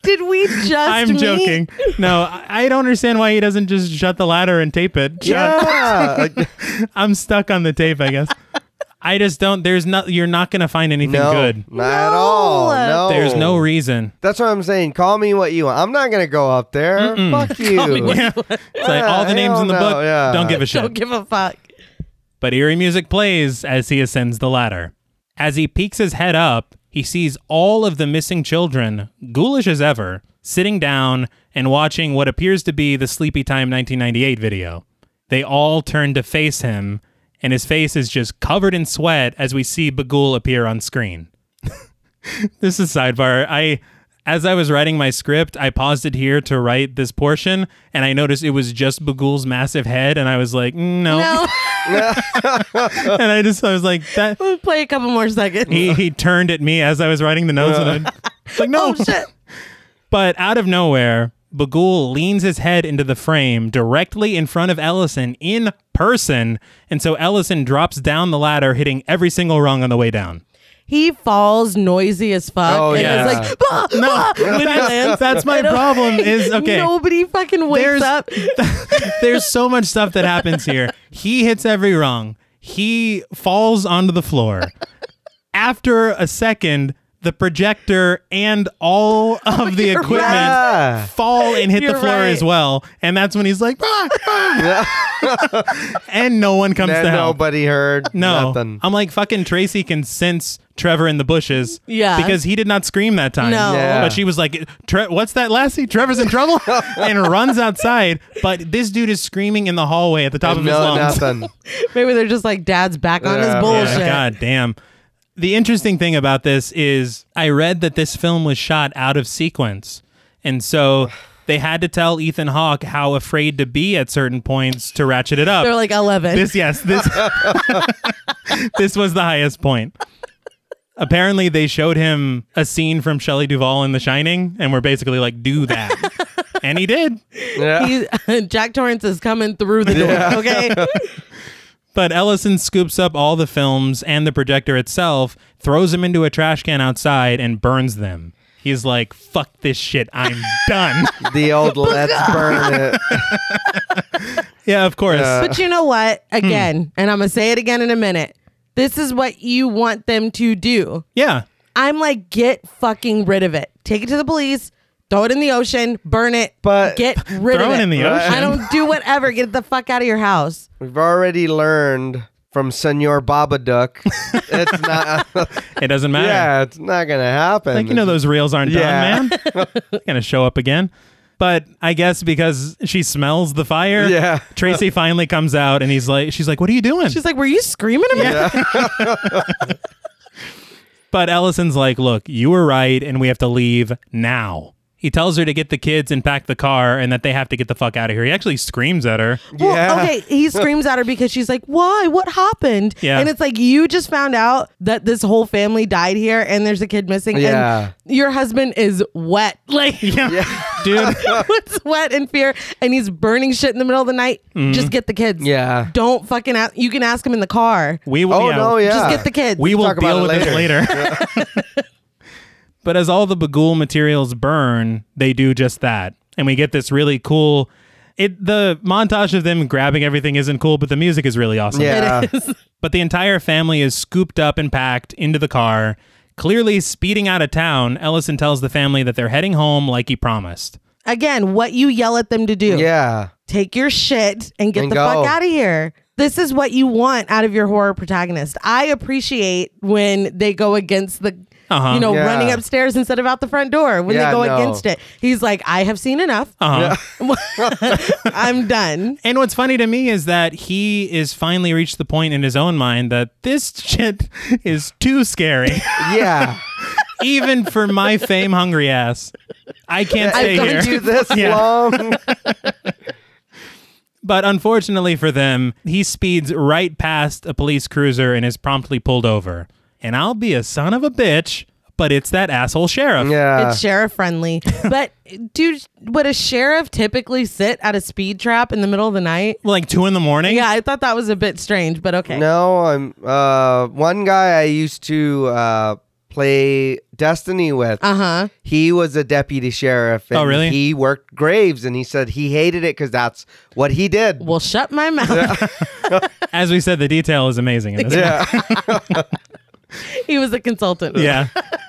B: did we just?
A: I'm
B: meet?
A: joking. No, I I don't understand why he doesn't just shut the ladder and tape it. shut.
C: Yeah. like,
A: I'm stuck on the tape, I guess. I just don't. There's not. You're not gonna find anything
C: no, Oh.
A: good.
C: not at all. No.
A: There's no reason.
C: That's what I'm saying. Call me what you want. I'm not gonna go up there. Fuck you.
A: Yeah. It's like all the
C: Yeah,
A: names
C: hell
A: in the
C: no,
A: book.
C: yeah.
A: Don't give a shit.
B: Don't give a fuck.
A: but eerie music plays as he ascends the ladder. As he peeks his head up, he sees all of the missing children, ghoulish as ever, sitting down and watching what appears to be the Sleepy Time 1998 video. They all turn to face him, and his face is just covered in sweat as we see Bagul appear on screen. this is sidebar. I as I was writing my script, I paused it here to write this portion, and I noticed it was just Bagul's massive head, and I was like, "Mm, no
B: No,
A: and I just I was like that.
B: we'll play a couple more seconds.
A: He he turned at me as I was writing the notes, and I was like no.
B: oh shit!
A: but out of nowhere, Bagul leans his head into the frame directly in front of Ellison in person, and so Ellison drops down the ladder, hitting every single rung on the way down.
B: He falls noisy as fuck.
C: Oh,
B: and
A: yeah.
B: It's like, bah, bah, and
A: that's,
B: lands.
A: that's my
B: I don't-
A: problem. Is okay.
B: Nobody fucking wakes
A: There's-
B: up.
A: There's so much stuff that happens here. He hits every rung. He falls onto the floor. After a second, the projector and all of the equipment
C: Yeah.
A: fall and hit the
B: You're
A: floor
B: right.
A: as well. And that's when he's like, "Ah, ah." and no one comes
C: That
A: to help.
C: nobody heard.
A: No,
C: Nothing.
A: I'm like fucking Tracy can sense Trevor in the bushes.
B: Yeah.
A: because he did not scream that time.
B: No.
C: Yeah.
A: but she was like, Tre- "What's that, Lassie? Trevor's in trouble!" and runs outside. But this dude is screaming in the hallway at the top of his
C: no,
A: lungs.
C: nothing.
B: Maybe they're just like, dad's back on his
C: Yeah.
B: bullshit.
A: Yeah, God damn. The interesting thing about this is I read that this film was shot out of sequence. And so they had to tell Ethan Hawke how afraid to be at certain points to ratchet it up.
B: They're like 11.
A: this yes, this This was the highest point. Apparently they showed him a scene from Shelley Duvall in The Shining and were basically like do that. and he did.
C: Yeah.
B: He's- Jack Torrance is coming through the door. Okay.
A: But Ellison scoops up all the films and the projector itself, throws them into a trash can outside, and burns them. He's like, fuck this shit. I'm done.
C: The old let's burn it.
A: yeah, of course.
B: But you know what?
A: Hmm.
B: Again, and I'm going to say it again in a minute. This is what you want them to do.
A: yeah.
B: I'm like, get fucking rid of it. Take it to the police, throw it in the ocean, burn it,
C: But-
B: get rid
A: Throw
B: of
A: it in the ocean.
B: I don't do whatever. Get the fuck out of your house.
C: We've already learned from Senor Babadook. It's not.
A: It doesn't matter.
C: yeah, it's not gonna happen.
A: Like, you know, those reels aren't
C: Yeah.
A: done, man. it's going to show up again. But I guess because she smells the fire,
C: Yeah.
A: Tracy finally comes out and he's like, she's like, what are you doing?
B: She's like, were you screaming at me?
A: But Ellison's like, look, you were right, and we have to leave now. He tells her to get the kids and pack the car and that they have to get the fuck out of here. He actually screams at her.
B: Well,
C: Yeah.
B: okay, he screams at her because she's like, "Why? What happened?"
A: Yeah.
B: And it's like you just found out that this whole family died here, and there's a kid missing.
C: Yeah.
B: And your husband is wet, like
A: Yeah. Dude,
B: it's wet in fear, and he's burning shit in the middle of the night. Just get the kids.
C: Mm-hmm. Yeah.
B: Don't fucking. Ask, you can ask him in the car.
A: we will.
C: Oh no, yeah.
B: Just get the kids.
A: We will
C: talk about
A: deal with
C: it
A: this later. but as all the Bagul materials burn, they do just that. And we get this really cool it the montage of them grabbing everything isn't cool, but the music is really awesome.
C: Yeah.
A: But the entire family is scooped up and packed into the car. Clearly speeding out of town, Ellison tells the family that they're heading home like he promised.
B: Again, what you yell at them to do.
C: Yeah.
B: take your shit and get
C: And
B: the
C: go.
B: fuck out of here. This is what you want out of your horror protagonist. I appreciate when they go against the,
A: Uh-huh.
B: you know,
C: Yeah.
B: running upstairs instead of out the front door. When
C: Yeah,
B: they go
C: no.
B: against it, he's like, I have seen enough.
A: Uh-huh.
B: I'm done.
A: And what's funny to me is that he is finally reached the point in his own mind that this shit is too scary.
C: Yeah.
A: Even for my fame hungry ass. I can't
C: I've
A: stay
C: done
A: here.
C: you this
A: Yeah.
C: long.
A: But unfortunately for them, he speeds right past a police cruiser and is promptly pulled over. And I'll be a son of a bitch, but it's that asshole sheriff.
C: Yeah.
B: it's sheriff friendly. but dude, would a sheriff typically sit at a speed trap in the middle of the night?
A: Like two in the morning.
B: Yeah, I thought that was a bit strange, but okay.
C: No, I'm uh one guy I used to uh play Destiny with.
B: Uh huh.
C: He was a deputy sheriff. And
A: Oh, really?
C: He worked graves, and he said he hated it because that's what he did.
B: Well, shut my mouth.
A: As we said, the detail is amazing. In this
C: Yeah.
B: he was a consultant.
A: Yeah.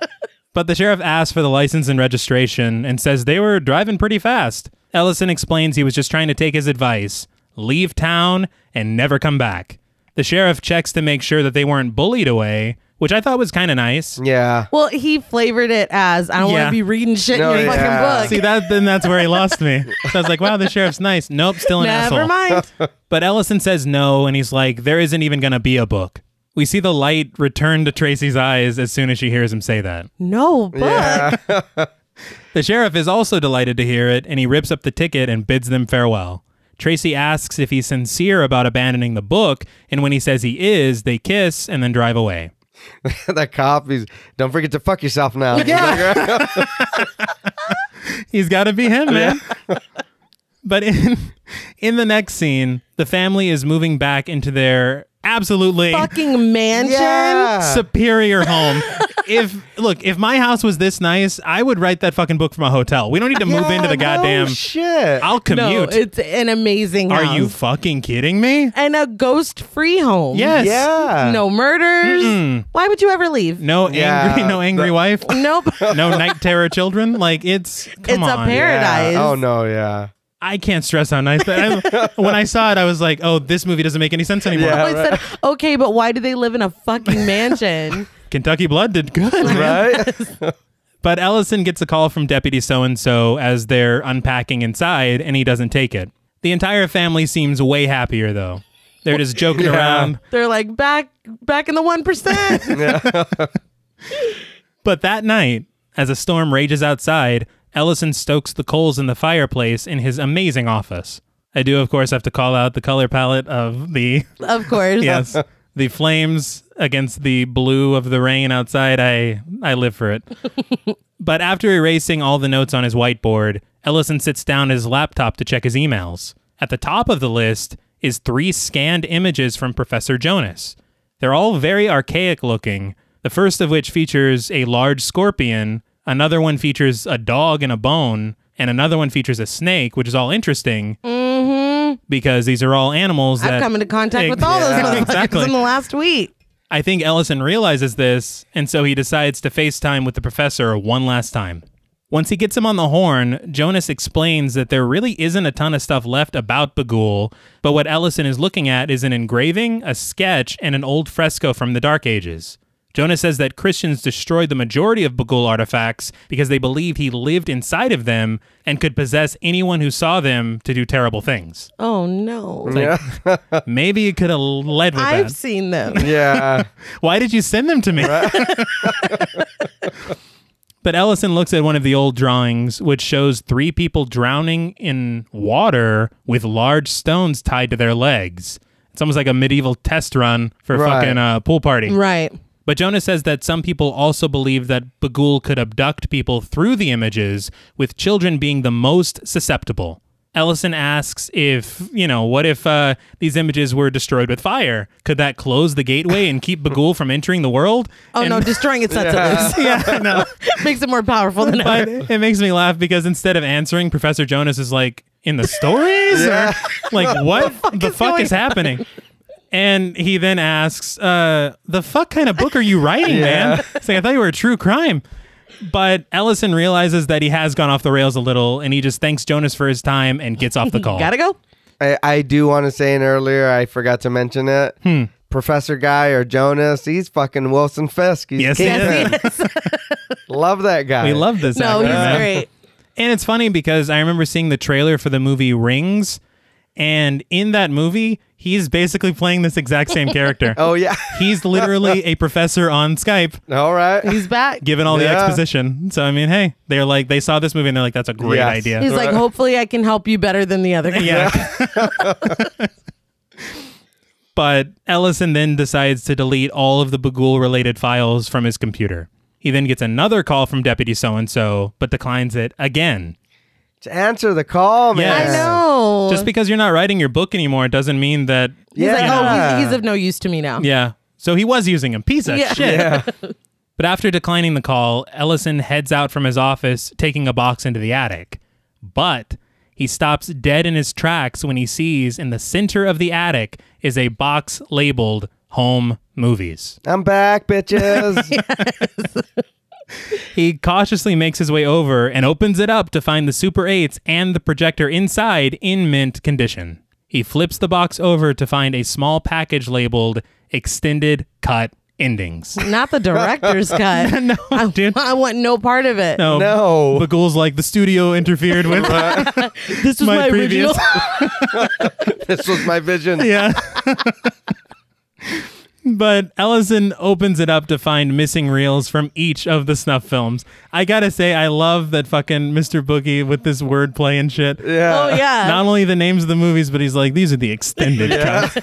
A: but the sheriff asks for the license and registration and says they were driving pretty fast. Ellison explains he was just trying to take his advice leave town and never come back. The sheriff checks to make sure that they weren't bullied away, which I thought was kind of nice.
C: yeah.
B: Well, he flavored it as I don't want
A: Yeah.
B: to be reading shit
C: No,
B: in your
C: yeah.
B: fucking
A: See
B: book.
A: that then that's where he lost me. So I was like, wow, the sheriff's nice. Nope, still an
B: Never
A: asshole.
B: mind.
A: But Ellison says no, and he's like, there isn't even going to be a book. We see the light return to Tracy's eyes as soon as she hears him say that.
B: No book.
A: The sheriff is also delighted to hear it, and he rips up the ticket and bids them farewell. Tracy asks if he's sincere about abandoning the book, and when he says he is, they kiss and then drive away.
C: that cop, he's, don't forget to fuck yourself now.
B: Yeah.
A: He's got to be him, man. but in in the next scene, the family is moving back into their absolutely
B: fucking mansion.
C: Yeah.
A: superior home. if look, if my house was this nice, I would write that fucking book from a hotel. We don't need to move
C: Yeah,
A: into the
C: Oh, no
A: goddamn.
C: shit.
A: I'll
B: No,
A: commute.
B: it's an amazing house.
A: Are you fucking kidding me?
B: and a ghost free home.
A: Yes.
C: yeah.
B: No murders. Why would you ever leave?
A: No
C: Yeah,
A: angry, no angry wife,
B: Nope.
A: no night terror children. Like it's come
B: It's a
A: on.
B: pair- Paradise.
C: Yeah. Oh no, yeah.
A: I can't stress how nice that. I, when I saw it, I was like, "Oh, this movie doesn't make any sense anymore."
C: Yeah.
B: I said, okay, but why do they live in a fucking mansion?
A: Kentucky Blood did good,
C: Right?
A: but Ellison gets a call from Deputy So and So as they're unpacking inside, and he doesn't take it. The entire family seems way happier though. They're just joking
C: Yeah.
A: around.
B: They're like back back in the one percent.
A: But that night, as a storm rages outside, Ellison stokes the coals in the fireplace in his amazing office. I do, of course, have to call out the color palette of the
B: of course.
A: yes. The flames against the blue of the rain outside. I I live for it. but after erasing all the notes on his whiteboard, Ellison sits down at his laptop to check his emails. At the top of the list is three scanned images from Professor Jonas. They're all very archaic looking. The first of which features a large scorpion, another one features a dog and a bone, and another one features a snake, which is all interesting because these are all animals that
B: Mm-hmm. I've come into contact with
A: Ex-
B: all
A: Yeah.
B: those motherfuckers
A: Exactly.
B: in the last week.
A: I think Ellison realizes this, and so he decides to FaceTime with the professor one last time. Once he gets him on the horn, Jonas explains that there really isn't a ton of stuff left about Bagul, but what Ellison is looking at is an engraving, a sketch, and an old fresco from the Dark Ages. Jonas says that Christians destroyed the majority of Bagul artifacts because they believe he lived inside of them and could possess anyone who saw them to do terrible things.
B: Oh no.
A: Maybe you could have led with that.
B: I've seen them.
C: yeah.
A: Why did you send them to me? but Ellison looks at one of the old drawings, which shows three people drowning in water with large stones tied to their legs. It's almost like a medieval test run for a
C: Right.
A: fucking uh, pool party.
B: right.
A: But Jonas says that some people also believe that Bagul could abduct people through the images, with children being the most susceptible. Ellison asks if, you know, what if uh, these images were destroyed with fire? Could that close the gateway and keep Bagul from entering the world?
B: Oh no, destroying it sets it loose.
A: yeah, no.
B: Makes it more powerful than ever.
A: But it makes me laugh because instead of answering, Professor Jonas is like, in the stories? Or, like, what the fuck,
B: is going
A: is happening? And he then asks, uh, the fuck kind of book are you writing, man? It's like, I thought you were a true crime. But Ellison realizes that he has gone off the rails a little and he just thanks Jonas for his time and gets off the call.
B: Gotta go.
C: I, I do want to say, and earlier I forgot to mention it.
A: Hmm.
C: Professor Guy or Jonas, he's fucking Wilson Fisk. He's
A: Yes, he
C: king.
A: is.
C: Love that guy.
A: We love this.
B: No,
A: actor,
B: he's
A: man.
B: great.
A: And it's funny because I remember seeing the trailer for the movie Rings, and in that movie, he's basically playing this exact same character.
C: Oh yeah.
A: He's literally a professor on Skype
C: All right.
B: He's back.
A: given all the
C: Yeah.
A: exposition. So I mean, hey, they're like they saw this movie and they're like, that's a great
C: Yes.
A: idea.
B: He's like, hopefully I can help you better than the other guy.
A: yeah. but Ellison then decides to delete all of the Bagul related files from his computer. He then gets another call from Deputy So and so, but declines it again.
C: To answer the call,
A: Yeah.
B: I
C: man.
B: know.
A: Just because you're not writing your book anymore doesn't mean that
B: he's like,
C: Yeah.
B: oh, he's, he's of no use to me now.
A: Yeah. So he was using him. Piece of
B: Yeah.
A: shit. But after declining the call, Ellison heads out from his office, taking a box into the attic. But he stops dead in his tracks when he sees in the center of the attic is a box labeled Home Movies.
C: I'm back, bitches.
A: He cautiously makes his way over and opens it up to find the Super 8s and the projector inside in mint condition. He flips the box over to find a small package labeled Extended Cut Endings.
B: Not the director's cut.
A: no,
B: I,
A: dude.
B: I want no part of it.
A: No.
C: No.
A: Bagul's Um, like the studio interfered with
B: this was
A: my
B: my, original.
A: previous.
C: this was my vision.
A: yeah. but Ellison opens it up to find missing reels from each of the snuff films. I gotta say, I love that fucking Mr. Boogie with this wordplay and shit.
C: Yeah.
B: oh yeah.
A: Not only the names of the movies, but he's like, these are the extended cuts.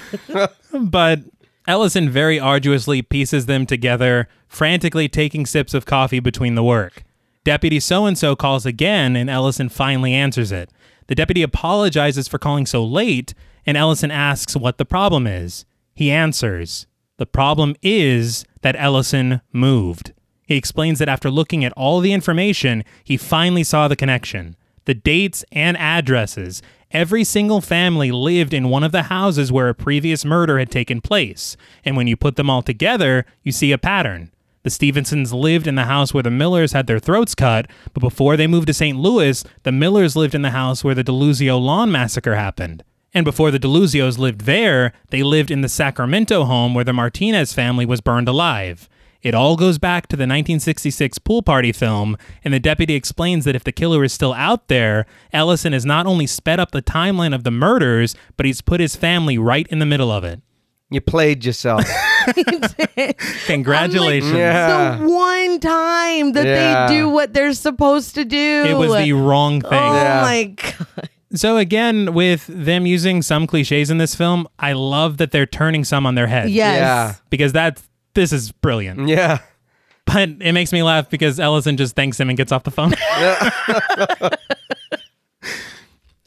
A: but Ellison very arduously pieces them together, frantically taking sips of coffee between the work. Deputy so and so calls again, and Ellison finally answers it. The deputy apologizes for calling so late, and Ellison asks what the problem is. He answers, The problem is that Ellison moved. He explains that after looking at all the information, he finally saw the connection. The dates and addresses. Every single family lived in one of the houses where a previous murder had taken place. And when you put them all together, you see a pattern. The Stevensons lived in the house where the Millers had their throats cut, but before they moved to St. Louis, the Millers lived in the house where the Deluzio lawn massacre happened. And before the Deluzios lived there, they lived in the Sacramento home where the Martinez family was burned alive. It all goes back to the 1966 pool party film, and the deputy explains that if the killer is still out there, Ellison has not only sped up the timeline of the murders, but he's put his family right in the middle of it.
C: You played yourself.
A: Congratulations.
C: Yeah.
B: It's the one time that
C: Yeah.
B: they do what they're supposed to do.
A: It was the wrong thing.
B: Oh
C: Yeah.
B: my god.
A: So again, with them using some cliches in this film, I love that they're turning some on their head.
B: Yes.
C: Yeah.
A: Because that's this is brilliant.
C: yeah.
A: But it makes me laugh because Ellison just thanks him and gets off the phone.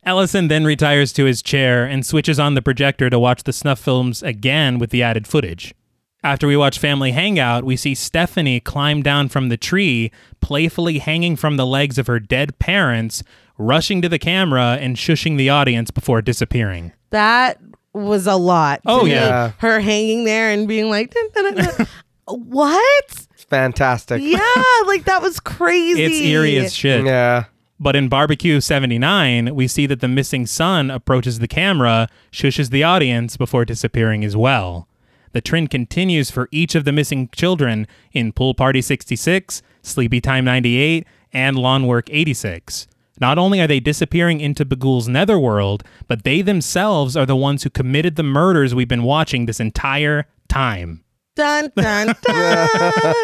A: Ellison then retires to his chair and switches on the projector to watch the snuff films again with the added footage. After we watch Family Hangout, we see Stephanie climb down from the tree, playfully hanging from the legs of her dead parents, rushing to the camera and shushing the audience before disappearing.
B: That was a lot. to
A: Oh,
B: me.
C: yeah.
B: Her hanging there and being like dun, dun, dun, dun. What?
C: It's fantastic.
B: Yeah, like that was crazy.
A: It's eerie as shit.
C: Yeah.
A: But in Barbecue 79, we see that the missing son approaches the camera, shushes the audience before disappearing as well. The trend continues for each of the missing children in Pool Party 66, Sleepy Time 98, and Lawn Work 86. Not only are they disappearing into Bagul's netherworld, but they themselves are the ones who committed the murders we've been watching this entire time.
B: Dun dun dun.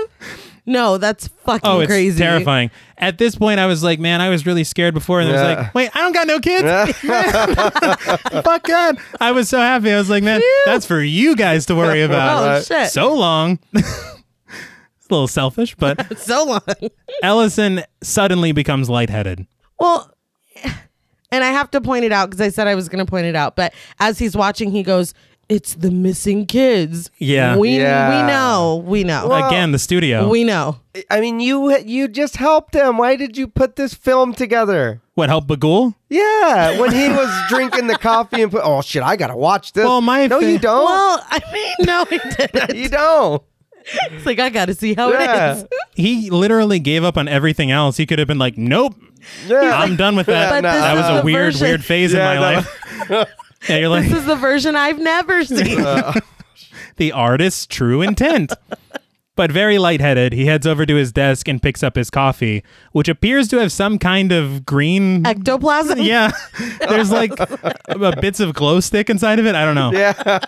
B: no, that's fucking
A: Oh, it's
B: crazy.
A: terrifying. At this point, I was like, man, I was really scared before. And I was
C: Yeah.
A: like, wait, I don't got no kids. Fuck God. I was so happy. I was like, man, that's for you guys to worry
B: Oh
A: about.
B: shit.
A: so long. It's a little selfish, but
B: so long.
A: Ellison suddenly becomes lightheaded.
B: Well, and I have to point it out because I said I was going to point it out. But as he's watching, he goes, "It's the missing kids."
A: Yeah.
B: we
C: Yeah.
B: we know, we know,
A: Again, the studio.
B: Oh. we know.
C: I mean, you you just helped him. Why did you put this film together?
A: what helped Bagul?
C: Yeah, when he was drinking the coffee and put, oh shit, I gotta watch this.
A: Well, my
C: no,
A: fa-
C: you don't.
B: Well, I mean, no, he didn't.
C: you don't.
B: It's like I got to see how it
C: Yeah.
B: is.
A: He literally gave up on everything else. He could have been like, nope,
C: Yeah,
A: I'm done with that.
B: But this
A: that
B: is
A: was a
B: the
A: weird,
B: version.
A: weird phase
C: Yeah,
A: in my
C: no.
A: life. yeah, you're like,
B: This is the version I've never seen.
A: the artist's true intent. but very lightheaded, he heads over to his desk and picks up his coffee, which appears to have some kind of green.
B: Ectoplasm.
A: yeah, there's like uh, bits of glow stick inside of it. I don't know.
C: yeah,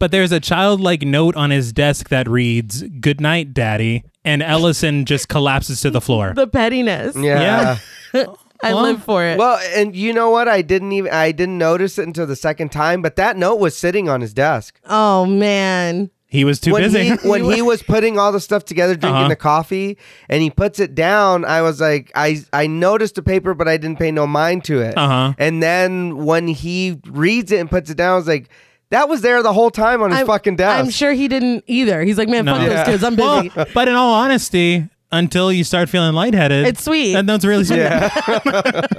A: But there's a childlike note on his desk that reads, Good night, Daddy. And Ellison just collapses to the floor.
B: The pettiness.
C: yeah.
B: I
A: Well,
B: live for it.
C: Well, and you know what? I didn't even I didn't notice it until the second time. But that note was sitting on his desk
B: oh man.
A: He was too
C: when
A: busy.
C: he when he was putting all the stuff together, drinking
A: Uh-huh.
C: the coffee, and he puts it down. I was like, I I noticed the paper, but I didn't pay no mind to it.
A: Uh-huh.
C: And then when he reads it and puts it down, I was like. That was there the whole time on his
B: I'm,
C: fucking desk.
B: I'm sure he didn't either. He's like, man,
A: No.
B: fuck
A: Yeah.
B: those kids. I'm busy.
A: Well, but in all honesty, until you start feeling lightheaded,
B: It's sweet.
A: And that's really sweet.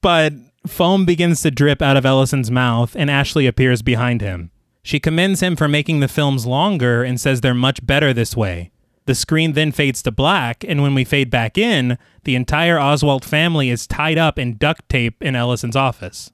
A: but foam begins to drip out of Ellison's mouth, and Ashley appears behind him. She commends him for making the films longer and says they're much better this way. The screen then fades to black, and when we fade back in, the entire Oswald family is tied up in duct tape in Ellison's office.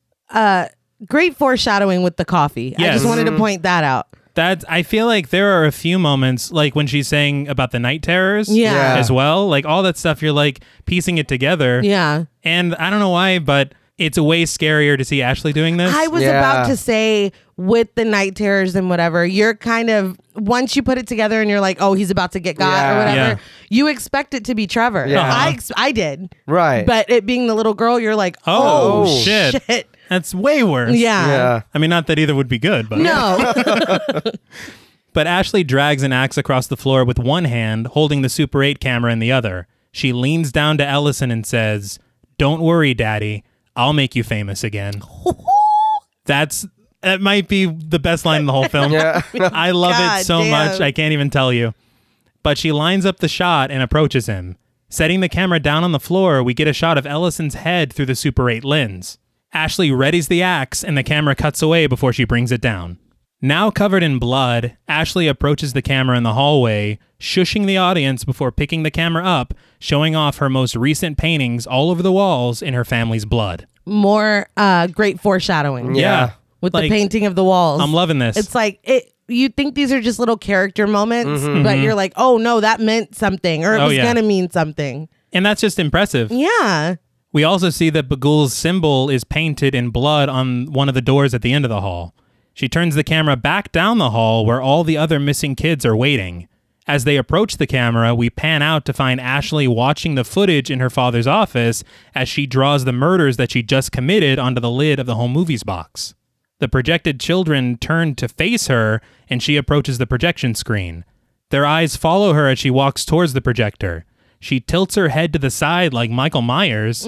B: Great foreshadowing with the coffee. I
A: Yes.
B: just
C: Mm-hmm.
B: wanted to point that out.
A: That's I feel like there are a few moments like when she's saying about the night terrors
B: Yeah.
C: Yeah.
A: as well. Like all that stuff you're like piecing it together.
B: Yeah.
A: And I don't know why, but it's way scarier to see Ashley doing this.
B: I was
C: Yeah.
B: about to say with the night terrors and whatever, you're kind of once you put it together and you're like, oh, he's about to get got or
C: Yeah.
B: whatever.
A: Yeah.
B: You expect it to be Trevor.
C: Yeah.
B: I ex- I did,
C: right.
B: but it being the little girl, you're like, oh,
A: oh,
C: Oh,
A: shit.
B: shit.
A: That's way worse.
B: yeah.
C: yeah.
A: I mean not that either would be good, but
B: No,
A: But Ashley drags an axe across the floor with one hand, holding the Super 8 camera in the other. She leans down to Ellison and says, Don't worry, Daddy. I'll make you famous again. That's that might be the best line in the whole film.
C: Yeah.
A: I love
B: God
A: it so
B: damn.
A: much. I can't even tell you. But she lines up the shot and approaches him. Setting the camera down on the floor, we get a shot of Ellison's head through the Super 8 lens. Ashley readies the axe and the camera cuts away before she brings it down. Now covered in blood, Ashley approaches the camera in the hallway, shushing the audience before picking the camera up, showing off her most recent paintings all over the walls in her family's blood.
B: more uh, great foreshadowing.
C: Yeah.
B: with
A: Like,
B: the painting of the walls.
A: I'm loving this.
B: It's like it. You think these are just little character moments,
C: Mm-hmm.
B: but you're like, oh no, that meant something, or it
A: Mm-hmm. Oh,
B: was
A: yeah.
B: gonna mean something.
A: and that's just impressive.
B: Yeah.
A: We also see that Bagul's symbol is painted in blood on one of the doors at the end of the hall. She turns the camera back down the hall where all the other missing kids are waiting. As they approach the camera, we pan out to find Ashley watching the footage in her father's office as she draws the murders that she just committed onto the lid of the home movies box. The projected children turn to face her, and she approaches the projection screen. Their eyes follow her as she walks towards the projector. She tilts her head to the side like Michael Myers,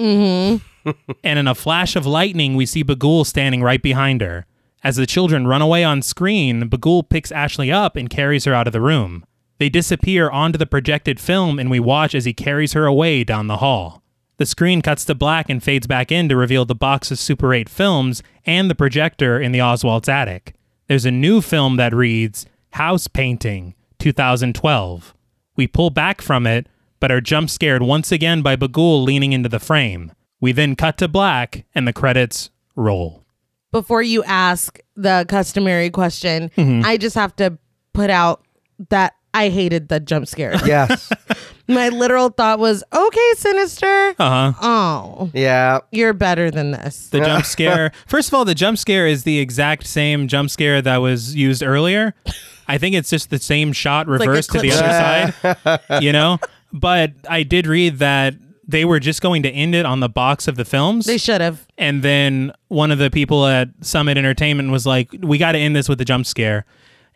A: and in a flash of lightning, we see Bagul standing right behind her. As the children run away on screen, Bagul picks Ashley up and carries her out of the room. They disappear onto the projected film, and we watch as he carries her away down the hall. The screen cuts to black and fades back in to reveal the box of Super 8 films and the projector in the Oswald's attic. There's a new film that reads House Painting 2012. We pull back from it, but are jump scared once again by Bagul leaning into the frame. We then cut to black and the credits roll.
B: Before you ask the customary question,
A: Mm-hmm.
B: I just have to put out that I hated the jump scare.
C: Yes.
B: My literal thought was, okay, Sinister.
A: Uh huh.
B: Oh,
C: yeah.
B: you're better than this.
A: The jump scare. First of all, the jump scare is the exact same jump scare that was used earlier. I think it's just the same shot
B: a
A: reversed to the
B: clip
A: other side, you know? But I did read that they were just going to end it on the box of the films.
B: They should have.
A: And then one of the people at Summit Entertainment was like, "We got to end this with a jump scare."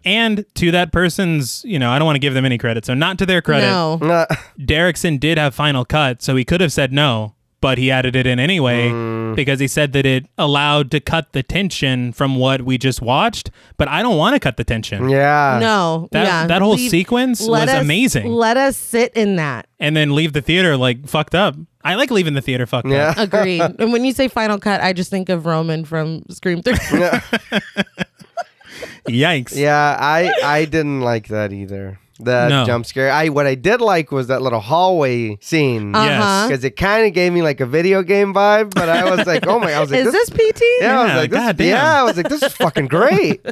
A: And to that person's, you know, I don't want to give them any credit, so not to their credit.
B: No.
C: Uh,
A: Derrickson did have final cut, so he could have said no, but he added it in anyway
C: Mm.
A: because he said that it allowed to cut the tension from what we just watched. But I don't want to cut the tension.
C: yeah.
B: No.
A: That,
B: yeah.
A: that whole
B: Leave-
A: sequence
B: let
A: was
B: us-
A: amazing.
B: Let us sit in that.
A: and then leave the theater like fucked up. I like leaving the theater fucked up.
C: Yeah.
B: Agreed. and when you say final cut, I just think of Roman from Scream 3.
A: Yikes.
C: Yeah, I I didn't like that either. That
A: No.
C: jump scare. I what I did like was that little hallway scene because
A: Yes.
B: Uh-huh.
C: it kind of gave me like a video game vibe. But I was like, oh my, I was like,
B: Is this PT?
C: Yeah, I
A: Yeah,
C: was like, this,
A: goddamn.
C: yeah, I was like, this is fucking great.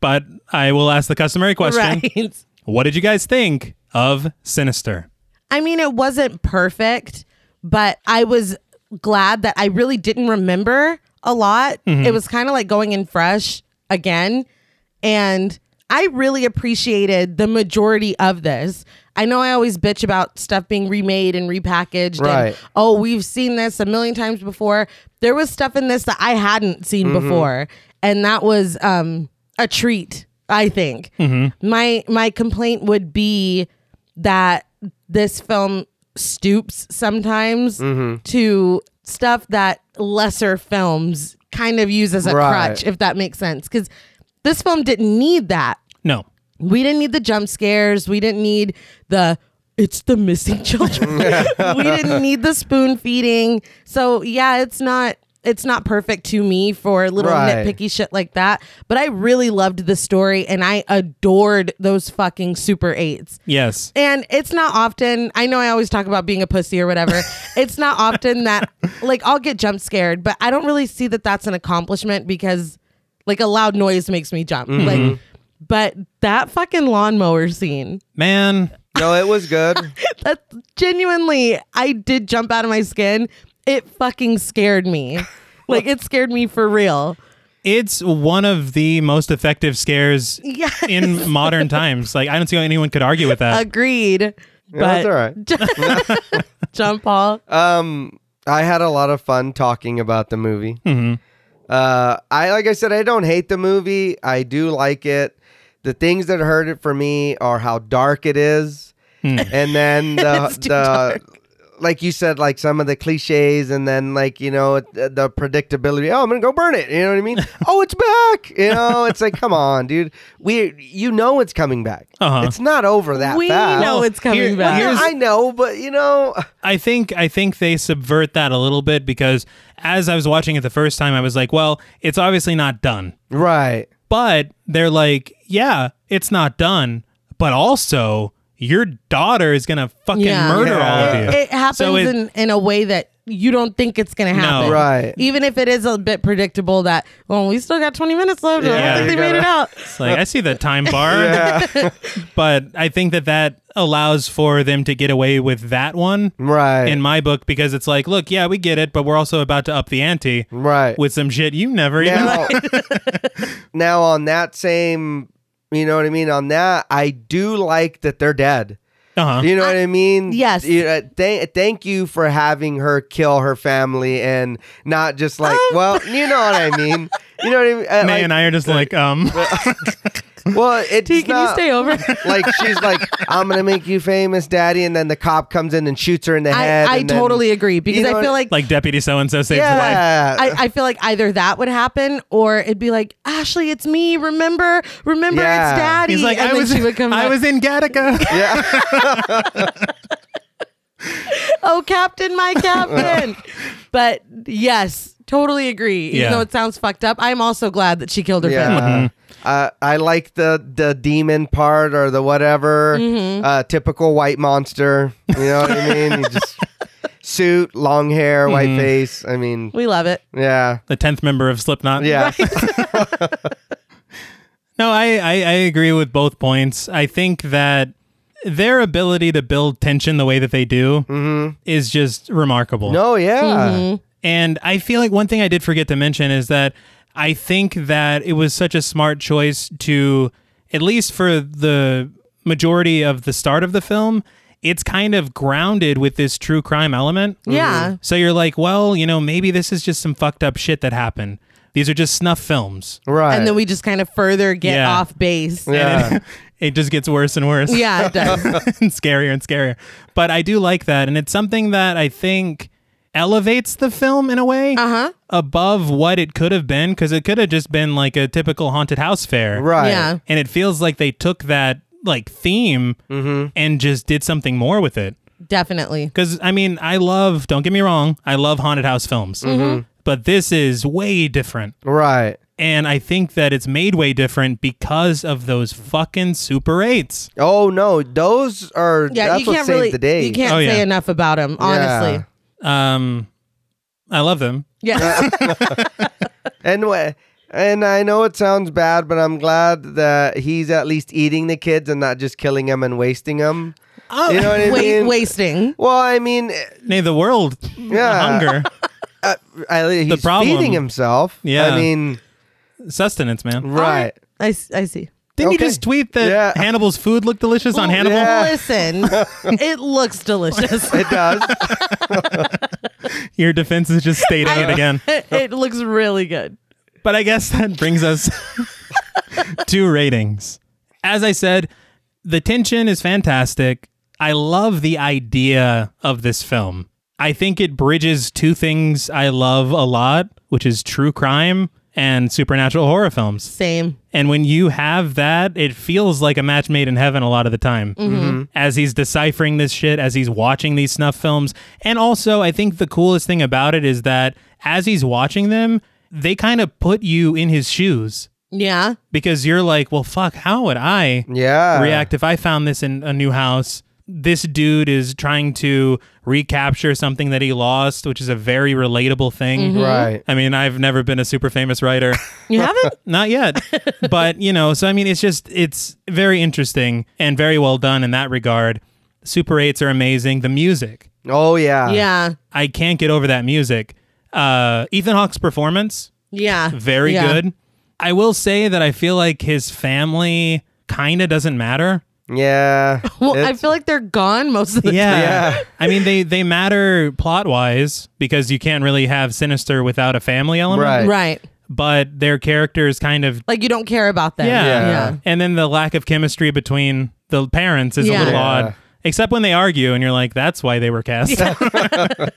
A: But I will ask the customary question.
B: Right.
A: What did you guys think of Sinister?
B: I mean, it wasn't perfect, but I was glad that I really didn't remember a lot. It was kind of like going in fresh again. And I really appreciated the majority of this. I know I always bitch about stuff being remade and repackaged.
C: Right.
B: And, oh, we've seen this a million times before. There was stuff in this that I hadn't seen before. And that was um, a treat, I think. My my complaint would be that this film stoops sometimes to stuff that lesser films kind of use as a
C: Right.
B: crutch, if that makes sense. Because this film didn't need that.
A: No.
B: We didn't need the jump scares. We didn't need the it's the missing children. we didn't need the spoon feeding. So yeah, it's not it's not perfect to me for little
C: Right.
B: nitpicky shit like that. But I really loved the story and I adored those fucking super eights.
A: Yes.
B: And it's not often, I know I always talk about being a pussy or whatever. it's not often that, like, I'll get jump scared, but I don't really see that that's an accomplishment because, like, a loud noise makes me jump.
C: Mm-hmm.
B: Like, but that fucking lawnmower scene,
A: Man.
C: No, it was good.
B: that genuinely, I did jump out of my skin. It fucking scared me. like, it scared me for real.
A: It's one of the most effective scares
B: Yeah.
A: in modern times. Like I don't see how anyone could argue with that.
B: Agreed.
C: that's all right.
B: Jump Paul.
C: Um, I had a lot of fun talking about the movie. Uh, I like I said, I don't hate the movie. I do like it. The things that hurt it for me are how dark it is, and then the,
B: It's too
C: the like you said, like some of the cliches, and then like you know it- the predictability. Oh, I'm gonna go burn it. You know what I mean? oh, it's back. You know, it's like come on, dude. We you know it's coming back.
A: Uh-huh.
C: It's not over that
B: We
C: fast.
B: know it's coming
A: here-
B: back.
A: here's-
C: I know, but you know.
A: I think I think they subvert that a little bit because as I was watching it the first time, I was like, well, it's obviously not done.
C: Right.
A: But they're like, yeah, it's not done, but also your daughter is gonna fucking
B: Yeah.
A: murder all
C: Yeah.
A: of
B: it,
A: you.
B: it happens
A: So it-
B: in, in a way that you don't think it's going to happen.
C: Right.
B: Even if it is a bit predictable that, well, we still got 20 minutes left. I
A: Yeah.
B: don't think
C: You
B: they made it out.
A: It's like I see the time bar, but I think that that allows for them to get away with that one
C: Right.
A: in my book because it's like, look, yeah, we get it, but we're also about to up the ante
C: right.
A: with some shit you never even.
C: now, now on that same, you know what I mean? On that, I do like that they're dead.
A: Uh-huh.
C: You know what I mean?
B: yes.
C: You know, thank, thank you for having her kill her family and not just like,
B: Oh.
C: well, you know what I mean? You know what I mean? Uh,
A: May
C: like-
A: and I are just like, um,
C: well, it's
B: T, can you
C: not-
B: stay over?
C: like she's like, I'm gonna make you famous, daddy, and then the cop comes in and shoots her in the
B: I,
C: head.
B: I
C: and then-
B: totally agree because
C: You know
B: I
C: what-
B: feel like,
A: like deputy so and so saves the life.
C: yeah.
B: I, I feel like either that would happen or it'd be like, Ashley, it's me. Remember, remember,
C: Yeah.
B: it's daddy.
A: He's like,
B: and
A: I
B: then
A: was,
B: she would come
A: I
B: up,
A: was in Gattaca.
C: yeah.
B: oh, captain, my captain. but yes, totally agree. Even
A: Yeah.
B: though it sounds fucked up, I'm also glad that she killed her family.
C: Yeah. Uh, I like the the demon part or the whatever.
B: Mm-hmm.
C: Uh, typical white monster. You know what I mean? You just suit, long hair, white face. I mean,
B: We love it.
C: yeah,
A: the tenth member of Slipknot.
C: yeah,
A: No, I, I, I agree with both points. I think that their ability to build tension the way that they do
C: Mm-hmm.
A: is just remarkable.
C: no, yeah,
B: Mm-hmm.
A: And I feel like one thing I did forget to mention is that I think that it was such a smart choice to, at least for the majority of the start of the film, it's kind of grounded with this true crime element.
B: Yeah.
A: So you're like, well, you know, maybe this is just some fucked up shit that happened. These are just snuff films.
C: right.
B: and then we just kind of further get
A: Yeah.
B: off base. Yeah,
C: yeah,
A: And it, it just gets worse and worse.
B: it does.
A: and scarier and scarier. But I do like that, and it's something that I think elevates the film in a way
B: Uh-huh.
A: above what it could have been because it could have just been like a typical haunted house fair,
C: right.
B: Yeah.
A: And it feels like they took that like theme
C: Mm-hmm.
A: and just did something more with it.
B: Definitely.
A: Because I mean, I love. Don't get me wrong, I love haunted house films,
C: Mm-hmm.
A: but this is way different.
C: Right.
A: And I think that it's made way different because of those fucking Super 8s.
C: Oh no, those are
B: Yeah,
C: that's
B: you
C: what
B: can't
C: saved
B: really
C: the day.
B: you can't
A: Oh,
B: say
A: yeah.
B: enough about him, honestly.
A: Um, I love them.
B: Yeah.
C: And wh- and I know it sounds bad, but I'm glad that he's at least eating the kids and not just killing them and wasting them.
A: Oh,
C: You know what I
B: Wait,
C: mean?
B: wasting.
C: Well, I mean,
A: Nay, the world.
C: Yeah.
A: Hunger.
C: I, he's
A: problem-
C: feeding himself.
A: Yeah.
C: I mean,
A: Sustenance, man.
C: right.
B: I, s- I see. Oh,
A: Didn't you
C: Okay.
A: just tweet that
C: Yeah.
A: Hannibal's food looked delicious on
B: Well,
A: Hannibal?
C: yeah.
B: Listen, it looks delicious.
C: It does.
A: Your defense is just stating it again.
B: it looks really good.
A: But I guess that brings us to ratings. As I said, the tension is fantastic. I love the idea of this film. I think it bridges two things I love a lot, which is true crime and supernatural horror films.
B: Same.
A: And when you have that, it feels like a match made in heaven a lot of the time. As he's deciphering this shit, as he's watching these snuff films. And also, I think the coolest thing about it is that as he's watching them, they kind of put you in his shoes
B: Yeah.
A: because you're like, well, fuck, how would I
C: Yeah.
A: react if I found this in a new house? This dude is trying to recapture something that he lost, which is a very relatable thing.
C: Mm-hmm. Right.
A: I mean, I've never been a super famous writer.
B: You haven't?
A: Not yet. but, you know, so I mean, it's just, it's very interesting and very well done in that regard. Super 8s are amazing. The music,
C: Oh yeah.
B: yeah.
A: I can't get over that music. Uh, Ethan Hawke's performance,
B: Yeah.
A: very
B: Yeah.
A: good. I will say that I feel like his family kind of doesn't matter.
C: Yeah.
B: Well, I
C: It's-
B: feel like they're gone most of the
A: Yeah.
C: Yeah.
A: I mean, they, they matter plot wise because you can't really have Sinister without a family element,
C: Right.
B: time. Right.
A: but their characters kind of
B: Like you don't care about them.
A: Yeah.
C: Yeah.
A: And then the lack of chemistry between the parents is a
B: Yeah.
A: little
B: Yeah.
A: odd, except when they argue and you're like, that's why they were cast.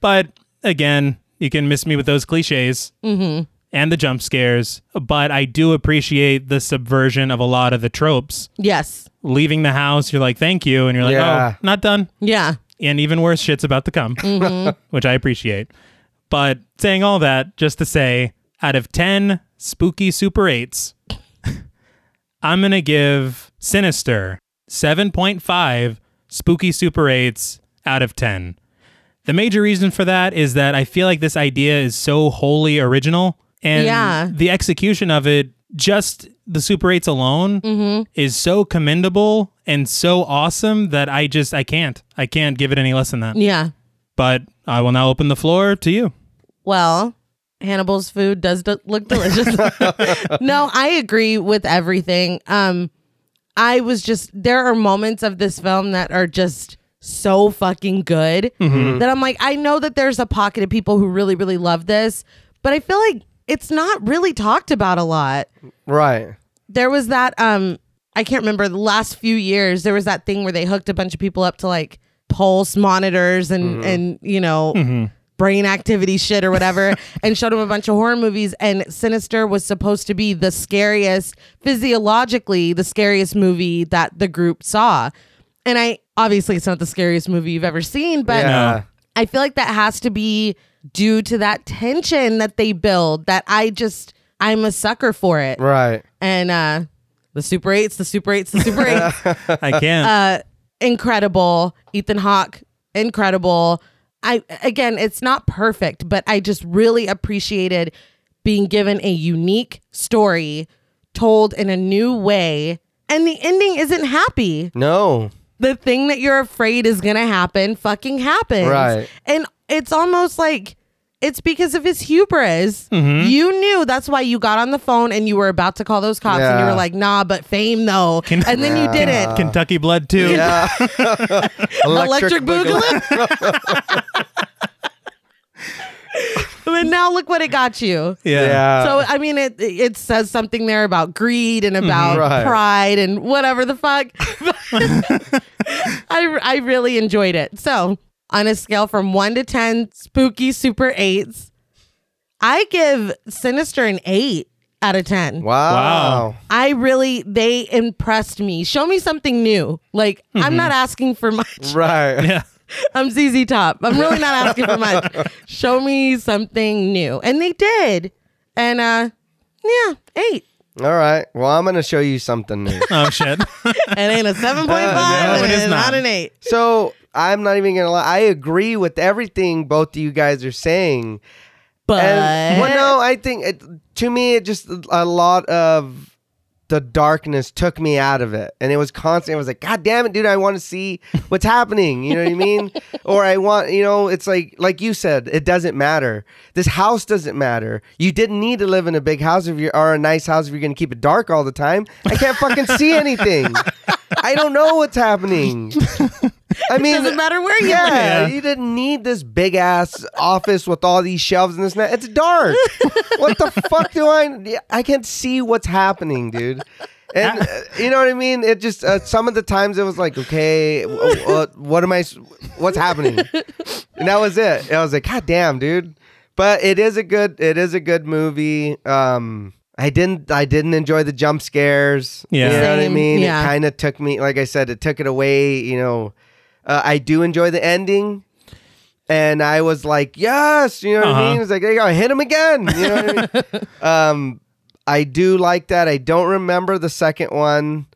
A: but again, you can miss me with those cliches and the jump scares, but I do appreciate the subversion of a lot of the tropes.
B: Yes.
A: Leaving the house, you're like, thank you. And you're like,
C: Yeah.
A: oh, not done
B: Yeah.
A: and even worse shit's about to come, which I appreciate. But saying all that, just to say, out of 10 spooky Super 8s, I'm going to give Sinister 7.5 spooky Super 8s out of 10. The major reason for that is that I feel like this idea is so wholly original and
B: Yeah.
A: the execution of it, just the Super 8s alone, is so commendable and so awesome that I just, I can't. I can't give it any less than that.
B: Yeah.
A: But I will now open the floor to you.
B: Well, Hannibal's food does do- look delicious. no, I agree with everything. Um, I was just there are moments of this film that are just so fucking good that I'm like, I know that there's a pocket of people who really, really love this, but I feel like it's not really talked about a lot
C: Right.
B: there was that um I can't remember the last few years there was that thing where they hooked a bunch of people up to like pulse monitors and and you know brain activity shit or whatever and showed them a bunch of horror movies and Sinister was supposed to be the scariest physiologically the scariest movie that the group saw and I obviously it's not the scariest movie you've ever seen but
C: Yeah.
B: I feel like that has to be due to that tension that they build that I just I'm a sucker for it
C: Right.
B: and uh the super eights the super eights the super eights
A: I can't.
B: uh incredible ethan hawke incredible i again it's not perfect but i just really appreciated being given a unique story told in a new way and the ending isn't happy
C: No.
B: the thing that you're afraid is gonna happen fucking happens.
C: Right.
B: And it's almost like it's because of his hubris. You knew that's why you got on the phone and you were about to call those cops and you
C: Yeah.
B: were like, nah, but fame though. and then you didn't.
A: Kentucky Blood 2.
C: Yeah.
B: Electric, Boogaloo. but now look what it got you.
A: Yeah.
C: Yeah.
B: So I mean, it it says something there about greed and about
C: Right.
B: pride and whatever the fuck. I I really enjoyed it. So on a scale from one to ten, spooky super eights, I give Sinister an eight out of ten.
C: wow.
B: I really they impressed me. Show me something new. Like I'm not asking for much.
C: Right.
A: Yeah.
B: I'm ZZ Top. I'm really not asking for much. Show me something new, and they did. And uh, yeah, eight.
C: All right. Well, I'm gonna show you something new.
A: Oh, shit.
B: It ain't a seven point
C: Uh,
B: five.
A: no,
B: and
A: it
B: it
A: is
B: is
A: not.
B: not an eight.
C: so I'm not even gonna lie. I agree with everything both of you guys are saying.
B: But
C: And, well, no, I think it, to me, it just a lot of the darkness took me out of it, and it was constant. It was like, God damn it, dude! I want to see what's happening. You know what I mean? or I want, you know, it's like, like you said, it doesn't matter. This house doesn't matter. You didn't need to live in a big house if you are a nice house if you're going to keep it dark all the time. I can't fucking see anything. I don't know what's happening. I mean,
B: doesn't matter where you live.
C: yeah,
A: Yeah.
C: you didn't need this big ass office with all these shelves and this and that. It's dark. what the fuck do I? I can't see what's happening, dude. and uh, you know what I mean. It just uh, some of the times it was like, okay, w- w- what am I? s- What's happening? and that was it. I was like, God damn, dude. But it is a good. It is a good movie. Um, I didn't. I didn't enjoy the jump scares.
A: Yeah.
C: you know what I
B: Same,
C: mean.
B: yeah.
C: It kind of took me. Like I said, it took it away. You know, uh, I do enjoy the ending. And I was like, yes, you know what
A: Uh-huh.
C: I mean? It's like, there you go, hit him again. You know what I mean? Um, I do like that. I don't remember the second one.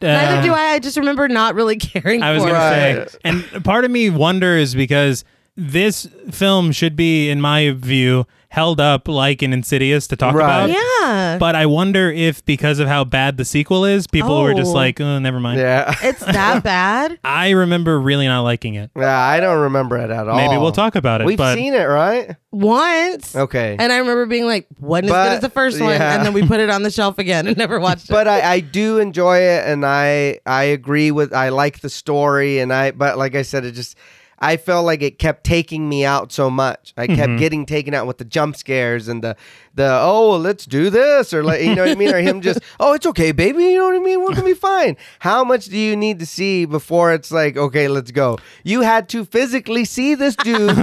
B: Neither do I. I just remember not really caring
A: I was
B: for
A: going to
B: it.
C: Right.
A: say, and part of me wonders because this film should be, in my view, held up like an Insidious to talk
C: Right.
A: about.
B: Yeah.
A: um, But I wonder if because of how bad the sequel is, people were just
B: Oh.
A: like, oh, never mind.
C: Yeah.
B: it's that bad.
A: I remember really not liking it.
C: yeah, I don't remember it at all.
A: Maybe
B: Oh.
A: we'll talk about it.
C: We've
A: but
C: seen it, right?
B: Once.
C: Okay.
B: And I remember being like, "Wasn't as
C: But-
B: good as the first one?"
C: yeah.
B: And then we put it on the shelf again and never watched it.
C: but I, I do enjoy it and I I agree with I like the story and I but like I said it just I felt like it kept taking me out so much. I kept getting taken out with the jump scares and the the oh let's do this or like you know what I mean or him just oh it's okay baby you know what I mean we're gonna be fine. How much do you need to see before it's like okay let's go? You had to physically see this dude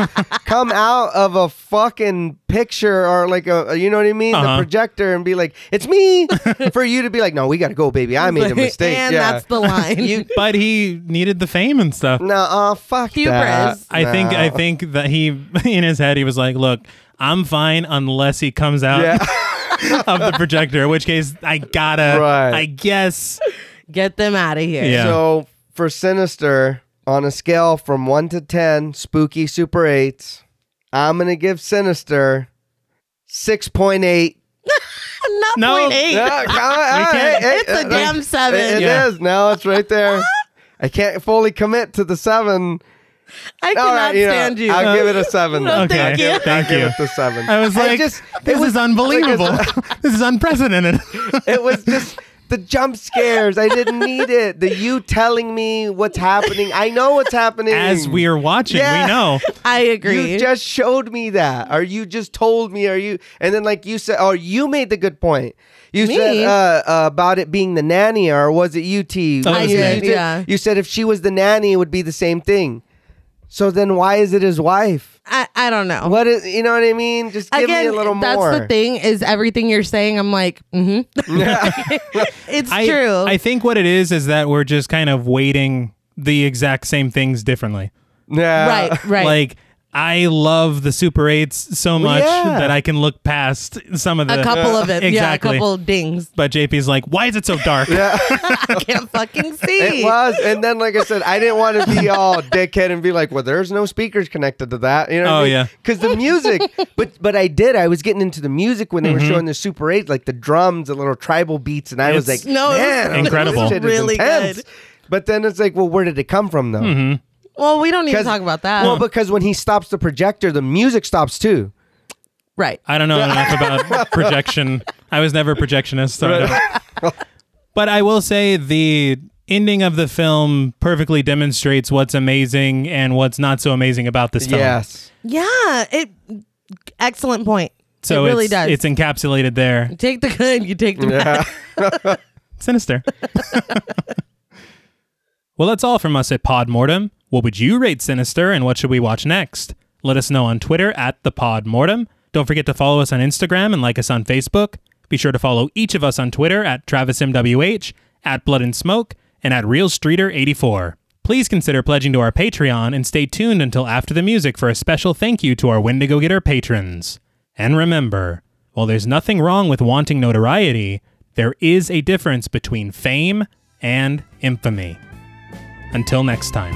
C: come out of a fucking picture or like a you know what I mean
A: Uh-huh.
C: the projector and be like it's me for you to be like no we gotta go baby I made a mistake
B: and
C: yeah
B: that's the line.
C: you
A: but he needed the fame and stuff.
C: no oh fuck that.
B: Hubris.
A: I think I
C: No.
A: think that he in his head he was like, "Look, I'm fine unless he comes out of the projector, in which case I gotta,
C: Right.
A: I guess."
B: Get them out of here.
A: Yeah.
C: So for Sinister, on a scale from one to ten, spooky super eights, I'm gonna give Sinister six point eight. Ah,
B: Not
A: No.
B: point eight.
A: can't-
B: It's a damn seven.
C: It, it
A: Yeah.
C: is. No, it's right there. I can't fully commit to the seven.
B: I
C: All
B: cannot
C: right, you know,
B: stand you.
C: I'll give it a seven.
B: No,
C: then.
A: Okay,
B: thank you.
C: I'll give- I'll
A: thank
C: give
A: you.
C: it the seven.
A: I was like,
C: just- it
A: "This
C: was-
A: is unbelievable.
C: like,
A: this is unprecedented."
C: it was just the jump scares. I didn't need it. The you telling me what's happening. I know what's happening.
A: As we are watching,
C: Yeah.
A: we know.
B: I agree.
C: You just showed me that, or you just told me, or you, and then like you said, or you made the good point. You
B: Me?
C: said uh, uh, about it being the nanny, or was it UT?
A: Oh, it was
C: you,
A: me.
C: you
B: Yeah.
C: You said if she was the nanny, it would be the same thing. So then, why is it his wife?
B: I, I don't know.
C: What is you know what I mean? Just give
B: Again,
C: me a little
B: that's
C: more.
B: the thing is everything you're saying. I'm like, mm-hmm. it's
A: I,
B: true.
A: I think what it is is that we're just kind of waiting the exact same things differently.
C: Yeah.
B: right, right.
A: Like I love the Super 8s so much
C: yeah.
A: that I can look past some of the
B: a couple of it.
A: Exactly.
B: Yeah, a couple dings.
A: But JP's like, "Why is it so dark?"
B: I can't fucking see.
C: It was, and then like I said, I didn't want to be all dickhead and be like, "Well, there's no speakers connected to that," you know?
A: Oh, yeah.
C: Because the music, but but I did. I was getting into the music when they
A: Mm-hmm.
C: were showing the Super Eight, like the drums, the little tribal beats, and I was
A: It's-
C: like,
B: No, it was-
C: "Man, I'm like,
A: Incredible.
C: this shit is
B: Really
C: intense."
B: good.
C: But then it's like, well, where did it come from though?
A: Mm-hmm.
B: Well, we don't need to
C: 'Cause-
B: talk about that.
C: Well, because when he stops the projector, the music stops too.
B: right.
A: I don't know enough about projection. I was never a projectionist. So I don't- but I will say the ending of the film perfectly demonstrates what's amazing and what's not so amazing about this film.
C: Yes.
B: Yeah. It. Excellent point.
A: So
B: it really
A: it's,
B: does.
A: it's encapsulated there.
B: take the good, you take the bad.
C: Yeah.
A: Sinister. well, that's all from us at Podmortem. What would you rate Sinister and what should we watch next? Let us know on Twitter at the Podmortem. Don't forget to follow us on Instagram and like us on Facebook. Be sure to follow each of us on Twitter at TravisMWH, at Blood and Smoke, and at RealStreeter84. Please consider pledging to our Patreon and stay tuned until after the music for a special thank you to our Wendigo Getter patrons. And remember, while there's nothing wrong with wanting notoriety, there is a difference between fame and infamy. Until next time.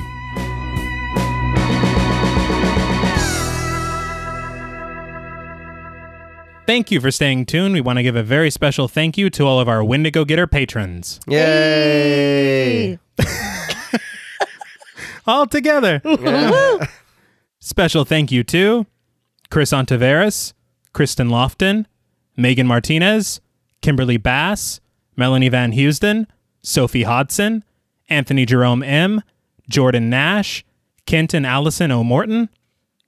A: Thank you for staying tuned. We want to give a very special thank you to all of our Wendigo Getter patrons.
C: Yay.
A: All together. Special thank you to Chris Ontiveros, Kristen Lofton, Megan Martinez, Kimberly Bass, Melanie Van Houston, Sophie Hodson, Anthony Jerome M, Jordan Nash, Kent and Allison O. Morton,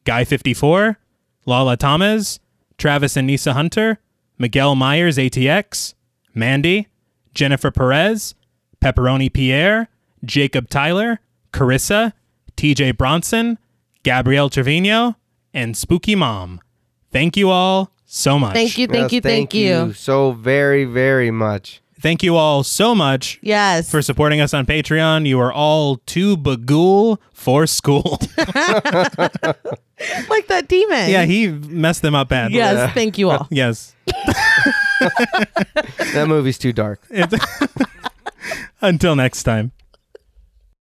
A: Guy54, Lala Thomas, Travis and Nisa Hunter, Miguel Myers ATX, Mandy, Jennifer Perez, Pepperoni Pierre, Jacob Tyler, Carissa, TJ Bronson, Gabrielle Trevino, and Spooky Mom. Thank you all so much.
B: Thank you, thank
C: Yes,
B: you, thank, you.
C: so very, very much.
A: Thank you all so much
B: Yes.
A: for supporting us on Patreon. You are all too bagool for school.
B: like that demon.
A: yeah, he messed them up badly.
B: yes, thank you all.
A: Yes.
C: That movie's too dark.
A: Until next time.